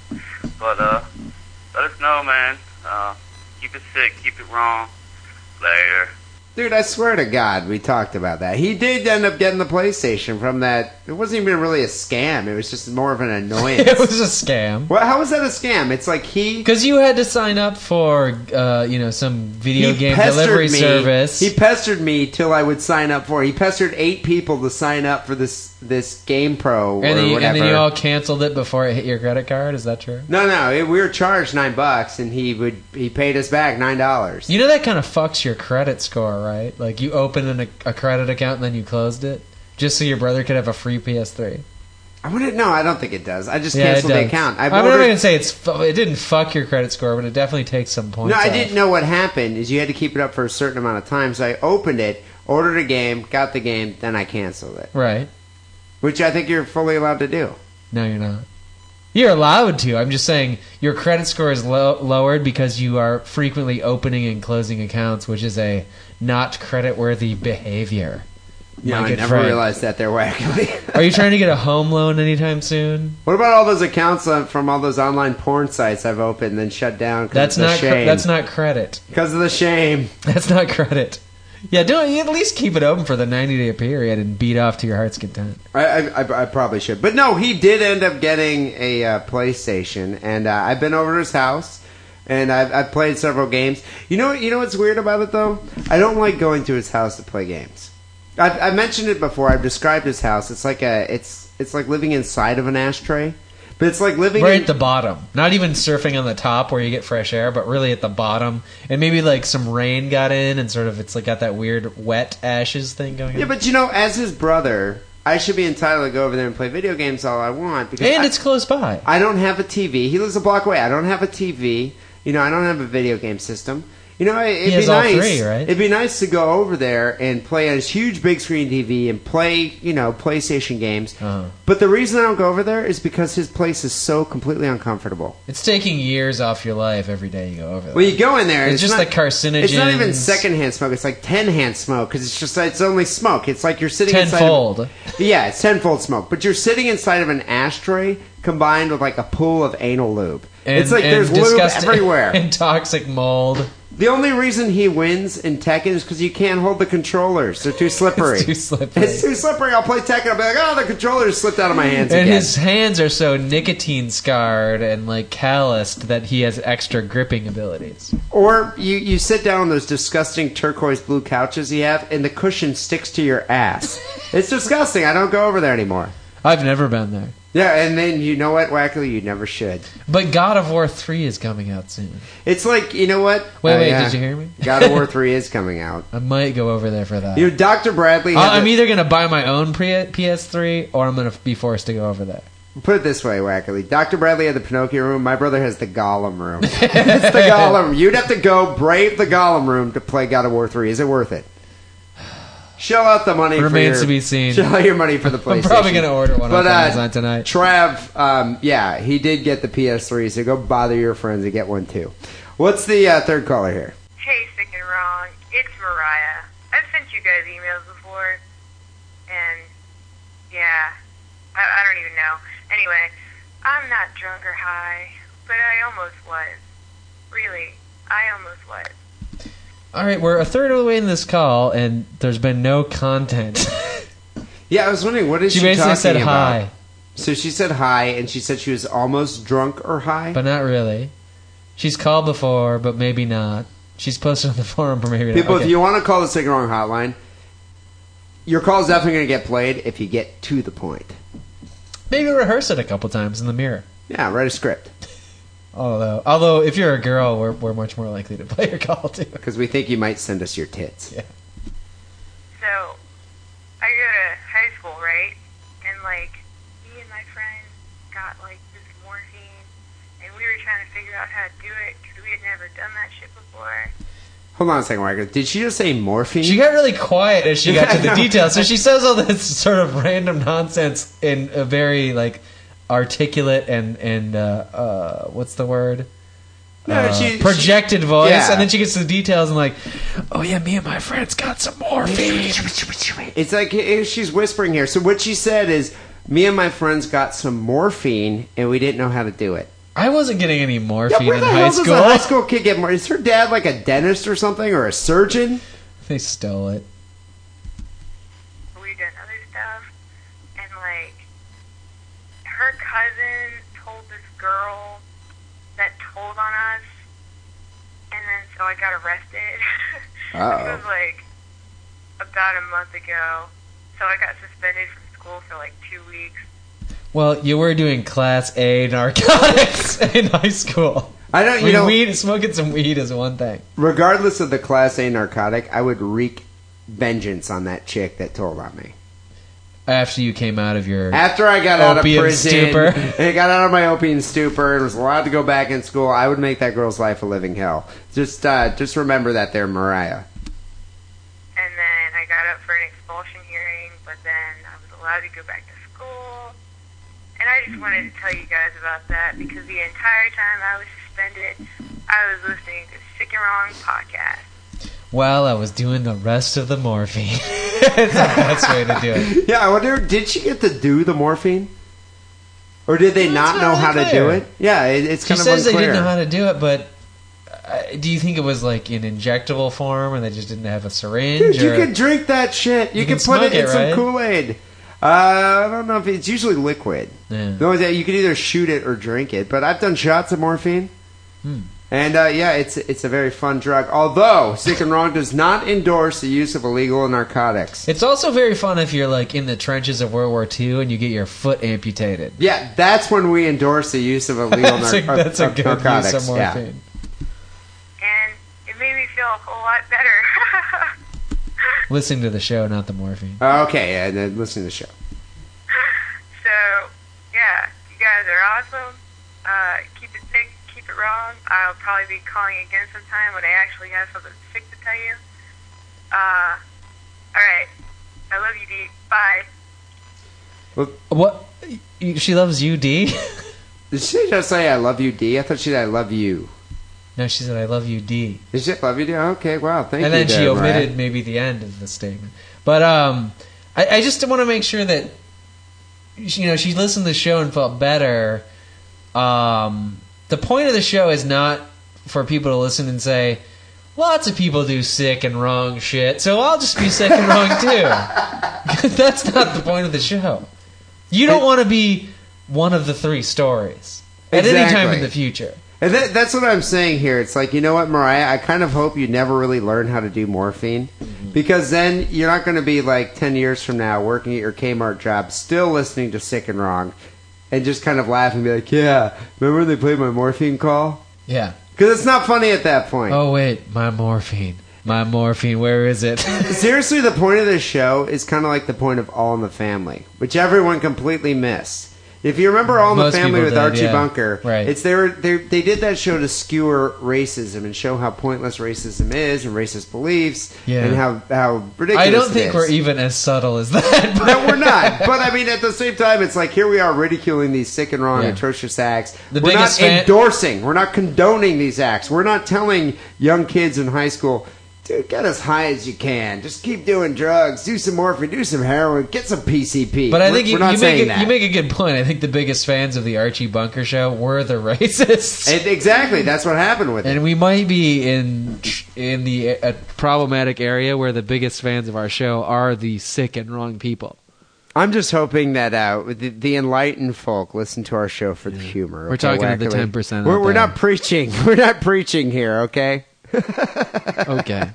S8: But uh, let us know, man. Uh, keep it sick, keep it wrong. Later.
S3: Dude, I swear to God, we talked about that. He did end up getting the PlayStation from that. It wasn't even really a scam. It was just more
S4: [laughs]
S3: of an annoyance.
S4: It was a scam.
S3: well, how was that a scam? It's like he
S4: Because you had to sign up for, uh, you know, some video
S3: he
S4: game
S3: pestered
S4: delivery
S3: me-
S4: service.
S3: He pestered me till I would sign up for. it. He pestered eight people to sign up for this this Game Pro or
S4: and, then you,
S3: whatever.
S4: and then you all canceled it before it hit your credit card. Is that true?
S3: no, no, it, we were charged nine bucks, and he would he paid us back nine dollars.
S4: You know that kind of fucks your credit score, right? Like you opened an, a credit account and then you closed it just so your brother could have a free PS3.
S3: I wouldn't. No, I don't think it does. I just
S4: Yeah,
S3: canceled
S4: it
S3: the
S4: does.
S3: account. I've
S4: I'm not
S3: ordered-
S4: even gonna say it's fu- it didn't fuck your credit score, but it definitely takes some points.
S3: No, I
S4: off.
S3: didn't know what happened. Is you had to keep it up for a certain amount of time. So I opened it, ordered a game, got the game, then I canceled it,
S4: Right?
S3: which I think you're fully allowed to do.
S4: No, you're not. You're allowed to. I'm just saying your credit score is lo- lowered because you are frequently opening and closing accounts, which is a not credit worthy behavior.
S3: Yeah,
S4: My
S3: I
S4: good
S3: never
S4: friend.
S3: realized that there were actually. [laughs]
S4: Are you trying to get a home loan anytime soon?
S3: What about all those accounts on- from all those online porn sites I've opened and then shut down? 'cause
S4: That's
S3: of the
S4: not cre-
S3: shame.
S4: that's not credit. [laughs]
S3: because of the shame.
S4: That's not credit. Yeah, do it. At least keep it open for the 90 day period and beat off to your heart's content.
S3: I, I, I, I probably should, but no, he did end up getting a uh, PlayStation, and uh, I've been over to his house. And I've, I've played several games. You know, you know what's weird about it though. I don't like going to his house to play games. I've, I mentioned it before. I've described his house. It's like a, it's, it's like living inside of an ashtray, but it's like living
S4: Right
S3: in,
S4: at the bottom. Not even surfing on the top where you get fresh air, but really at the bottom. And maybe like some rain got in and sort of it's like got that weird wet ashes thing going on.
S3: Yeah, but you know, as his brother, I should be entitled to go over there and play video games all I want because
S4: and
S3: I,
S4: it's close by.
S3: I don't have a TV. He lives a block away. I don't have a TV. You know, I don't have a video game system. You know, it, it'd
S4: has
S3: be
S4: all
S3: nice.
S4: three, right?
S3: It'd be nice to go over there and play on his huge big screen TV and play, you know, PlayStation games.
S4: Uh-huh.
S3: But the reason I don't go over there is because his place is so completely uncomfortable.
S4: It's taking years off your life every day you go over there.
S3: Well, you go in there. and
S4: It's just
S3: not,
S4: the carcinogens.
S3: It's not even secondhand smoke. It's like ten hand smoke because it's just it's only smoke. It's like you're sitting inside of-
S4: Tenfold.
S3: yeah, it's tenfold smoke. But you're sitting inside of an ashtray combined with like a pool of anal lube.
S4: And-
S3: it's like
S4: and
S3: there's lube
S4: disgusting-
S3: everywhere.
S4: [laughs] And toxic mold.
S3: the only reason he wins in Tekken is because you can't hold the controllers. They're too slippery.
S4: It's too slippery.
S3: It's too slippery. I'll play Tekken. I'll be like, oh, the controllers slipped out of my hands
S4: And
S3: again.
S4: his hands are so nicotine scarred and like calloused that he has extra gripping abilities.
S3: Or you, you sit down on those disgusting turquoise blue couches you have, and the cushion sticks to your ass. it's disgusting. I don't go over there anymore.
S4: I've never been there.
S3: Yeah, and then you know what, Wackley? You never should.
S4: But God of War 3 is coming out soon.
S3: It's like, you know what?
S4: Wait,
S3: Oh,
S4: wait,
S3: yeah.
S4: did you hear me?
S3: God
S4: [laughs]
S3: of War 3 is coming out.
S4: I might go over there for that.
S3: You know, Dr. Bradley.
S4: Uh, I-
S3: had
S4: I'm
S3: the-
S4: either going to buy my own pre- PS3 or I'm going to be forced to go over there.
S3: Put it this way, Wackerly. Dr. Bradley had the Pinocchio room. My brother has the
S4: [laughs]
S3: Gollum room. it's the Gollum. You'd have to go brave the Gollum room to play God of War 3. Is it worth it? Shell out the money.
S4: Remains
S3: for your,
S4: to be seen.
S3: [laughs] Shell out your money for the
S4: [laughs]
S3: PlayStation.
S4: I'm probably going to order one
S3: But,
S4: on
S3: uh,
S4: Amazon tonight.
S3: Trav, um, yeah, he did get the PS3, so go bother your friends and get one too. What's the uh, third caller here?
S9: Hey, sick and wrong. It's Mariah. I've sent you guys emails before, and yeah, I, I don't even know. Anyway, I'm not drunk or high, but I almost was. Really, I almost was.
S4: All right, we're a third of the way in this call and there's been no
S3: [laughs]
S4: content.
S3: Yeah, I was wondering what is
S4: she
S3: she,
S4: basically
S3: talking
S4: said
S3: about?
S4: hi,
S3: So she said hi, and she said she was almost drunk or high.
S4: but not really. She's called before, but maybe not. She's posted on the [laughs] forum for maybe.
S3: People,
S4: okay.
S3: if you want to call the Sick and Wrong hotline, your call is definitely going to get played if you get to the point.
S4: maybe rehearse it a couple times in the mirror.
S3: Yeah, write a script
S4: Although, although if you're a girl, we're, we're much more likely to play your call too.
S3: because we think you might send us your tits.
S9: So, I go to high school, right? And like, me and my friend got like this morphine, and we were trying to figure out how to do it because we had never done that shit before.
S3: Hold on a second, Margaret. Did she just say morphine?
S4: She got really quiet as she got to
S3: [laughs] Yeah,
S4: the
S3: I know.
S4: details. So she says all this sort of random nonsense in a very like articulate and and uh, uh, what's the word?
S3: No,
S4: Uh,
S3: she- she-
S4: projected voice,
S3: Yeah.
S4: and then she gets to the details and like, oh yeah, me and my friends got some morphine.
S3: It's like eh, she's whispering here. So what she said is, me and my friends got some morphine and we didn't know how to do it.
S4: I wasn't getting any
S3: Yeah,
S4: morphine
S3: where
S4: in
S3: the
S4: high
S3: hell does a high
S4: school.
S3: school kid get morphine? Is her dad like a dentist or something or a surgeon?
S4: [laughs] they stole it.
S9: we were doing other stuff, and like her cousin told this girl that told on us, and then so I got arrested. [laughs]
S3: Uh-oh.
S9: this was like about a month ago, so I got suspended from school for like two weeks.
S4: Well, you were doing class A narcotics [laughs] in high school.
S3: I don't.
S4: I
S3: You
S4: mean,
S3: know,
S4: weed, smoking some weed is one thing.
S3: regardless of the class A narcotic, I would wreak vengeance on that chick that told on me.
S4: After you came out of your
S3: After I got out of
S4: Opium
S3: prison,
S4: stupor.
S3: [laughs] I got out of my opium stupor and was allowed to go back in school, I would make that girl's life a living hell. Just, uh, just remember that there, Mariah.
S9: And then I got up for an expulsion hearing, but then I was allowed to go back to school. And I just wanted to tell you guys about that because the entire time I was suspended, I was listening to Sick and Wrong podcast.
S4: while I was doing the rest of the morphine. [laughs] it's the best way to do it.
S3: [laughs] Yeah, I wonder, did she get to do the morphine, or did they
S4: Well,
S3: not
S4: it's
S3: know
S4: not
S3: how
S4: really
S3: to do
S4: clear.
S3: it? Yeah, it, it's
S4: She
S3: kind of
S4: says they
S3: unclear.
S4: didn't know how to do it, but uh, do you think it was like in injectable form, and they just didn't have a syringe?
S3: Dude, you
S4: or-
S3: can drink that shit. You,
S4: You can
S3: can, put
S4: smoke
S3: it in
S4: it,
S3: some
S4: right?
S3: Kool Aid. Uh, I don't know if it's usually liquid.
S4: Yeah.
S3: No, that you can either shoot it or drink it. But I've done shots of morphine,
S4: Hmm.
S3: and uh, yeah, it's it's a very fun drug. Although Sick and Wrong does not endorse the use of illegal narcotics.
S4: It's also very fun if you're like in the trenches of World War II and you get your foot amputated.
S3: Yeah, that's when we endorse the use of
S4: [laughs]
S3: illegal
S4: That's a,
S3: nar-
S4: that's a
S3: of
S4: good
S3: narcotics.
S4: use of
S3: yeah.
S4: morphine.
S9: and it made me feel a whole lot better. [laughs]
S4: Listening to the show, not the morphine.
S3: Okay, and then listen to the show.
S9: so, yeah, you guys are awesome. Uh, keep it sick, keep it wrong. I'll probably be calling again sometime when I actually have something sick to tell you. Uh, all right. I love you, D. Bye.
S4: What? you- She loves you, D. [laughs]
S3: Did she just say "I love you, D"? I thought she said "I love you."
S4: no, she said, "I love you, D."
S3: Did she love you, D? Okay, wow, thank
S4: and
S3: you.
S4: then she
S3: there, Mariah.
S4: omitted maybe the end of the statement. But um, I, I just want to make sure that you know she listened to the show and felt better. Um, the point of the show is not for people to listen and say, "Lots of people do sick and wrong shit, so I'll just be sick and wrong too." [laughs] That's not the point of the show. You don't want to be one of the three stories at any time
S3: Exactly.
S4: in the future.
S3: And that, that's what I'm saying here. It's like, you know what, Mariah? I kind of hope you never really learn how to do morphine because then you're not going to be like 10 years from now working at your Kmart job, still listening to Sick and Wrong, and just kind of laugh and be like, yeah, remember they played my morphine call?
S4: Yeah.
S3: Because it's not funny at that point.
S4: Oh wait, my morphine. My morphine. Where is it? [laughs]
S3: Seriously, the point of this show is kind of like the point of All in the Family, which everyone completely missed. If you remember All in
S4: Most
S3: the Family
S4: people
S3: with
S4: did,
S3: Archie
S4: yeah.
S3: Bunker,
S4: Right.
S3: it's they, were, they they did that show to skewer racism and show how pointless racism is and racist beliefs
S4: Yeah.
S3: and how how ridiculous.
S4: I don't
S3: it
S4: think
S3: is.
S4: we're even as subtle as [laughs] that. but-
S3: No, we're not. But I mean, at the same time, it's like here we are ridiculing these sick and wrong,
S4: Yeah.
S3: atrocious acts.
S4: The
S3: we're not
S4: biggest fan-
S3: endorsing. We're not condoning these acts. We're not telling young kids in high school, dude, get as high as you can. Just keep doing drugs. Do some morphine. Do some heroin. Get some PCP.
S4: But I
S3: We're-
S4: think you,
S3: we're not
S4: you,
S3: saying
S4: make a,
S3: that.
S4: you make a good point. I think the biggest fans of the Archie Bunker show were the [laughs] racists,
S3: And exactly. That's what happened with it.
S4: and we might be in in the uh problematic area where the biggest fans of our show are the sick and wrong
S3: [laughs]
S4: people.
S3: I'm just hoping that uh, the, the enlightened folk listen to our show for the humor.
S4: We're talking to the 10% out
S3: [laughs] We're, we're
S4: there.
S3: not preaching. We're not preaching here. Okay.
S4: Okay.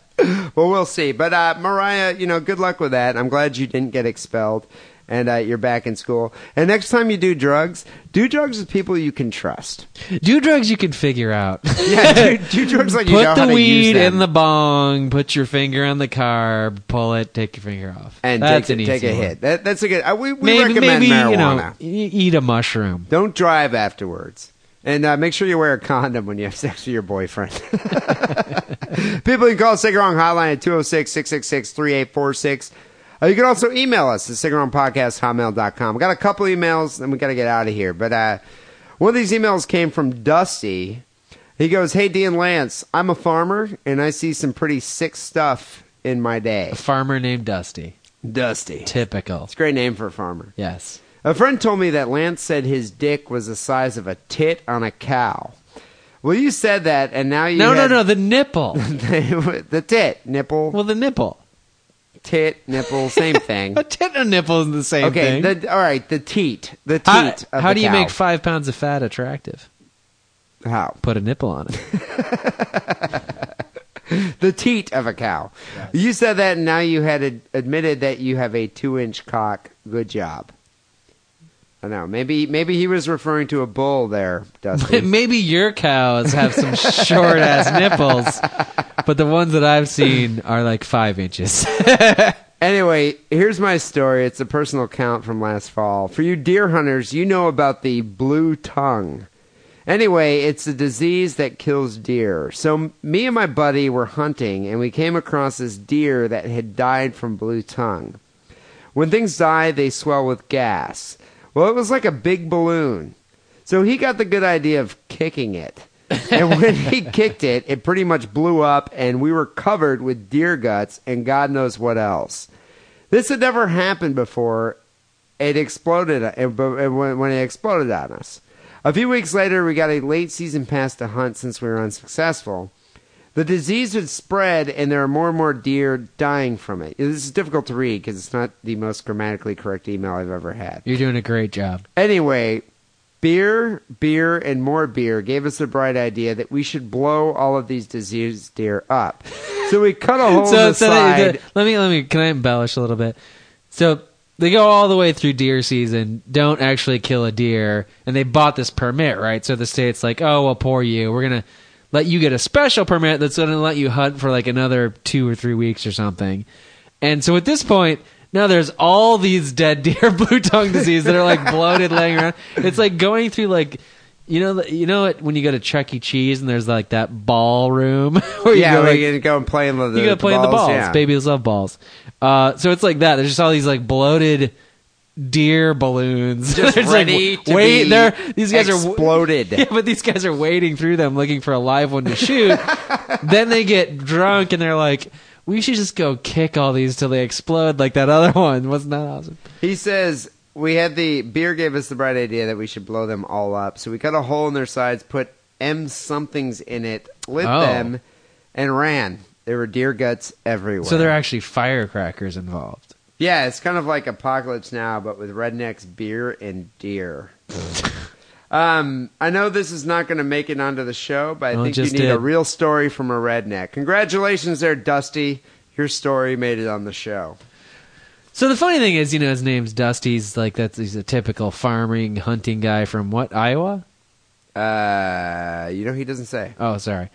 S3: well, we'll see. But uh, Mariah, you know, good luck with that. I'm glad you didn't get expelled, and uh, you're back in school. And next time you do drugs, do drugs with people you
S4: [laughs]
S3: can trust.
S4: Do drugs you can figure out.
S3: Yeah, do, do [laughs] drugs like you know
S4: put
S3: how
S4: the
S3: to use
S4: weed
S3: them.
S4: in the bong. Put your finger on the carb. Pull it. Take your finger off.
S3: and
S4: that's
S3: take,
S4: an
S3: take
S4: easy
S3: a
S4: one.
S3: hit. That, that's a good. Uh, we we
S4: Maybe,
S3: recommend
S4: maybe
S3: marijuana.
S4: you know, y- eat a mushroom.
S3: Don't drive afterwards. And uh, make sure you wear a condom when you have sex with your boyfriend. [laughs] People can call Sig Wrong Hotline at 206 666 3846. Uh, You can also email us at sigaroundpodcast.hotmail.com. We got a couple emails, and we got to get out of here. But uh, one of these emails came from Dusty. He goes, Hey, Dean Lance, I'm a farmer, and I see some pretty sick stuff in my day.
S4: A farmer named Dusty.
S3: Dusty. It's
S4: Typical.
S3: a great name for a farmer.
S4: Yes.
S3: A friend told me that Lance said his dick was the size of a tit on a cow. Well, you said that, and now you
S4: No, no,
S3: had-
S4: no. The nipple. [laughs]
S3: [laughs] the tit nipple,
S4: well, the nipple.
S3: tit nipple, same thing.
S4: A tit and a nipple is the [laughs] same
S3: okay,
S4: thing.
S3: the, all right. The teat, the teat.
S4: how
S3: of
S4: how
S3: the
S4: do you
S3: cow.
S4: make five pounds of fat attractive?
S3: how
S4: Put a nipple on [laughs] it.
S3: the teat of a cow? You said that, and now you had ad- admitted that you have a two-inch cock. Good job. I know. Maybe maybe he was referring to a bull there,
S4: [laughs]
S3: Dusty.
S4: Maybe your cows have some short ass nipples, but the ones that I've seen are like five inches. [laughs]
S3: Anyway, here's my story. It's a personal account from last fall. For you deer hunters, you know about the blue tongue. Anyway, it's a disease that kills deer. So m- me and my buddy were hunting and we came across this deer that had died from blue tongue. When things die, they swell with gas. Well, it was like a big balloon. So he got the good idea of kicking it. and when he kicked it, it pretty much blew up, and we were covered with deer guts and God knows what else. This had never happened before. It exploded uh, it- when when it exploded on us. A few weeks later, we got a late season pass to hunt since we were unsuccessful. The disease had spread, and there are more and more deer dying from it. This is difficult to read because it's not the most grammatically correct email I've ever had.
S4: You're doing a great job.
S3: Anyway, beer, beer, and more beer gave us the bright idea that we should blow all of these diseased deer up. So we
S4: [laughs]
S3: cut a hole in the
S4: they- they-
S3: side.
S4: let me let me can I embellish a little bit? So they go all the way through deer season, don't actually kill a deer, and they bought this permit, right? So the state's like, "Oh, well, poor you. We're gonna let you get a special permit that's gonna let you hunt for like another two or three weeks or something." And so at this point. Now there's all these dead deer, [laughs] blue tongue disease that are like bloated, laying around. It's like going through like, you know, the- you know it when you go to Chuck E. Cheese and there's like that ballroom [laughs] where you
S3: yeah,
S4: go,
S3: we
S4: like,
S3: can go and play in the, the
S4: you gotta play in the balls.
S3: yeah.
S4: Babies love balls. Uh, so it's like that. There's just all these like bloated deer balloons. [laughs]
S3: Just
S4: There's,
S3: ready
S4: like,
S3: to
S4: wait,
S3: be
S4: they're these guys
S3: exploded.
S4: are [laughs] yeah, but these guys are wading through them looking for a live one to
S3: [laughs]
S4: shoot. then they get drunk and they're like, "We should just go kick all these till they explode like that other one." Wasn't that awesome?
S3: He says we had the beer gave us the bright idea that we should blow them all up. So we cut a hole in their sides, put M somethings in it, lit
S4: Oh.
S3: them, and ran. There were deer guts everywhere.
S4: So there are actually firecrackers involved.
S3: Yeah, it's kind of like Apocalypse Now, but with rednecks, beer, and deer. um, I know this is not going to make it onto the show, but I
S4: Well, it
S3: think you need
S4: just
S3: a
S4: did.
S3: real story from a redneck. Congratulations, there, Dusty. Your story made it on the show.
S4: So the funny thing is, you know, his name's Dusty's like that's he's a typical farming hunting guy from what Iowa.
S3: Uh, you know he doesn't say.
S4: Oh, sorry.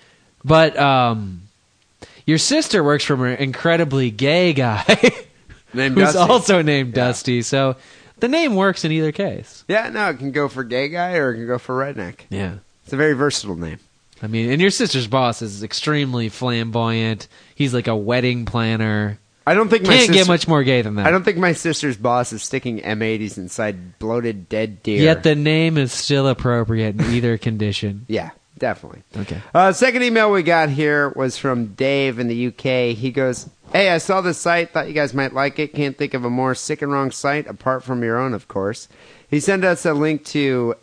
S4: But um, your sister works for an incredibly gay guy [laughs]
S3: Name
S4: who's
S3: Dusty.
S4: also named Dusty. So the name works in either case.
S3: yeah, no, it can go for gay guy or it can go for redneck.
S4: Yeah.
S3: It's a very versatile name.
S4: I mean, and your sister's boss is extremely flamboyant. He's like a wedding planner.
S3: I don't think my
S4: Can't get
S3: sister-
S4: much more gay than that.
S3: I don't think my sister's boss is sticking M80s inside bloated dead deer.
S4: Yet the name is still appropriate in either
S3: [laughs]
S4: condition.
S3: yeah, definitely.
S4: Okay.
S3: Uh, second email we got here was from Dave in the UK. He goes, Hey, I saw this site, thought you guys might like it. Can't think of a more sick and wrong site, apart from your own, of course. He sent us a link to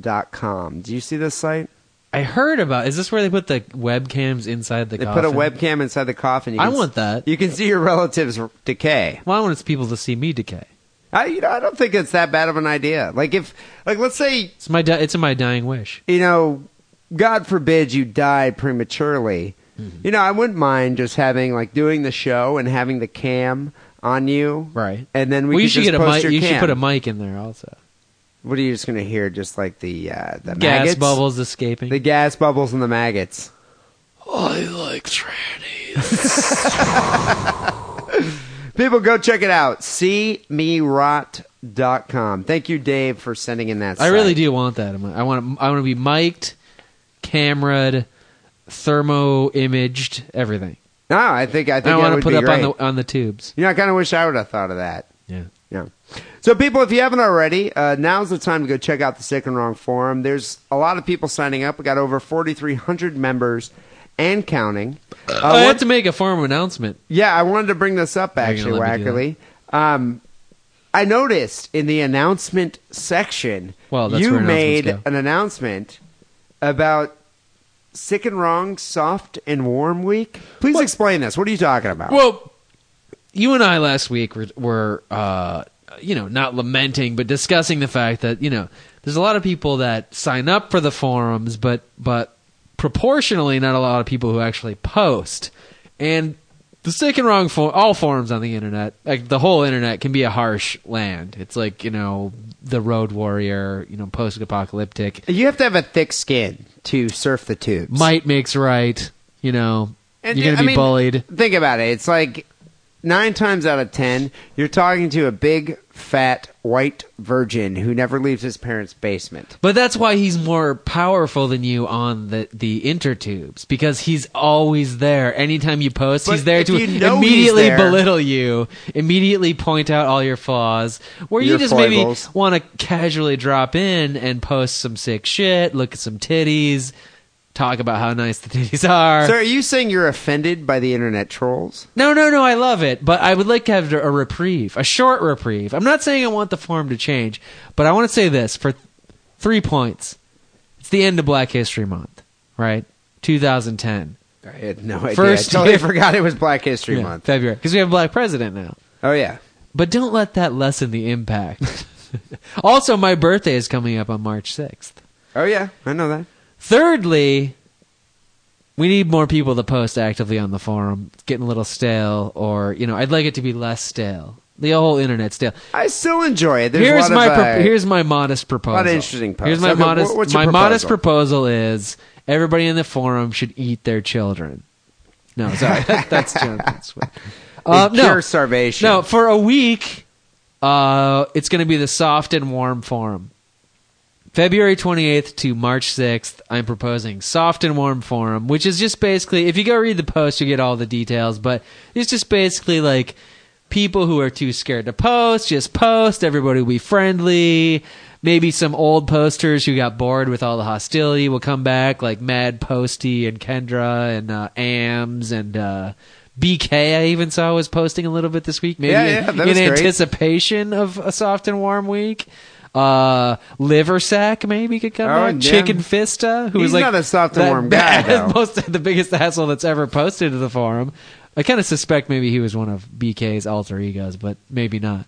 S3: seemerot.com. Do you see this site?
S4: I heard about. Is this where they put the webcams inside the?
S3: They
S4: coffin?
S3: put a webcam inside the coffin. You
S4: I
S3: can-
S4: want that.
S3: You can see your relatives r- decay.
S4: Well, I want people to see me decay.
S3: I, you know, I don't think it's that bad of an idea. Like if, like, let's say
S4: It's my. Di- it's my dying wish.
S3: you know, God forbid you die prematurely,
S4: Mm-hmm.
S3: you know, I wouldn't mind just having like doing the show and having the cam on you,
S4: Right.
S3: And then we
S4: well, you
S3: could
S4: should
S3: just
S4: get a
S3: post
S4: mic.
S3: your
S4: You should
S3: cam.
S4: put a mic in there also.
S3: What are you just gonna hear? Just like the uh, the
S4: Gas
S3: maggots?
S4: bubbles escaping.
S3: the gas bubbles, and the maggots.
S4: I like trannies.
S3: [laughs] People, go check it out. SeeMeRot.com. Thank you, Dave, for sending in that.
S4: I really
S3: site.
S4: do want that. in my- I want. I want to be mic'd, cameraed, thermo imaged, everything.
S3: No, I think I think
S4: I
S3: that
S4: want
S3: would
S4: to put
S3: be
S4: up
S3: great.
S4: on the on the tubes.
S3: You know, I kind of wish I would have thought of that.
S4: Yeah.
S3: Yeah. So, people, if you haven't already, uh, now's the time to go check out the Sick and Wrong forum. There's a lot of people signing up. We got over 4,300 members and counting. Uh,
S4: I
S3: what-
S4: have to make oh, a formal announcement.
S3: yeah, I wanted to bring this up
S4: Are you
S3: actually,
S4: gonna let me do
S3: Wackerly. Um, I noticed in the announcement section,
S4: Well, that's
S3: you
S4: where
S3: made
S4: announcements go.
S3: an announcement about Sick and Wrong Soft and Warm Week. Please explain this. What are you talking about?
S4: Well, you and I last week were, were uh, you know, not lamenting, but discussing the fact that you know there's a lot of people that sign up for the forums, but but proportionally, not a lot of people who actually post. And the sick and wrong for all forums on the internet, like the whole internet, can be a harsh land. It's like you know the road warrior, you know, post-apocalyptic.
S3: you have to have a thick skin to surf the tubes.
S4: Might makes right. You know,
S3: And
S4: you're gonna
S3: I
S4: be
S3: mean,
S4: bullied.
S3: Think about it. It's like nine times out of ten, you're talking to a big, fat, white virgin who never leaves his parents' basement.
S4: But that's why he's more powerful than you on the the intertubes because he's always there. Anytime you post,
S3: But
S4: he's there
S3: if
S4: to
S3: you know
S4: immediately
S3: he's there-
S4: belittle you, immediately point out all your flaws. Where
S3: Your
S4: you just
S3: foibles.
S4: maybe want to casually drop in and post some sick shit, look at some titties, talk about how nice the titties are.
S3: So, are you saying you're offended by the internet trolls?
S4: No, no, no, I love it, but I would like to have a reprieve, a short reprieve. I'm not saying I want the form to change, but I want to say this for th- three points. It's the end of Black History Month, right? 2010.
S3: I had no idea.
S4: First
S3: I totally
S4: year-
S3: [laughs] forgot it was Black History
S4: Yeah,
S3: Month.
S4: February. Because we have a black president now.
S3: Oh yeah.
S4: But don't let that lessen the impact. [laughs] also, my birthday is coming up on March 6th.
S3: Oh yeah. I know that.
S4: Thirdly, we need more people to post actively on the forum. It's getting a little stale, or, you know, I'd like it to be less stale. The whole internet's stale.
S3: I still enjoy it. There's
S4: here's
S3: a lot
S4: my
S3: of, uh,
S4: pro- here's my modest proposal.
S3: interesting posts.
S4: Here's my
S3: Okay, wh-
S4: modest.
S3: what's your
S4: my modest
S3: proposal?
S4: proposal is everybody in the forum should eat their children. No, [laughs] sorry, that's Jonathan Swift. Uh,
S3: They
S4: no,
S3: cure starvation.
S4: no, for a week, uh, it's going to be the soft and warm forum. February 28th to March 6th, I'm proposing Soft and Warm Forum, which is just basically, if you go read the post, you get all the details, but it's just basically like people who are too scared to post, just post, everybody will be friendly. Maybe some old posters who got bored with all the hostility will come back, like Mad Posty and Kendra and uh, Ams and uh, BK. I even saw was posting a little bit this week. Maybe
S3: Yeah, yeah, that
S4: in,
S3: was
S4: in
S3: great.
S4: anticipation of a soft and warm week. Uh, liver sack maybe could come
S3: Oh,
S4: out.
S3: yeah.
S4: Chicken Fista, who
S3: He's
S4: was like
S3: not a soft and
S4: that-
S3: warm
S4: [laughs]
S3: guy, though.
S4: most the biggest asshole that's ever posted to the forum. I kind of suspect maybe he was one of BK's alter egos, but maybe not.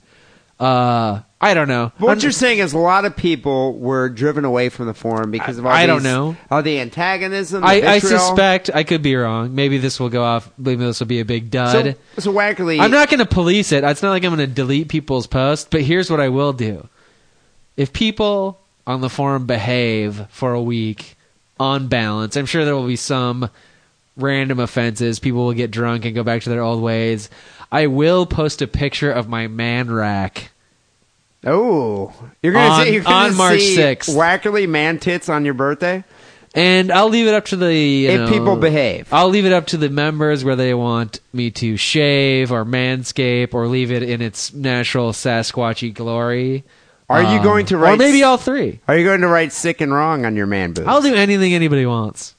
S4: Uh, I don't know.
S3: But what
S4: I'm-
S3: you're saying is a lot of people were driven away from the forum because of all
S4: I don't
S3: these-
S4: know.
S3: all the antagonism. The
S4: I, I
S3: vitriol.
S4: suspect I could be wrong. Maybe this will go off. Maybe this will be a big dud.
S3: So, so Wackerly,
S4: I'm not going to police it. It's not like I'm going to delete people's posts, but here's what I will do. If people on the forum behave for a week on balance, I'm sure there will be some random offenses. People will get drunk and go back to their old ways. I will post a picture of my man rack.
S3: Oh, you're gonna
S4: On-
S3: see you're gonna
S4: on March
S3: see
S4: 6th.
S3: Wackerly man tits on your birthday.
S4: And I'll leave it up to the you
S3: If
S4: know,
S3: people behave.
S4: I'll leave it up to the members where they want me to shave or manscape or leave it in its natural Sasquatchy glory.
S3: Are you
S4: Um,
S3: going to write?
S4: Or maybe all three.
S3: Are you going to write sick and wrong on your man boob?
S4: I'll do anything anybody wants.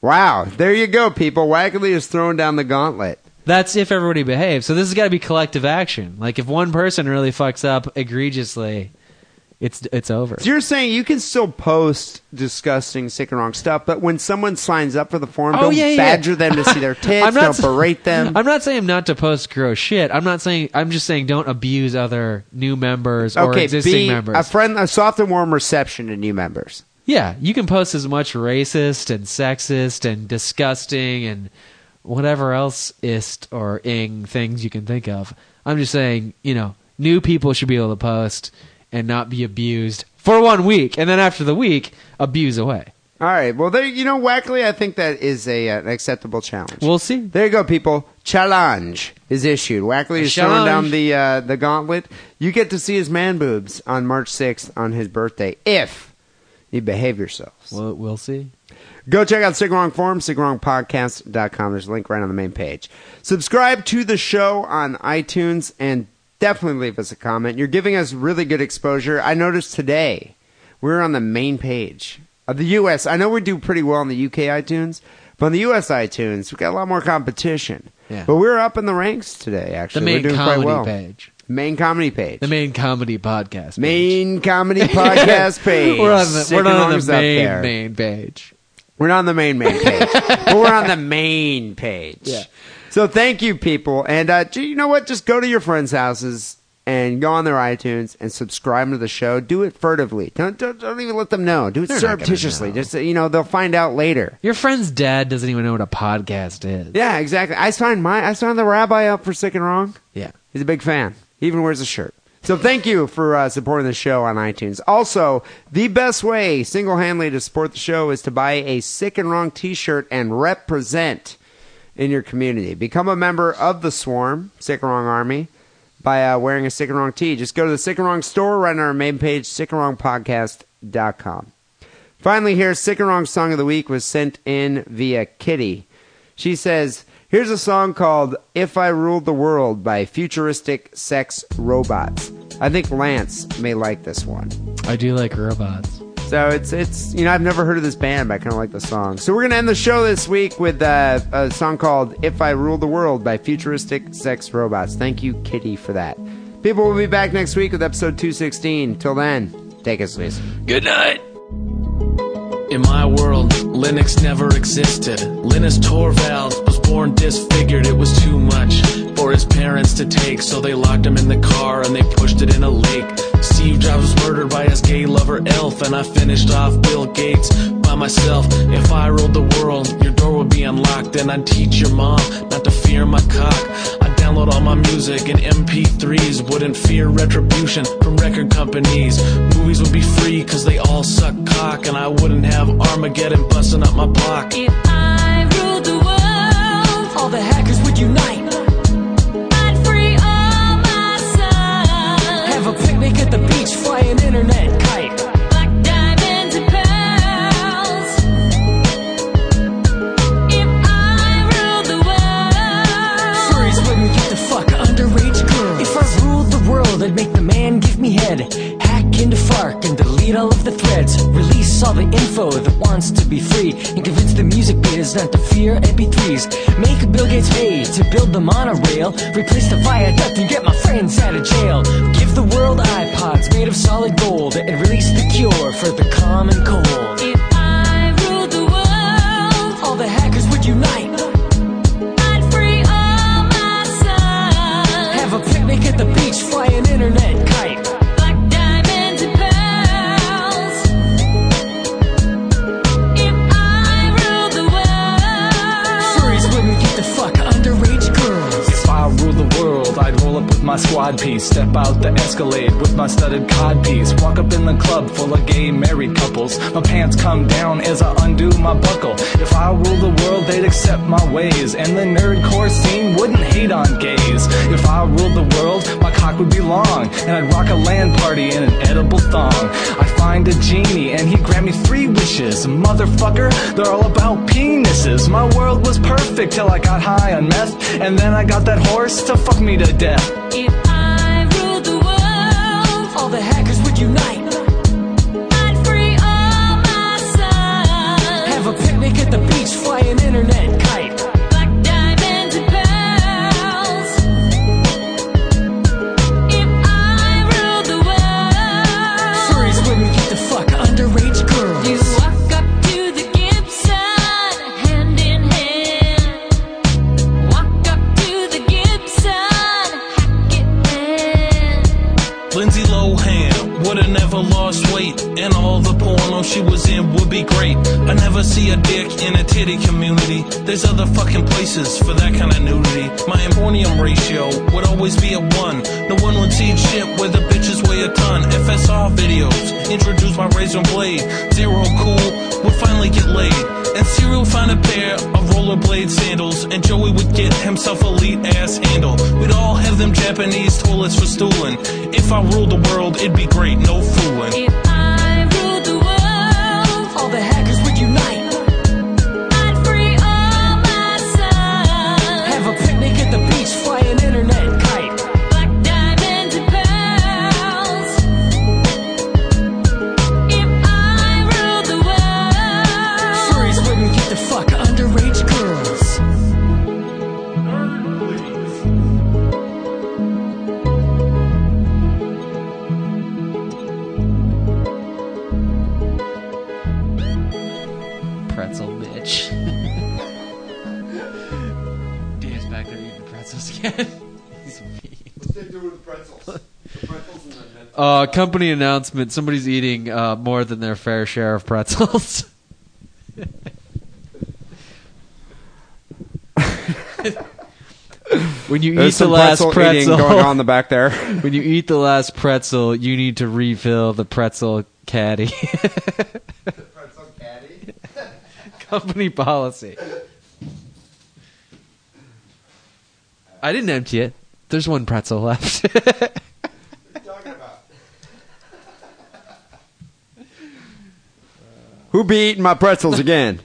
S3: wow, there you go, people. Wackerly is throwing down the gauntlet.
S4: That's if everybody behaves. So this has got to be collective action. Like if one person really fucks up egregiously, it's it's over.
S3: So you're saying you can still post disgusting sick and wrong stuff, but when someone signs up for the
S4: Oh,
S3: forum, don't badger them to see
S4: [laughs]
S3: their tits.
S4: I'm not
S3: don't
S4: sa-
S3: berate them.
S4: I'm not saying not to post gross shit. I'm not saying. I'm just saying don't abuse other new members [laughs] or
S3: okay,
S4: existing
S3: be
S4: members.
S3: a friend, a soft and warm reception to new members.
S4: Yeah, you can post as much racist and sexist and disgusting and whatever else ist or ing things you can think of. I'm just saying, you know, new people should be able to post and not be abused for one week, and then after the week, abuse away.
S3: All right. Well, there. You know, Wackley, I think that is a uh, an acceptable challenge.
S4: We'll see.
S3: There you go, people. Challenge is issued. Wackley
S4: A
S3: is throwing down
S4: challenge.
S3: the uh, the gauntlet. You get to see his man boobs on March 6th on his birthday if you behave yourselves.
S4: We'll, we'll see.
S3: Go check out Sig Wrong Forum, sigwrongpodcast.com. There's a link right on the main page. Subscribe to the show on iTunes and definitely leave us a comment. You're giving us really good exposure. I noticed today we were on the main page of the U.S. I know we do pretty well on the U.K. iTunes, but on the U.S. iTunes, we've got a lot more competition.
S4: Yeah.
S3: But we're up in the ranks today, actually.
S4: The main
S3: we're doing
S4: comedy
S3: quite well.
S4: page.
S3: Main comedy page.
S4: The main comedy podcast. page.
S3: Main
S4: [laughs]
S3: comedy podcast page.
S4: We're on the,
S3: Sig
S4: we're
S3: and
S4: not on
S3: Wrong's
S4: the
S3: up
S4: main,
S3: there.
S4: main page.
S3: We're not on the main main
S4: [laughs]
S3: page, but we're on the main page.
S4: Yeah.
S3: So thank you, people, and uh, gee, you know what? Just go to your friends' houses and go on their iTunes and subscribe to the show. Do it furtively. Don't don't, don't even let them know. Do it
S4: They're not gonna
S3: surreptitiously.
S4: know.
S3: Just uh, you know, they'll find out later.
S4: Your friend's dad doesn't even know what a podcast is.
S3: Yeah, exactly. I signed my I signed the rabbi up for sick and wrong.
S4: Yeah.
S3: He's a big fan. He even wears a shirt. So thank you for uh, supporting the show on iTunes. Also, the best way single-handedly to support the show is to buy a Sick and Wrong t-shirt and represent in your community. Become a member of the Swarm, Sick and Wrong Army, by uh, wearing a Sick and Wrong tee. Just go to the Sick and Wrong store right on our main page, sickandwrongpodcast.com. Finally, here, Sick and Wrong Song of the Week was sent in via Kitty. She says, Here's a song called If I Ruled the World by Futuristic Sex Robots. I think Lance may like this one.
S4: I do like robots.
S3: So it's, it's you know, I've never heard of this band, but I kind of like the song. So we're going to end the show this week with uh, a song called If I Ruled the World by Futuristic Sex Robots. Thank you, Kitty, for that. People will be back next week with episode 216. Till then, take us, Luis.
S10: In my world, Linux never existed. Linus Torvalds was born disfigured. It was too much for his parents to take, so they locked him in the car and they pushed it in a lake. Steve Jobs was murdered by his gay lover Elf, and I finished off Bill Gates by myself. If I ruled the world, your door would be unlocked, and I'd teach your mom not to fear my cock. I'd download all my music in MP3s, wouldn't fear retribution from record companies. Movies would be free, cause they all suck cock, and I wouldn't have Armageddon busting up my block.
S11: If I ruled the world, all the hackers would unite. I'd free all my sons. Have a picnic at the beach, fly an internet kite. Black diamonds and pearls. If I ruled the world, furries wouldn't get to fuck underage girls. If I ruled the world, I'd make the man give me head. Hack into FARC and delete all of the threads. Release all the info that wants to be free. And convince the music biz not to fear MP3s. Make Bill Gates pay to build the monorail. Replace the viaduct and get my friends out of jail. Give the world iPods made of solid gold. And release the cure for the common cold. If I ruled the world, all the hackers would unite. I'd free all my sons. Have a picnic at the beach, fly an internet kite. Black diamonds and pearls. If I ruled the world, furries wouldn't get to fuck underage girls.
S10: If I ruled the world, I'd roll up with my squad piece. Step out the escalade with my studded codpiece. Walk up in the club full of gay married couples. My pants come down as I undo my buckle. If I ruled the world, they'd accept my ways. And the nerdcore scene wouldn't hate on gays. If I ruled the world, my cock would be long. And I'd rock a land party in an edible thong. I'd find a genie and he'd grant me three wishes. Motherfucker, they're all about penises. My world was perfect till I got high on meth. And then I got that horse to fuck me to death.
S11: If I ruled the world, all the hackers would unite. I'd free all my sons. Have a picnic at the beach, fly an internet kite. Black diamonds and pearls. If I ruled the world, furries wouldn't get to fuck underage girls. You walk up to the Gibson, hand in hand. Walk up to the Gibson, hack it
S12: she was in would be great. I never see a dick in a titty community. There's other fucking places for that kind of nudity. My emporium ratio would always be a one. No one would see shit where the bitches weigh a ton. FSR videos introduce my razor and blade. Zero cool would finally get laid. And Cyril found a pair of rollerblade sandals, and Joey would get himself a elite ass handle. We'd all have them Japanese toilets for stooling. If I ruled the world, it'd be great, no fooling.
S11: If I ruled the world, all the hackers would unite. I'd free all my sons. Have a picnic at the beach, fly an internet kite. Black diamonds and pearls. If I ruled the world, furries wouldn't get to fuck underage girls.
S13: pretzel
S4: [laughs]
S13: bitch. Dan's back there eating
S4: [laughs]
S13: pretzels again. He's mean.
S4: Uh, company announcement: Somebody's eating uh, more than their fair share of pretzels. [laughs] when you
S3: There's
S4: eat the
S3: some
S4: last
S3: pretzel,
S4: pretzel,
S3: eating going on in the back
S4: [laughs]
S3: there.
S4: when you eat the last pretzel, you need to refill the pretzel caddy. [laughs] company policy. I didn't empty it. There's one pretzel left. [laughs]
S3: Who be eating my pretzels again?